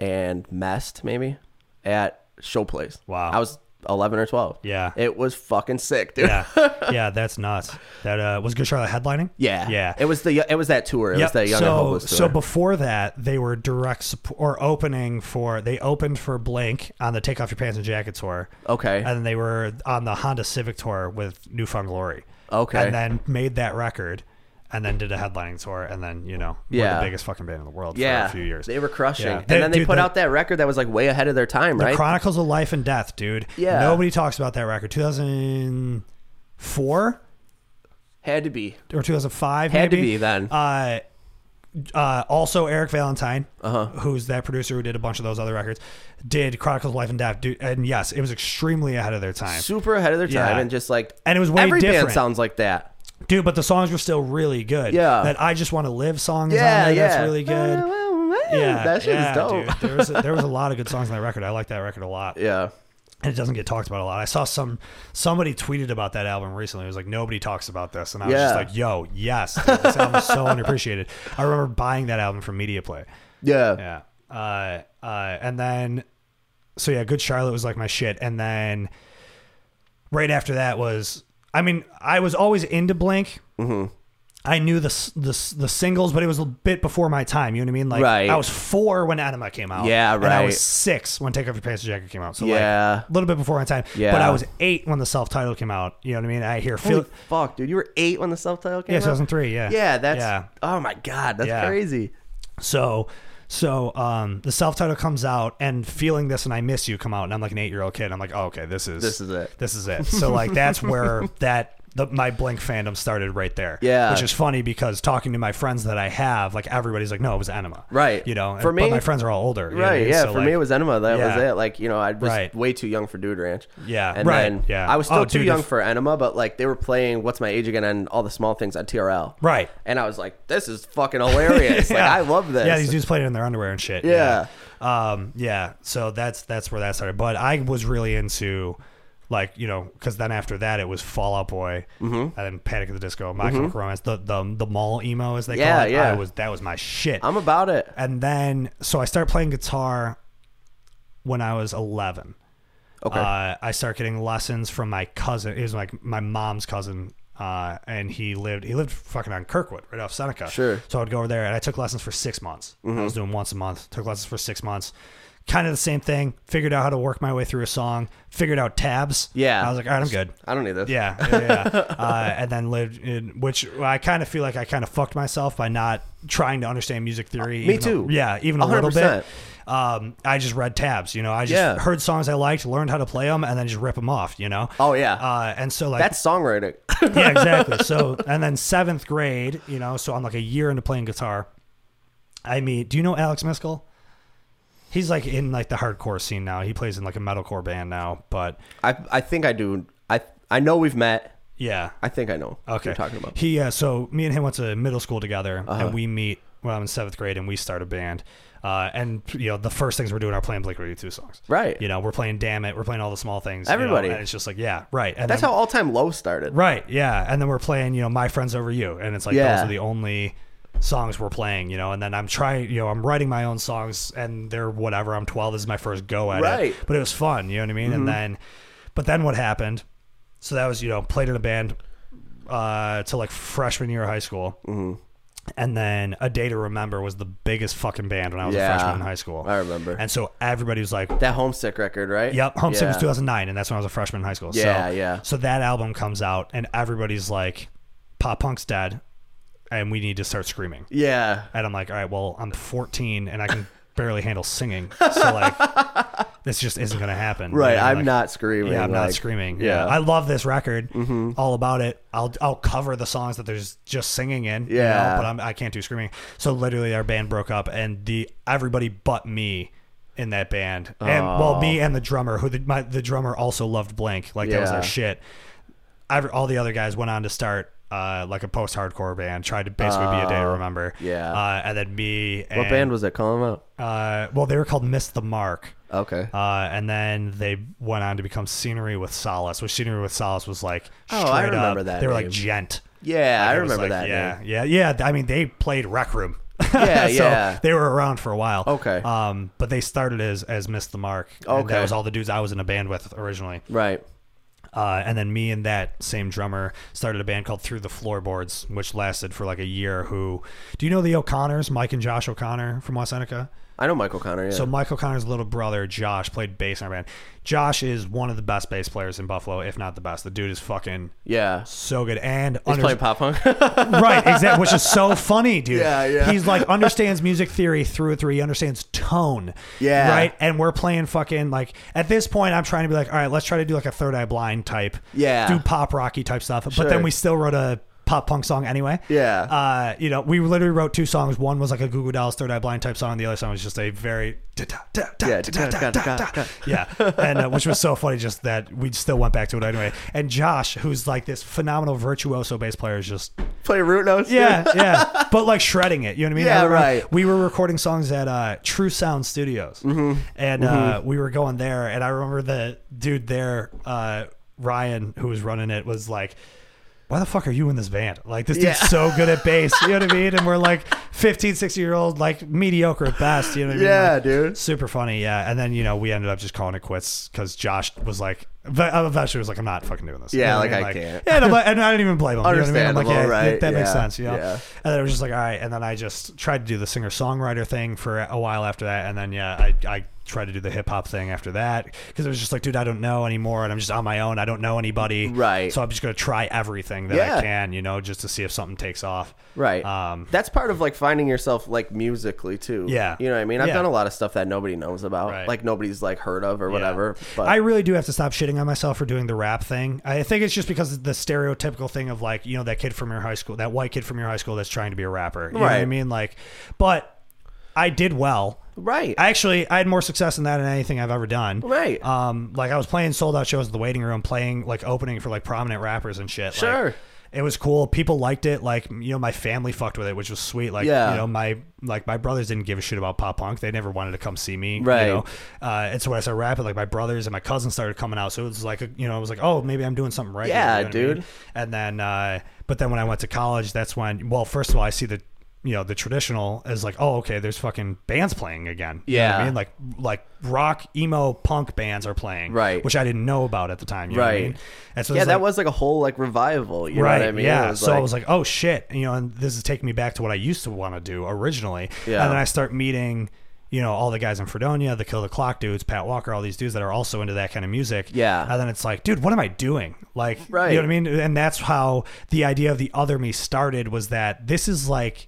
and Messed maybe at Showplace.
Wow.
I was eleven or twelve.
Yeah.
it was fucking sick, dude.
Yeah. yeah, that's nuts. That uh, was Good Charlotte headlining?
Yeah,
Yeah.
It was the it was that tour. It was that Young
so,
and Hopeless tour.
So before that, they were direct support or opening for they opened for Blank on the Take Off Your Pants and Jacket tour.
okay,
And then they were on the Honda Civic tour with New Found Glory.
Okay.
And then made that record and then did a headlining tour and then, you know, were
Yeah.
the biggest fucking band in the world
yeah,
for a few years.
they were crushing,
Yeah.
and
They-
then they
dude,
put
the-
out that record that was like way ahead of their time,
The
right?
Chronicles of Life and Death, dude.
Yeah.
Nobody talks about that record. 2004
Had to be.
or 2005
Had to
maybe?
be then.
Uh, uh, also, Eric Valentine,
Uh-huh.
who's that producer who did a bunch of those other records, did Chronicles of Life and Death. Dude, and yes, it was extremely ahead of their time.
Super ahead of their
Yeah.
time, and just like
And it was way
every
different.
band sounds like that.
Dude, but the songs were still really good.
Yeah.
That I Just Want to Live song is
Yeah,
on there.
yeah,
"Oh, That's really good. Yeah.
that shit
yeah,
is dope.
Dude. There, was a, there was a lot of good songs on that record. I like that record a lot.
Yeah,
And it doesn't get talked about a lot. I saw some somebody tweeted about that album recently. It was like, nobody talks about this. And I was
Yeah.
just like, yo, yes. dude, this album is so underappreciated. I remember buying that album from Media Play.
yeah,
Yeah. Uh, uh, and then, so yeah, Good Charlotte was like my shit. And then right after that was, I mean, I was always into Blink. Mm-hmm. I knew the, s- the s- the singles, but it was a bit before my time. You know what I mean? Like
Right.
I was four when Anima came out.
Yeah,
And I was
right.
six when Take Off Your Pants and Jacket came out. So
Yeah.
like a little bit before my time.
Yeah.
But I was eight when the self title came out. You know what I mean? I hear
Holy
feel
fuck, dude! You were eight when the subtitle came
yeah,
out.
2003. Yeah.
Yeah, that's.
yeah.
Oh my god, that's
Yeah.
crazy.
So, so um, the self title comes out, and feeling this and I miss you come out, and I'm like an eight year old kid. I'm like, oh, okay, this is
This is it.
This is it. So like that's where that the, my Blink fandom started right there.
Yeah.
which is funny because talking to my friends that I have, like everybody's like, no, it was Enema.
Right.
You know, and-
For
but
me-
my friends are all older. you know what I
Right,
mean?
yeah.
So,
for
like,
me, it was Enema. That was
Yeah.
it. Like you know, I was
Right.
way too young for Dude Ranch.
Yeah,
and
right,
then
yeah.
I was still
Oh,
too
dude,
young
if-
for Enema, but like they were playing "What's My Age Again" and all the small things on TRL.
Right.
and I was like, "This is fucking hilarious! Like I love this."
Yeah, these dudes played it in their underwear and shit.
Yeah.
yeah. Um, yeah. So that's that's where that started. But I was really into like, you know, because then after that it was Fall Out Boy and
Mm-hmm.
then Panic at the Disco, My Chemical Romance, the, the the mall emo as they
Yeah,
call it.
yeah.
I was that was my shit.
I'm about it.
and then so I started playing guitar when I was eleven.
Okay,
Uh, I started getting lessons from my cousin. It was like my mom's cousin, uh, and he lived he lived fucking on Kirkwood, right off Seneca.
Sure. Mm-hmm.
So I would go over there, and I took lessons for six months. I was doing once a month. Took lessons for six months. Kind of the same thing. Figured out how to work my way through a song. Figured out tabs.
Yeah.
I was like, all right, I'm good.
I don't need this.
Yeah, yeah, yeah. uh, and then lived in which I kind of feel like I kind of fucked myself by not trying to understand music theory.
Uh, me
even though-
too.
yeah, even a little
100%.
bit. Um, I just read tabs. You know, I just
Yeah.
heard songs I liked, learned how to play them, and then just rip them off. You know.
Oh, yeah.
Uh, and so like
That's songwriting.
yeah, exactly. So, and then seventh grade, you know, so I'm like a year into playing guitar. I mean, do you know Alex Miskell? He's like in like the hardcore scene now. He plays in like a metalcore band now, but
I I think I do. I I know we've met.
yeah.
I think I know. What
Okay.
you're talking about. Uh-huh.
He, uh, so me and him went to middle school together, and we meet when I'm in seventh grade, and we start a band. Uh, and you know, the first things we're doing are playing Blink 182 songs.
Right.
You know, we're playing Damn It, we're playing all the small things. you know,
Everybody.
and it's just like, yeah, right. And
That's
then-
how all time low started.
Right. Yeah. And then we're playing, you know, My Friends Over You. And it's like,
Yeah.
those are the only songs we're playing, you know. And then I'm trying, you know, I'm writing my own songs and they're whatever. I'm 12. This is my first go at
Right. Mm-hmm.
it. But it was fun. You know what I mean? And then, but then what happened? So that was, you know, played in a band uh, to like freshman year of high school.
Mm-hmm.
And then A Day to Remember was the biggest fucking band when I was
Yeah.
a freshman in high school.
I remember.
And so everybody was like,
That homesick record, right?
Yep, Homesick was
Yeah.
2009, and that's when I was a freshman in high school.
Yeah,
so,
yeah.
So that album comes out, and everybody's like, "Pop punk's dead," and we need to start screaming.
Yeah.
And I'm like, "All right, well, I'm 14, and I can barely handle singing, so like, this just isn't gonna happen."
Right.
And
I'm
like,
not screaming.
Yeah, I'm not
like-
screaming.
yeah. Mm-hmm.
Yeah. I love this record, all about it. I'll I'll cover the songs that there's just singing in. you know,
Yeah.
but I'm, I can't do screaming. So literally, our band broke up, and the everybody but me in that band, and well, me and the drummer, who the, my, the drummer also loved Blink, like that was
Yeah.
their shit. Every, all the other guys went on to start. Uh, like a post-hardcore band, tried to basically be a day to remember.
Oh, yeah.
uh, and then me. And,
What band was it? Call them out.
Uh, well, they were called Miss the Mark.
Okay.
Uh, and then they went on to become Scenery with Solace, which Scenery with Solace was like
Oh,
straight
I remember
up.
that
They were
name.
like gent.
yeah, I
It was
remember that.
like, Yeah,
name.
yeah, yeah. I mean, they played Rec Room.
Yeah,
so
yeah.
They were around for a while.
Okay.
Um, but they started as as Miss the Mark. And
Okay.
that was all the dudes I was in a band with originally.
Right.
Uh, and then me and that same drummer started a band called Through the Floorboards, which lasted for like a year. Who do you know the O'Connors, Mike and Josh O'Connor from West Seneca?
I know Michael Connor. Yeah.
So Mike O'Connor's little brother Josh played bass in our band. Josh is one of the best bass players in Buffalo, if not the best. The dude is fucking
yeah.
so good and
He's playing
understands
pop punk.
right, exactly, which is so funny, dude.
Yeah, yeah.
He's like understands music theory through and through. He understands tone.
Yeah.
right. And we're playing fucking like at this point, I'm trying to be like, all right, let's try to do like a Third Eye Blind type,
Yeah.
do pop rocky type stuff.
Sure.
But then we still wrote a pop punk song anyway.
Yeah.
uh, you know, we literally wrote two songs. One was like a Goo Goo Dolls Third Eye Blind type song, and the other song was just a very da- da- da- da-
Yeah,
da-
da- da-
da-
da-
da-
da-
da- yeah, and uh, which was so funny, just that we still went back to it anyway. And Josh, who's like this phenomenal virtuoso bass player, is just
Play root notes. dude.
yeah, yeah. But like shredding it, you know what I mean?
Yeah,
I remember
right.
We were recording songs at uh, True Sound Studios,
Mm-hmm.
and Uh, we were going there. And I remember the dude there, uh, Ryan, who was running it, was like. Why the fuck are you in this band? Like, this
Yeah.
dude's so good at bass. You know what I mean? And we're like 15, 16 year old, like mediocre at best. You know what I mean?
Yeah,
Like,
dude.
Super funny. Yeah. And then, you know, we ended up just calling it quits because Josh was like, uh, eventually was like, I'm not fucking doing this. You
Yeah,
know what
like,
mean?
I can't.
Yeah, and, I'm like- and I didn't even blame him. You know what I mean? I'm like, yeah,
Understandable, right?
that, that makes
Yeah,
sense. You know?
yeah.
And then I was just like, all right. And then I just tried to do the singer songwriter thing for a while after that. And then, yeah, I, I tried to do the hip hop thing after that because it was just like, dude, I don't know anymore. And I'm just on my own. I don't know anybody.
Right.
So I'm just going to try everything that
Yeah.
I can, you know, just to see if something takes off.
Right.
Um,
That's part of like finding yourself like musically too.
Yeah.
You know what I mean? I've
Yeah.
done a lot of stuff that nobody knows about.
Right.
Like nobody's like heard of or
Yeah.
whatever. But
I really do have to stop shitting on myself for doing the rap thing. I think it's just because of the stereotypical thing of like, you know, that kid from your high school, that white kid from your high school that's trying to be a rapper. You know what I
Right.
mean? Like, but I did well.
Right.
I actually I had more success in that than anything I've ever done.
Right.
Um, like I was playing sold out shows at the waiting room, playing like opening for like prominent rappers and shit. Like,
Sure.
it was cool. People liked it. Like you know, my family fucked with it, which was sweet. Like
Yeah.
you know, my like my brothers didn't give a shit about pop punk. They never wanted to come see me.
Right.
You know? uh, and so when I started rapping, like my brothers and my cousins started coming out. So it was like a, you know, I was like, oh, maybe I'm doing something right. here,
Yeah,
you know what I mean?
dude.
And then, uh, but then when I went to college, that's when. Well, first of all, I see the you know the traditional is like, oh, okay, there's fucking bands playing again. You know what
Yeah.
I mean, like like rock, emo, punk bands are playing,
Right.
Which I didn't know about at the time. You know what I
Right.
mean? And so
yeah,
it's
that
like-
was like a whole like revival. You
right.
know what I mean?
Yeah.
It was
so I was like, oh shit, you know, and this is taking me back to what I used to want to do originally.
Yeah.
And then I start meeting you know, all the guys in Fredonia, the Kill the Clock dudes, Pat Walker, all these dudes that are also into that kind of music.
Yeah.
And then it's like, dude, what am I doing? Like,
Right.
you know what I mean? And that's how the idea of the other me started was that this is like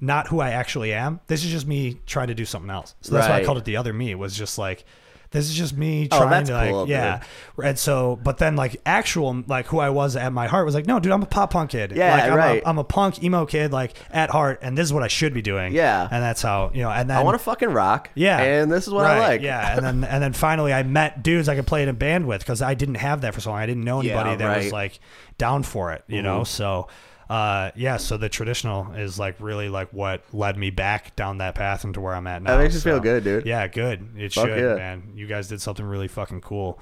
not who I actually am. This is just me trying to do something else. So that's why I
Right.
called it the other me was just like, this is just me
Oh,
trying
that's
to like,
cool,
yeah. And so, but then like actual, like who I was at my heart was like, no, dude, I'm a pop punk kid.
Yeah,
like, I'm
right.
A, I'm a punk emo kid, like at heart. And this is what I should be doing.
Yeah.
And that's how, you know, and then
I want to fucking rock.
yeah,
and this is what I
Right,
like.
Yeah, and then and then finally, I met dudes I could play in a band with because I didn't have that for so long. I didn't know
Yeah,
anybody that was
right. Mm-hmm.
like down for it, you know. So, uh, yeah, so the traditional is like really like what led me back down that path and to where I'm at now.
makes you feel
So,
good, dude.
Yeah, good. It
Fuck
should,
yeah.
man. You guys did something really fucking cool.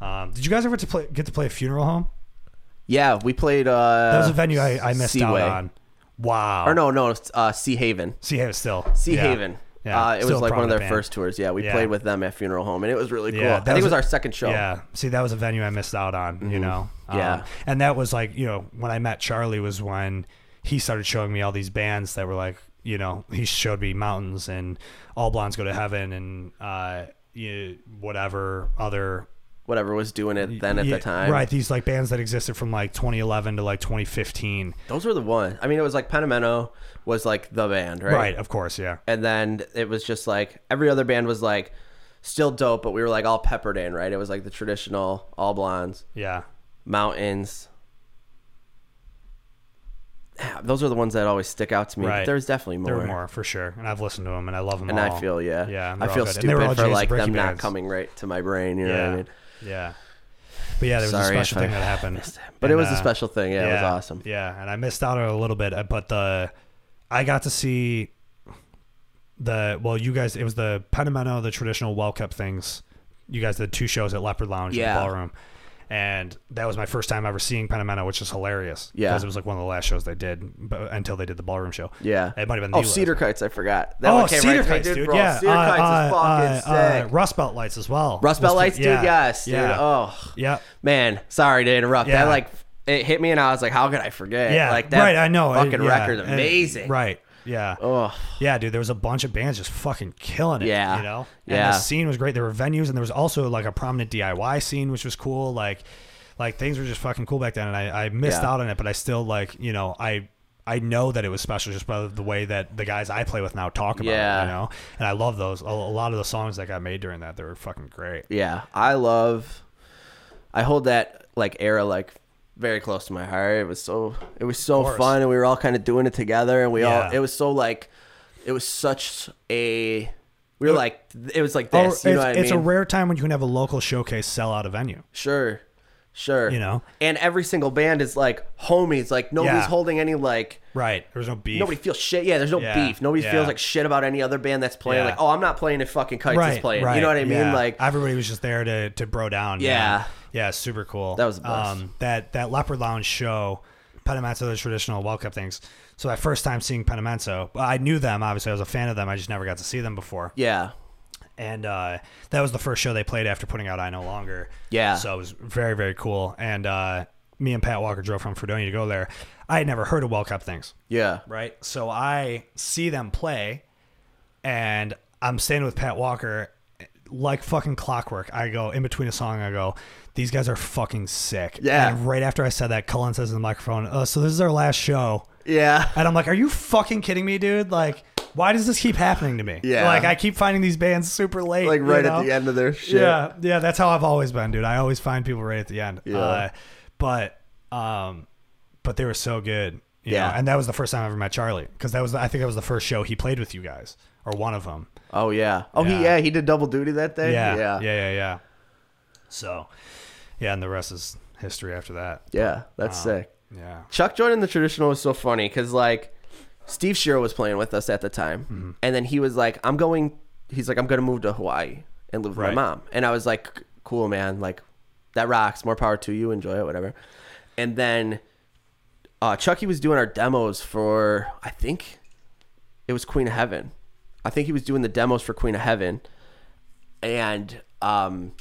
Um, did you guys ever to play, get to play a funeral home?
Yeah, we played. Uh,
That was a venue I, I missed
Seaway.
out on. Wow.
Or no, no, it's, uh, Sea Haven.
Sea Haven still.
Sea
Yeah.
Haven.
Yeah.
Uh, it
Still
was like
proud
one of their
the band.
first tours. Yeah, we
Yeah.
played with them at Funeral Home, and it was really cool.
Yeah,
I
that
think
was
it was
a-
our second show.
Yeah. See, that was a venue I missed out on, you know?
Mm-hmm.
Um,
Yeah.
And that was like, you know, when I met Charlie was when he started showing me all these bands that were like, you know, he showed me Mountains and All Blondes Go to Heaven and uh, you, whatever other.
Whatever was doing it then at
Yeah,
the time.
Right. These like bands that existed from like 2011 to like 2015.
Those were the ones. I mean, it was like Panameno was like the band, right?
Right. of course. Yeah.
And then it was just like every other band was like still dope, but we were like all peppered in, right? It was like the traditional all blondes,
Yeah.
mountains. Ah, Those are the ones that always stick out to me.
Right.
But there's definitely more.
There were more for sure. And I've listened to them and I love them
And I feel yeah,
Yeah. and
I
they're all
feel
good. And they were all
stupid for
Jason
like
Bricky
them not
bands.
coming right to my brain. You know what I mean?
Yeah. But yeah, there was a
Sorry
special
if I-
thing that happened.
But it
And,
was a
uh,
special thing. Yeah, it was awesome.
Yeah, and I missed out on it a little bit, uh, but the I got to see the well, you guys. It was the Panameno, the traditional well kept things. You guys did two shows at Leopard Lounge
Yeah.
in the ballroom, and that was my first time ever seeing Panameno, which is hilarious.
Yeah.
because it was like one of the last shows they did but, until they did the ballroom show.
Yeah.
it might have been
Oh,
the last.
Cedar Kites, I forgot. That one
oh,
came
Cedar
right to me,
Kites, dude.
bro.
Yeah,
Cedar
uh,
Kites is
uh,
fucking
uh,
sick.
Rust Belt Lights as well.
Rust Belt
Was the-
Lights, dude.
yeah,
Yes, dude.
yeah,
Oh,
yeah.
man. Sorry to interrupt.
Yeah.
That like it hit me, and I was like, "How could I forget?"
Yeah,
like that.
right. I know. It-
Fucking
yeah,
record,
it-
amazing.
right. Yeah.
Oh,
Yeah, dude, there was a bunch of bands just fucking killing it.
Yeah.
You know?
Yeah.
And the scene was great. There were venues and there was also like a prominent DIY scene, which was cool. Like like things were just fucking cool back then and I, I missed
Yeah.
out on it, but I still like, you know, I I know that it was special just by the way that the guys I play with now talk about it,
Yeah.
you know? And I love those. A, a lot of the songs that got made during that, they were fucking great.
yeah. I love. I hold that like era like very close to my heart. It was so it was so
course.
fun, and we were all kind of doing it together, and we
Yeah.
all it was so like it was such a we were like it was like
Or
this. you know
Oh, it's,
what I
it's
mean?
a rare time when you can have a local showcase sell out a venue.
Sure. Sure.
You know?
And every single band is like homies. Like nobody's
Yeah.
holding any like
Right. There was no beef.
nobody feels shit. Yeah, there's no
Yeah.
beef. Nobody
Yeah.
feels like shit about any other band that's playing.
Yeah.
Like, oh, I'm not playing if fucking Kites is playing. You know what I mean?
yeah.
Like
everybody was just there to to bro down.
Yeah.
yeah, super cool. Um,
That was a blast.
that that Leopard Lounge show, Penamento, the traditional World Cup things. So my first time seeing Penamento, well, I knew them. Obviously, I was a fan of them. I just never got to see them before.
Yeah.
And uh, that was the first show they played after putting out I No Longer.
Yeah.
So it was very very cool. And uh, me and Pat Walker drove from Fredonia to go there. I had never heard of World Cup things
Yeah.
right? So I see them play, and I'm standing with Pat Walker, like fucking clockwork. I go in between a song, I go, "These guys are fucking sick."
Yeah.
And right after I said that, Cullen says in the microphone, uh, "So this is our last show,"
Yeah.
and I'm like, "Are you fucking kidding me, dude? Like." Why does this keep happening to me?
Yeah.
Like I keep finding these bands super late.
Like right
you
at
know?
the end of their shit.
Yeah, yeah, that's how I've always been, dude. I always find people right at the end.
Yeah.
Uh, but um, but they were so good. you
Yeah.
know, and that was the first time I ever met Charlie because that was the, I think that was the first show he played with you guys or one of them.
Oh yeah. Oh
Yeah.
he yeah, he did double duty that day.
Yeah, yeah,
Yeah.
yeah, yeah. So, yeah, and the rest is history after that.
Yeah, That's sick.
Yeah,
Chuck joining the traditional was so funny because like Steve Shearer was playing with us at the time, and then he was like, "I'm going." He's like, "I'm going to move to Hawaii and live with
Right.
my mom," and I was like, "Cool, man. Like, that rocks. More power to you. Enjoy it, whatever." And then uh, Chucky was doing our demos for I think it was Queen of Heaven. I think he was doing the demos for Queen of Heaven, and um,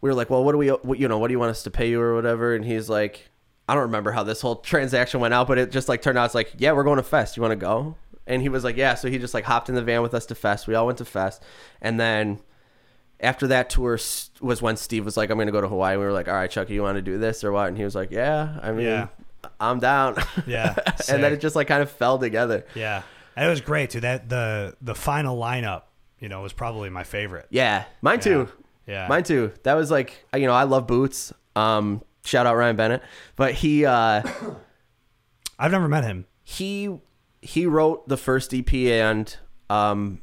we were like, "Well, what do we, what, you know, what do you want us to pay you or whatever?" And he's like, "I don't remember how this whole transaction went out, but it just like turned out it's like, yeah, we're going to fest. You want to go?" And he was like, yeah. So he just like hopped in the van with us to Fest. We all went to Fest, and then after that tour s- was when Steve was like, I'm gonna go to Hawaii. We were like, all right, Chuck, you want to do this or what? And he was like, yeah. I mean,
Yeah.
I'm down.
Yeah,
and then
sick.
it just like kind of fell together.
Yeah, and it was great too. That the the final lineup, you know, was probably my favorite.
Yeah, mine too.
Yeah.
mine too. That was like you know I love Boots. Um, shout out Ryan Bennett, but he uh,
I've never met him.
he he wrote the first EP and um,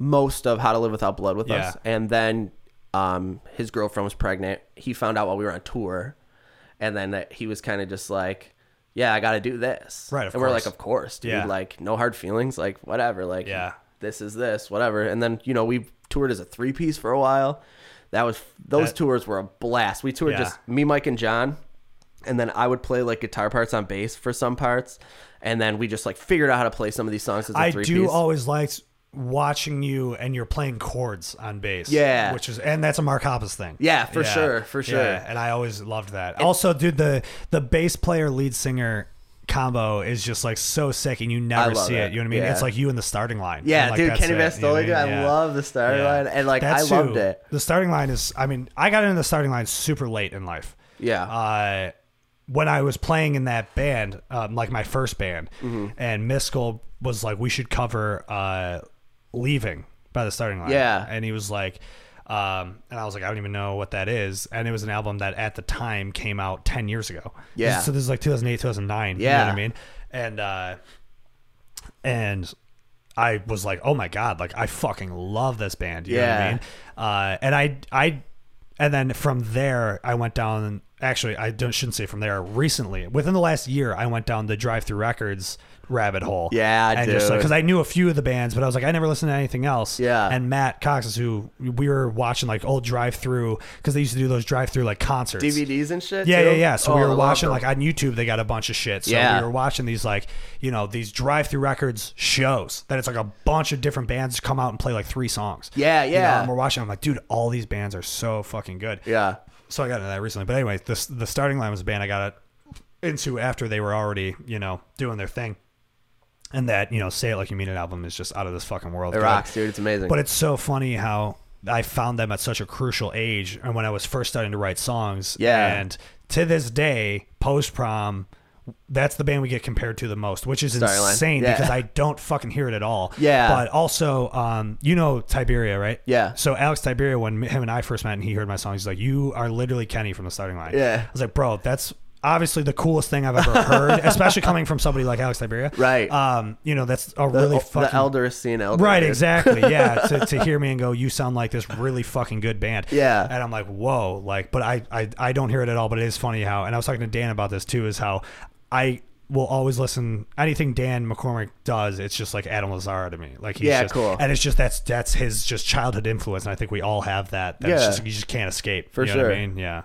most of How to Live Without Blood with
Yeah.
us, and then um, his girlfriend was pregnant. He found out while we were on tour, and then that he was kind of just like. Yeah, I got to do this.
Right, of
and we're
course.
like, of course, dude.
Yeah.
Like, no hard feelings. Like, whatever. Like,
Yeah.
this is this, whatever. And then you know we toured as a three piece for a while. That was those
That-
tours were a blast. We toured
Yeah.
just me, Mike, and John, and then I would play like guitar parts on bass for some parts, and then we just like figured out how to play some of these songs as a
I
three
do
piece.
always liked watching you and you're playing chords on bass.
Yeah.
Which is and that's a Mark Hoppus thing.
Yeah, for sure, for sure.
and I always loved that. also, dude, the the bass player lead singer combo is just like so sick and you never
love
see it.
it.
You know what I mean?
Yeah.
It's like you in the starting line.
yeah,
And, like,
dude,
that's
Kenny
it. You know what
Vastola, dude, I
mean? Yeah.
love the starting
Yeah.
line, and like
That's
I
who-
loved it.
The starting line is, I mean, I got into the starting line super late in life.
Yeah.
Uh, when I was playing in that band, um, like my first band,
Mm-hmm.
and Miskel was like, we should cover uh, Leaving by the starting line.
Yeah.
And he was like, um, and I was like, I don't even know what that is. And it was an album that at the time came out 10 years ago.
Yeah.
So this is like 2008, 2009. You know what
Yeah.
I mean? And, uh, and I was like, oh my god, like I fucking love this band. You
Yeah.
know what I mean? Uh, and I, I, and then from there, I went down. Actually, I don't shouldn't say from there. Recently, within the last year, I went down the drive through records rabbit hole.
Yeah,
and just like
dude.
because I knew a few of the bands, but I was like, I never listened to anything else.
Yeah.
and Matt Cox is who we were watching like old drive through because they used to do those drive through like concerts.
DVDs and shit.
Yeah,
too?
yeah, yeah. So
Oh,
we
I
were
love
watching
them.
like on YouTube they got a bunch of shit. So
Yeah.
we were watching these like, you know, these drive-through records shows that it's like a bunch of different bands come out and play like three songs.
Yeah,
You know,
yeah.
and we're watching I'm like, dude, all these bands are so fucking good.
yeah,
So I got into that recently. But anyway, this the starting line was a band I got into after they were already, you know, doing their thing. And that, you know, Say It Like You Mean It album is just out of this fucking world.
it
good.
rocks, dude. It's amazing.
But it's so funny how I found them at such a crucial age and when I was first starting to write songs.
Yeah.
And to this day, post prom, that's the band we get compared to the most, which is
Starry Line.
insane
Yeah.
because I don't fucking hear it at all.
Yeah.
But also, um, you know Tiberia, right?
Yeah.
So Alex Tiberia, when him and I first met and he heard my song, he's like, You are literally Kenny from the starting line.
Yeah.
I was like, Bro, that's obviously the coolest thing I've ever heard, especially coming from somebody like Alex Tiberia.
Right.
Um, you know, that's a really
Oh, the,
fucking
the elder scene, elder,
Right,
dude.
exactly. Yeah, to, to hear me and go, you sound like this really fucking good band.
Yeah.
and I'm like, whoa, like, but I, I, I don't hear it at all. But it is funny how, and I was talking to Dan about this too, is how I will always listen anything Dan McCormick does. It's just like Adam Lazara to me. Like, he's
Yeah,
just,
cool.
And it's just that's that's his just childhood influence, and I think we all have that. That's
Yeah.
just, you just can't escape.
For
you know what I
sure.
mean? Yeah,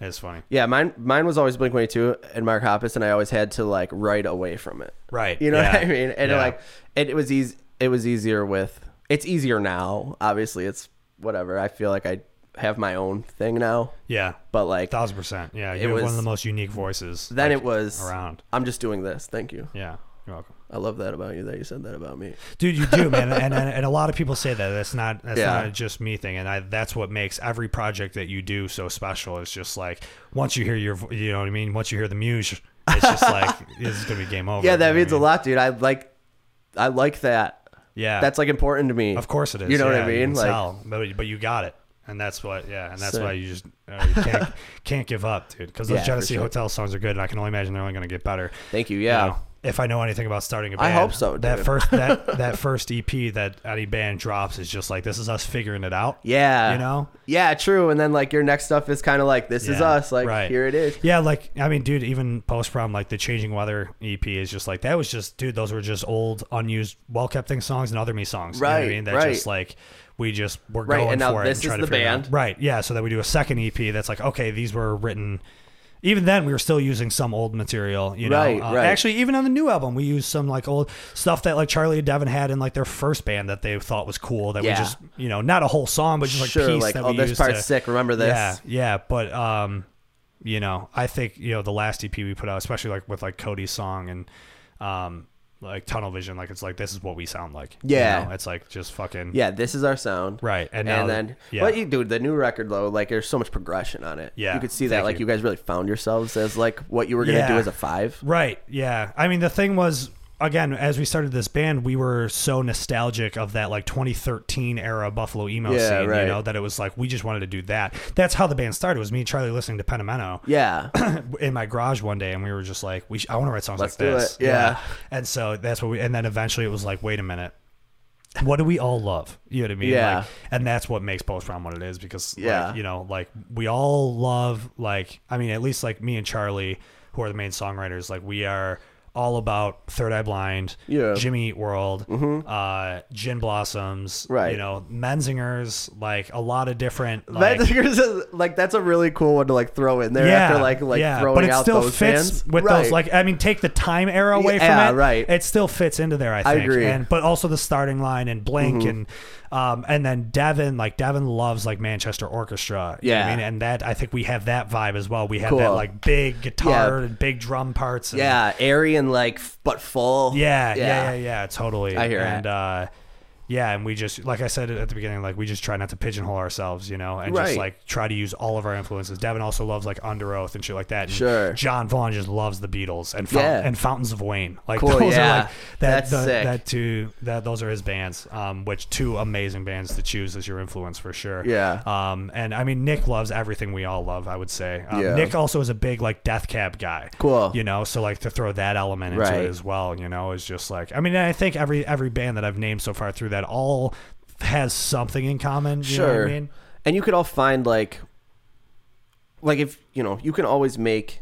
it's funny.
Yeah, mine mine was always Blink Twenty Two and Mark Hoppus, and I always had to like write away from it.
Right,
You know
yeah,
what I mean? And
yeah.
like, it, it was easy. It was easier with. It's easier now. Obviously, it's whatever. I feel like I have my own thing now,
Yeah,
but like
thousand percent. Yeah, you
It
have one
was-
of the most unique voices.
then
like,
it was.
around.
I'm just doing this. Thank you.
Yeah, you're welcome.
I love that about you. That you said that about me.
dude you do man and, and and a lot of people say that that's not that's
Yeah.
not a just me thing and I, that's what makes every project that you do so special it's just like once you hear your vo- you know what i mean once you hear the muse it's just like it's gonna be game over
Yeah, that
you know what I
means a
mean?
lot, dude. I like. I like that.
yeah
That's like important to me.
of course it is
You know
yeah,
what I
you
mean?
can
Like,
tell, but, but you got it and that's what yeah and that's
Sick.
why you just uh, you can't can't give up dude because those
Yeah, for
genesee
sure.
hotel songs are good and i can only imagine they're only gonna get better
thank you.
you
Yeah.
know, if I know anything about starting a
I
band,
hope so,
That
dude.
first that that first EP that any band drops is just like this is us figuring it out.
Yeah.
You know?
Yeah, true. And then like your next stuff is kind of like this is
Yeah,
us. Like
right.
here it is.
Yeah, like I mean, dude, even post prom, like the Changing Weather EP is just like that was just, dude, those were just old, unused, well kept thing songs and other me songs. You know what
Right,
I mean? That
right.
just like we just we're
Right,
going
and now
for
this
it. And try
is
to
the
figure it
band.
out. right? Yeah, so that we do a second EP that's like, okay, these were written. Even then, we were still using some old material, you know. Uh,
Right, right.
Actually, even on the new album, we used some like old stuff that like Charlie and Devin had in like their first band that they thought was cool. That
Yeah.
we just, you know, not a whole song, but just like
sure,
piece
like
that
oh
we
this
used
part's
to-
sick. Remember this?
yeah, yeah, but um, E you know, I think you know the last EP we put out, especially like with like Cody's song and um, like tunnel vision. Like it's like this is what we sound like.
Yeah.
You know, it's like just fucking
Yeah, this is our sound.
Right,
And,
and now-
then,
yeah.
but you, dude, the new record though, like there's so much progression on it.
Yeah,
you could see that,
thank
like
you.
you guys really found yourselves as like what you were gonna
Yeah.
do as a five.
Right. Yeah. I mean, the thing was, again, as we started this band, we were so nostalgic of that like 2013 era Buffalo emo
Yeah,
scene,
right.
you know, that it was like we just wanted to do that. That's how the band started. Was me and Charlie listening to Penamento
Yeah,
in my garage one day, and we were just like, we sh- I want to write songs
Let's
like
do
this.
it. Yeah.
And so that's what we. And then eventually it was like, wait a minute. What do we all love? You know what I mean?
Yeah.
Like, and that's what makes post prom what it is because, like,
Yeah.
you know, like we all love, like, I mean, at least like me and Charlie, who are the main songwriters, like we are all about Third Eye Blind,
Yeah. Mm-hmm.
Jimmy Eat World, uh, Gin Blossoms,
Right.
You know, Menzingers, like a lot of different. Like,
That- there's a- like, that's a really cool one to like throw in there after like like throwing
but it
out
still
those
fits
bands.
with
Right.
those. Like, I mean, take the time era away
Yeah,
from it.
right.
It still fits into there. I think.
agree. Mm-hmm.
And but also the starting line and Blink and um and then Devin like Devin loves like Manchester Orchestra. you know what
Yeah.
I mean, and that I think we have that vibe as well. We have that
Cool.
like big guitar and big drum parts. And,
yeah, airy and like f- but full.
yeah, yeah, yeah, yeah, totally.
I hear
and,
that.
uh, yeah, and we just, like I said at the beginning, like we just try not to pigeonhole ourselves, you know, and
Right.
just like try to use all of our influences. Devin also loves like Under Oath and shit like that. And
Sure.
John Vaughn just loves the Beatles and Fount-
Yeah.
and Fountains of Wayne. Like
Cool,
those
yeah.
are like that
That's
the-
sick.
that two that those are his bands, um, which two amazing bands to choose as your influence for sure.
Yeah.
Um, and I mean Nick loves everything we all love. I would say. Um,
Yeah.
Nick also is a big like Death Cab guy.
Cool.
You know, so like to throw that element into
Right.
it as well. You know, is just like I mean, I think every every band that I've named so far through that all has something in common. You
sure.
Know what I mean,
And you could all find like, like if you know, you can always make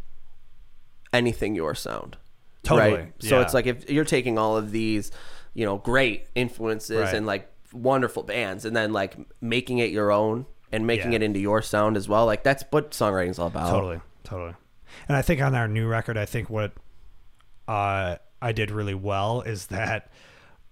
anything your sound.
Totally,
Right? So
yeah.
it's like if you're taking all of these, you know, great influences
Right.
and like wonderful bands, and then like making it your own and making
Yeah.
it into your sound as well. Like that's what songwriting's all about.
totally, totally. And I think on our new record, I think what uh, I did really well is that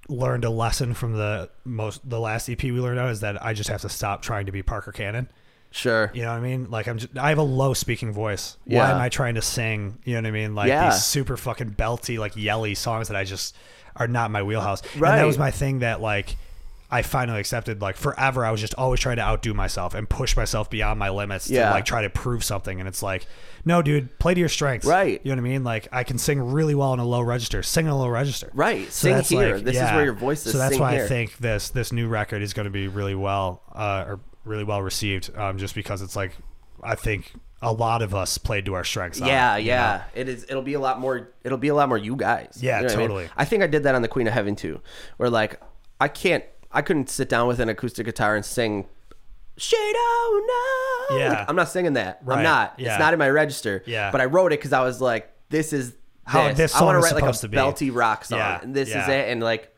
learned a lesson from the most the last EP we learned out is that I just have to stop trying to be Parker Cannon.
Sure.
You know what I mean? Like I'm just I have a low speaking voice. Why
Yeah.
am I trying to sing? You know what I mean? Like
Yeah.
these super fucking belty, like yelly songs that I just are not my wheelhouse. And
Right.
that was my thing that like I finally accepted like forever I was just always trying to outdo myself and push myself beyond my limits
Yeah.
to like try to prove something and it's like no dude play to your strengths
Right.
you know what I mean like I can sing really well in a low register sing in a low register
Right.
So
Sing
that's
here.
like-
This is
yeah.
where your voice is.
so that's
Sing
why I
here.
think think this this new record is going to be really well uh, or really well received um, just because it's like I think a lot of us played to our strengths. on
Yeah,
it, you know?
yeah. It is. It'll be a lot more. It'll be a lot more you guys.
Yeah,
You know what I mean?
totally.
I think I did that on the Queen of Heaven too, where like I can't, I couldn't sit down with an acoustic guitar and sing. Shade oh no.
Yeah.
Like, I'm not singing that. I'm
Right,
not.
yeah.
It's not in my register.
Yeah.
But I wrote it because I was like, this is
How this
I want
song is
write like a
supposed to be.
belty rock song,
Yeah,
and this is
yeah.
it. And like,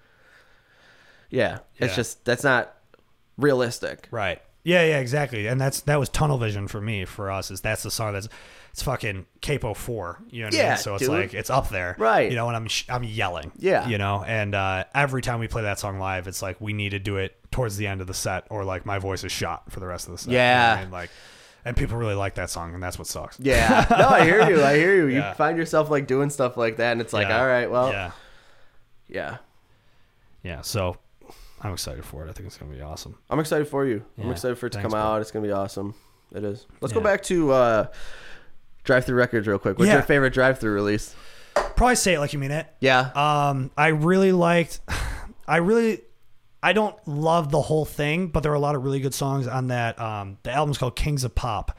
yeah, it's
Yeah.
just that's not realistic.
Right. Yeah, yeah, exactly. And that's that was tunnel vision for me. For us, is that's the song that's it's fucking capo four. You know what I
Yeah,
mean? So it's
dude.
like it's up there,
Right.
You know, and I'm sh- I'm yelling.
Yeah.
You know, and uh, every time we play that song live, it's like we need to do it towards the end of the set, or like my voice is shot for the rest of the set. You know
Yeah.
what I mean? like, and people really like that song, and that's what sucks.
Yeah. No, I hear you. I hear you.
Yeah.
You find yourself like doing stuff like that, and it's like,
Yeah.
all right, well,
yeah.
yeah.
yeah so i'm excited for it i think it's gonna be awesome
I'm excited for you. I'm
Yeah.
excited for it to
Thanks,
come
bro.
out. It's gonna be awesome. It is. Let's go
Yeah.
back to uh, drive through records real quick. What's
Yeah.
your favorite drive through release?
probably say it like you mean it
Yeah.
um i really liked i really i don't love the whole thing but there are a lot of really good songs on that um the album's called kings of pop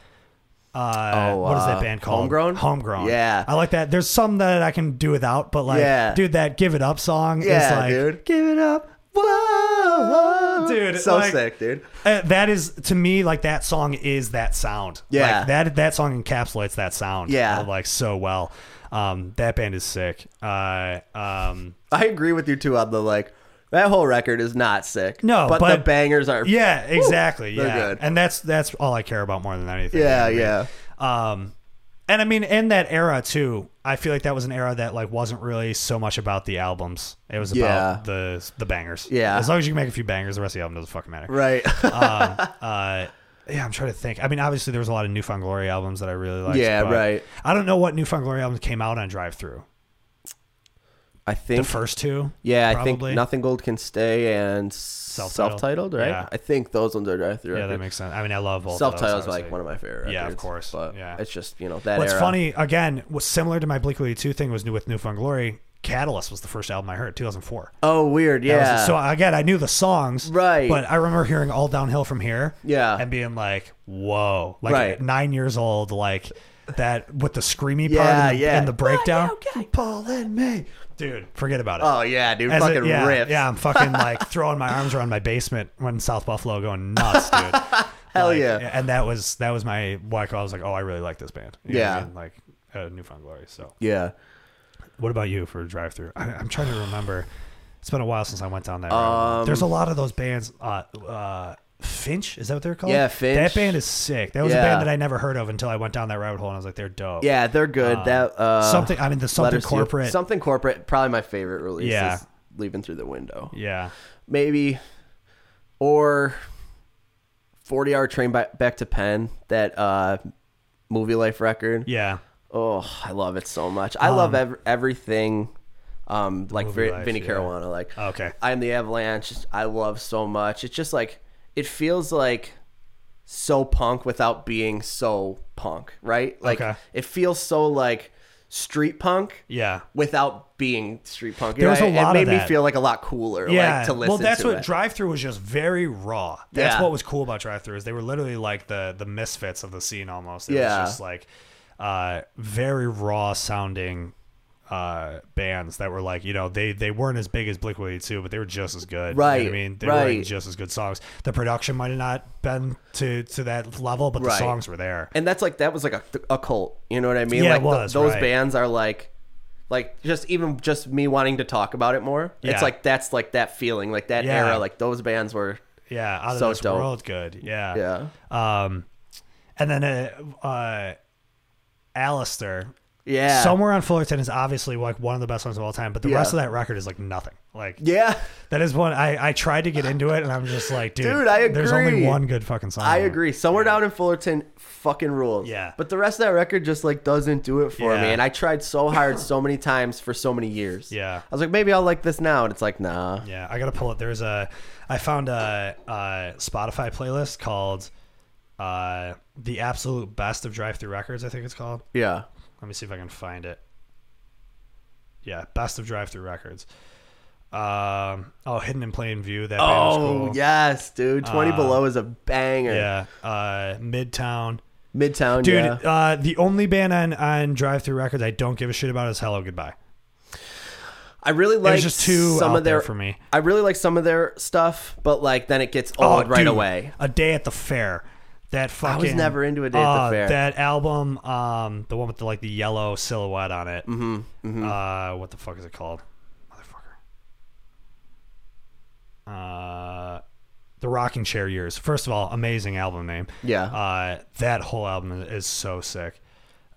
uh,
Oh,
what is
uh,
that band called?
Homegrown?
Homegrown.
Yeah.
I like that. There's some that I can do without, but like,
Yeah.
dude, that "Give It Up" song is
yeah,
like,
dude. Give it up. Whoa,
Dude,
So
like-
sick, dude.
Uh, that is to me like that song is that sound.
Yeah.
like, that that song encapsulates that sound.
Yeah.
uh, like so well. Um, that band is sick. Uh, um,
I agree with you too on the like. That whole record is not sick.
No,
but, the
but-
bangers are.
yeah, exactly.
they're
yeah,
good.
and that's that's all I care about more than anything.
yeah,
You know what I mean?
yeah.
Um, and I mean, in that era too, I feel like that was an era that like wasn't really so much about the albums. It was about
Yeah.
the the bangers.
Yeah.
as long as you can make a few bangers, the rest of the album doesn't fucking matter.
Right.
um, uh, yeah, I'm trying to think. I mean, obviously there was a lot of Newfound Glory albums that I really liked.
Yeah,
but
right.
I don't know what Newfound Glory albums came out on Drive Through.
I think
The first two.
Yeah, I
probably.
think Nothing Gold Can Stay and self-titled, right?
Yeah.
I think those ones are drive through.
Yeah, that makes sense. I mean, I love both.
self-titled's
of those,
like one of my favorite.
Yeah, of
records,
course.
But
Yeah.
it's just you know that.
What's
era.
funny again was similar to my Bleak Willie Two thing was new with Newfound Glory. Catalyst was the first album I heard, 2004.
Oh, weird.
That was-
Yeah.
so again, I knew the songs,
Right.
But I remember hearing "All Downhill from Here,"
Yeah.
and being like, "Whoa!" Like
Right.
nine years old, like that with the screamy part
Yeah,
and, the,
yeah.
and the breakdown.
Right, okay.
Paul and me, dude, forget about it.
oh yeah, dude.
As a-
fucking
yeah,
riff.
Yeah, I'm fucking like throwing my arms around my basement when South Buffalo going nuts, dude.
Hell
Like,
yeah.
And that was that was my why I was like, oh, I really like this band. You know what I
Yeah.
mean? like uh, Newfound Glory. So,
Yeah.
what about you for drive through? I'm trying to remember. It's been a while since I went down that road.
Um,
There's a lot of those bands. Uh, uh, Finch is that what they're called?
Yeah, Finch.
That band is sick. That was a
Yeah.
band that I never heard of until I went down that rabbit hole and I was like, they're dope.
Yeah, they're good. that uh,
something. I mean, the something
Letters to You-
corporate.
something corporate. Probably my favorite release.
Yeah.
Is Leaving through the window.
yeah.
maybe or 40 hour train ba- back to penn that uh movie life record
Yeah.
oh i love it so much i love ev- everything um like
Um, Movie
Vin-
Life,
vinnie
yeah. Oh,
caruana like
Okay.
i am the avalanche i love so much it's just like it feels like so punk without being so punk right like
Okay.
it feels so like street punk
Yeah.
without being street punk You
There's
know,
a
it-
lot
it
of
made me
that.
feel like a lot cooler like to listen
well, that's
to
what
it.
drive through was just very raw. That's
Yeah.
what was cool about drive through is they were literally like the the misfits of the scene almost. It
Yeah.
was just like uh, very raw sounding uh, bands that were like you know they they weren't as big as Blink One Eighty Two, but they were just as good. You know what
Right,
I mean, they were
right.
just as good songs. The production might have not been to to that level, but the
Right.
songs were there.
and that's like that was like a, a cult you know what i mean
Yeah, it
like th-
was,
those
right.
bands are like like just even just me wanting to talk about it more
Yeah.
it's like that's like that feeling like that
Yeah.
era like those bands were
Yeah, out of
So
this
dope.
world, good. Yeah,
yeah
Um, and then uh, uh, Alistair.
yeah
Somewhere on Fullerton is obviously like one of the best ones of all time, but the
Yeah.
rest of that record is like nothing. Like
yeah
that is one I, I tried to get into it and I'm just like, dude,
Dude, I
there's only
agree.
one good fucking song.
i
on it.
agree somewhere down in fullerton fucking rules
Yeah.
but the rest of that record just like doesn't do it for me
Yeah.
and i tried so hard so many times for so many years
Yeah.
i was like maybe i'll like this now and it's like nah
Yeah, I gotta pull it. There's a I found a, a Spotify playlist called uh The Absolute Best of Drive Through Records, I think it's called.
yeah
Let me see if I can find it. Yeah, best of drive through records. Um, oh, hidden in plain view. That band was
oh
cool. Uh,
yes dude 20 below is a banger
yeah. Uh, Midtown,
midtown
dude.
yeah.
Uh, the only band on on drive through records I don't give a shit about is Hello Goodbye.
I really like
just too
some
out
of their
there for me.
I really like some of their stuff, but like then it gets old right
Oh, dude,
away.
A day at the fair. That fucking.
never into A Day at the
uh,
Fair.
That album, um, the one with the like the yellow silhouette on it. Mm-hmm. Uh, what the fuck is it called? Motherfucker. Uh, the rocking chair years. First of all, amazing album name.
Yeah.
Uh, that whole album is, is so sick.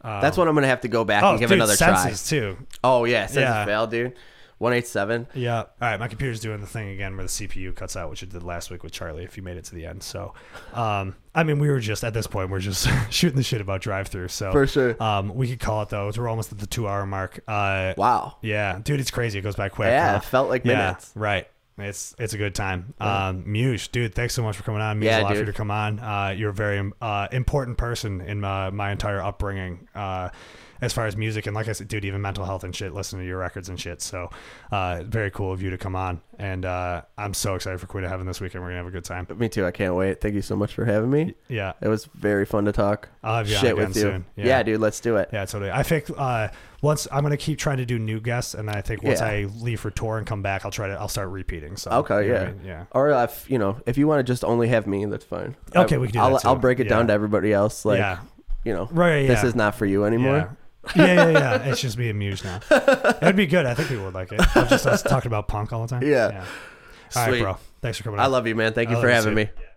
That's what I'm gonna have to go back
Oh,
and give
dude,
another
senses too.
try. Oh yeah, sense
Yeah.
of fail, dude. One eight seven.
Yeah. All right, my computer's doing the thing again where the CPU cuts out, which it did last week with Charlie. If you made it to the end, so um, I mean, we were just at this point, we're just shooting the shit about drive-through. So
For sure.
um, we could call it though. 'cause We're almost at the two-hour mark. Uh,
Wow.
Yeah, dude, it's crazy. It goes by quick.
Yeah,
huh?
it felt like
Yeah,
minutes.
right. It's it's a good time. Um, Muge, dude, thanks so much for coming on. Means
Yeah,
a lot for you
dude.
to come on. Uh, you're a very uh, important person in my, my entire upbringing. Uh, as far as music and like I said, dude, even mental health and shit, listening to your records and shit. So, uh, very cool of you to come on. And uh, I'm so excited for Queen to Heaven this weekend. We're gonna have a good time.
Me too. I can't wait. Thank you so much for having me.
Yeah,
It was very fun to talk.
I'll have you on
Shit
again
with you.
soon.
Yeah. dude. Let's do it.
Yeah, totally. I think uh, once I'm gonna keep trying to do new guests, and I think once
Yeah.
I leave for tour and come back, I'll try to I'll start repeating. So
Okay.
you know
Yeah.
what I mean? yeah.
Or if you know, if you want to just only have me, that's fine.
Okay,
I-
we can do
I'll,
that, too.
I'll break it down
Yeah.
to everybody else. Like,
Yeah.
you know,
Right,
This
yeah.
is not for you anymore.
Yeah. yeah, yeah, yeah. It's just me and Muse now. It'd be good. I think people would like it. Of Just us talking about punk all the time.
Yeah.
All right,
Sweet.
bro. Thanks for coming.
I
on.
love you, man. Thank
I
you
love
for
you
having
too.
me.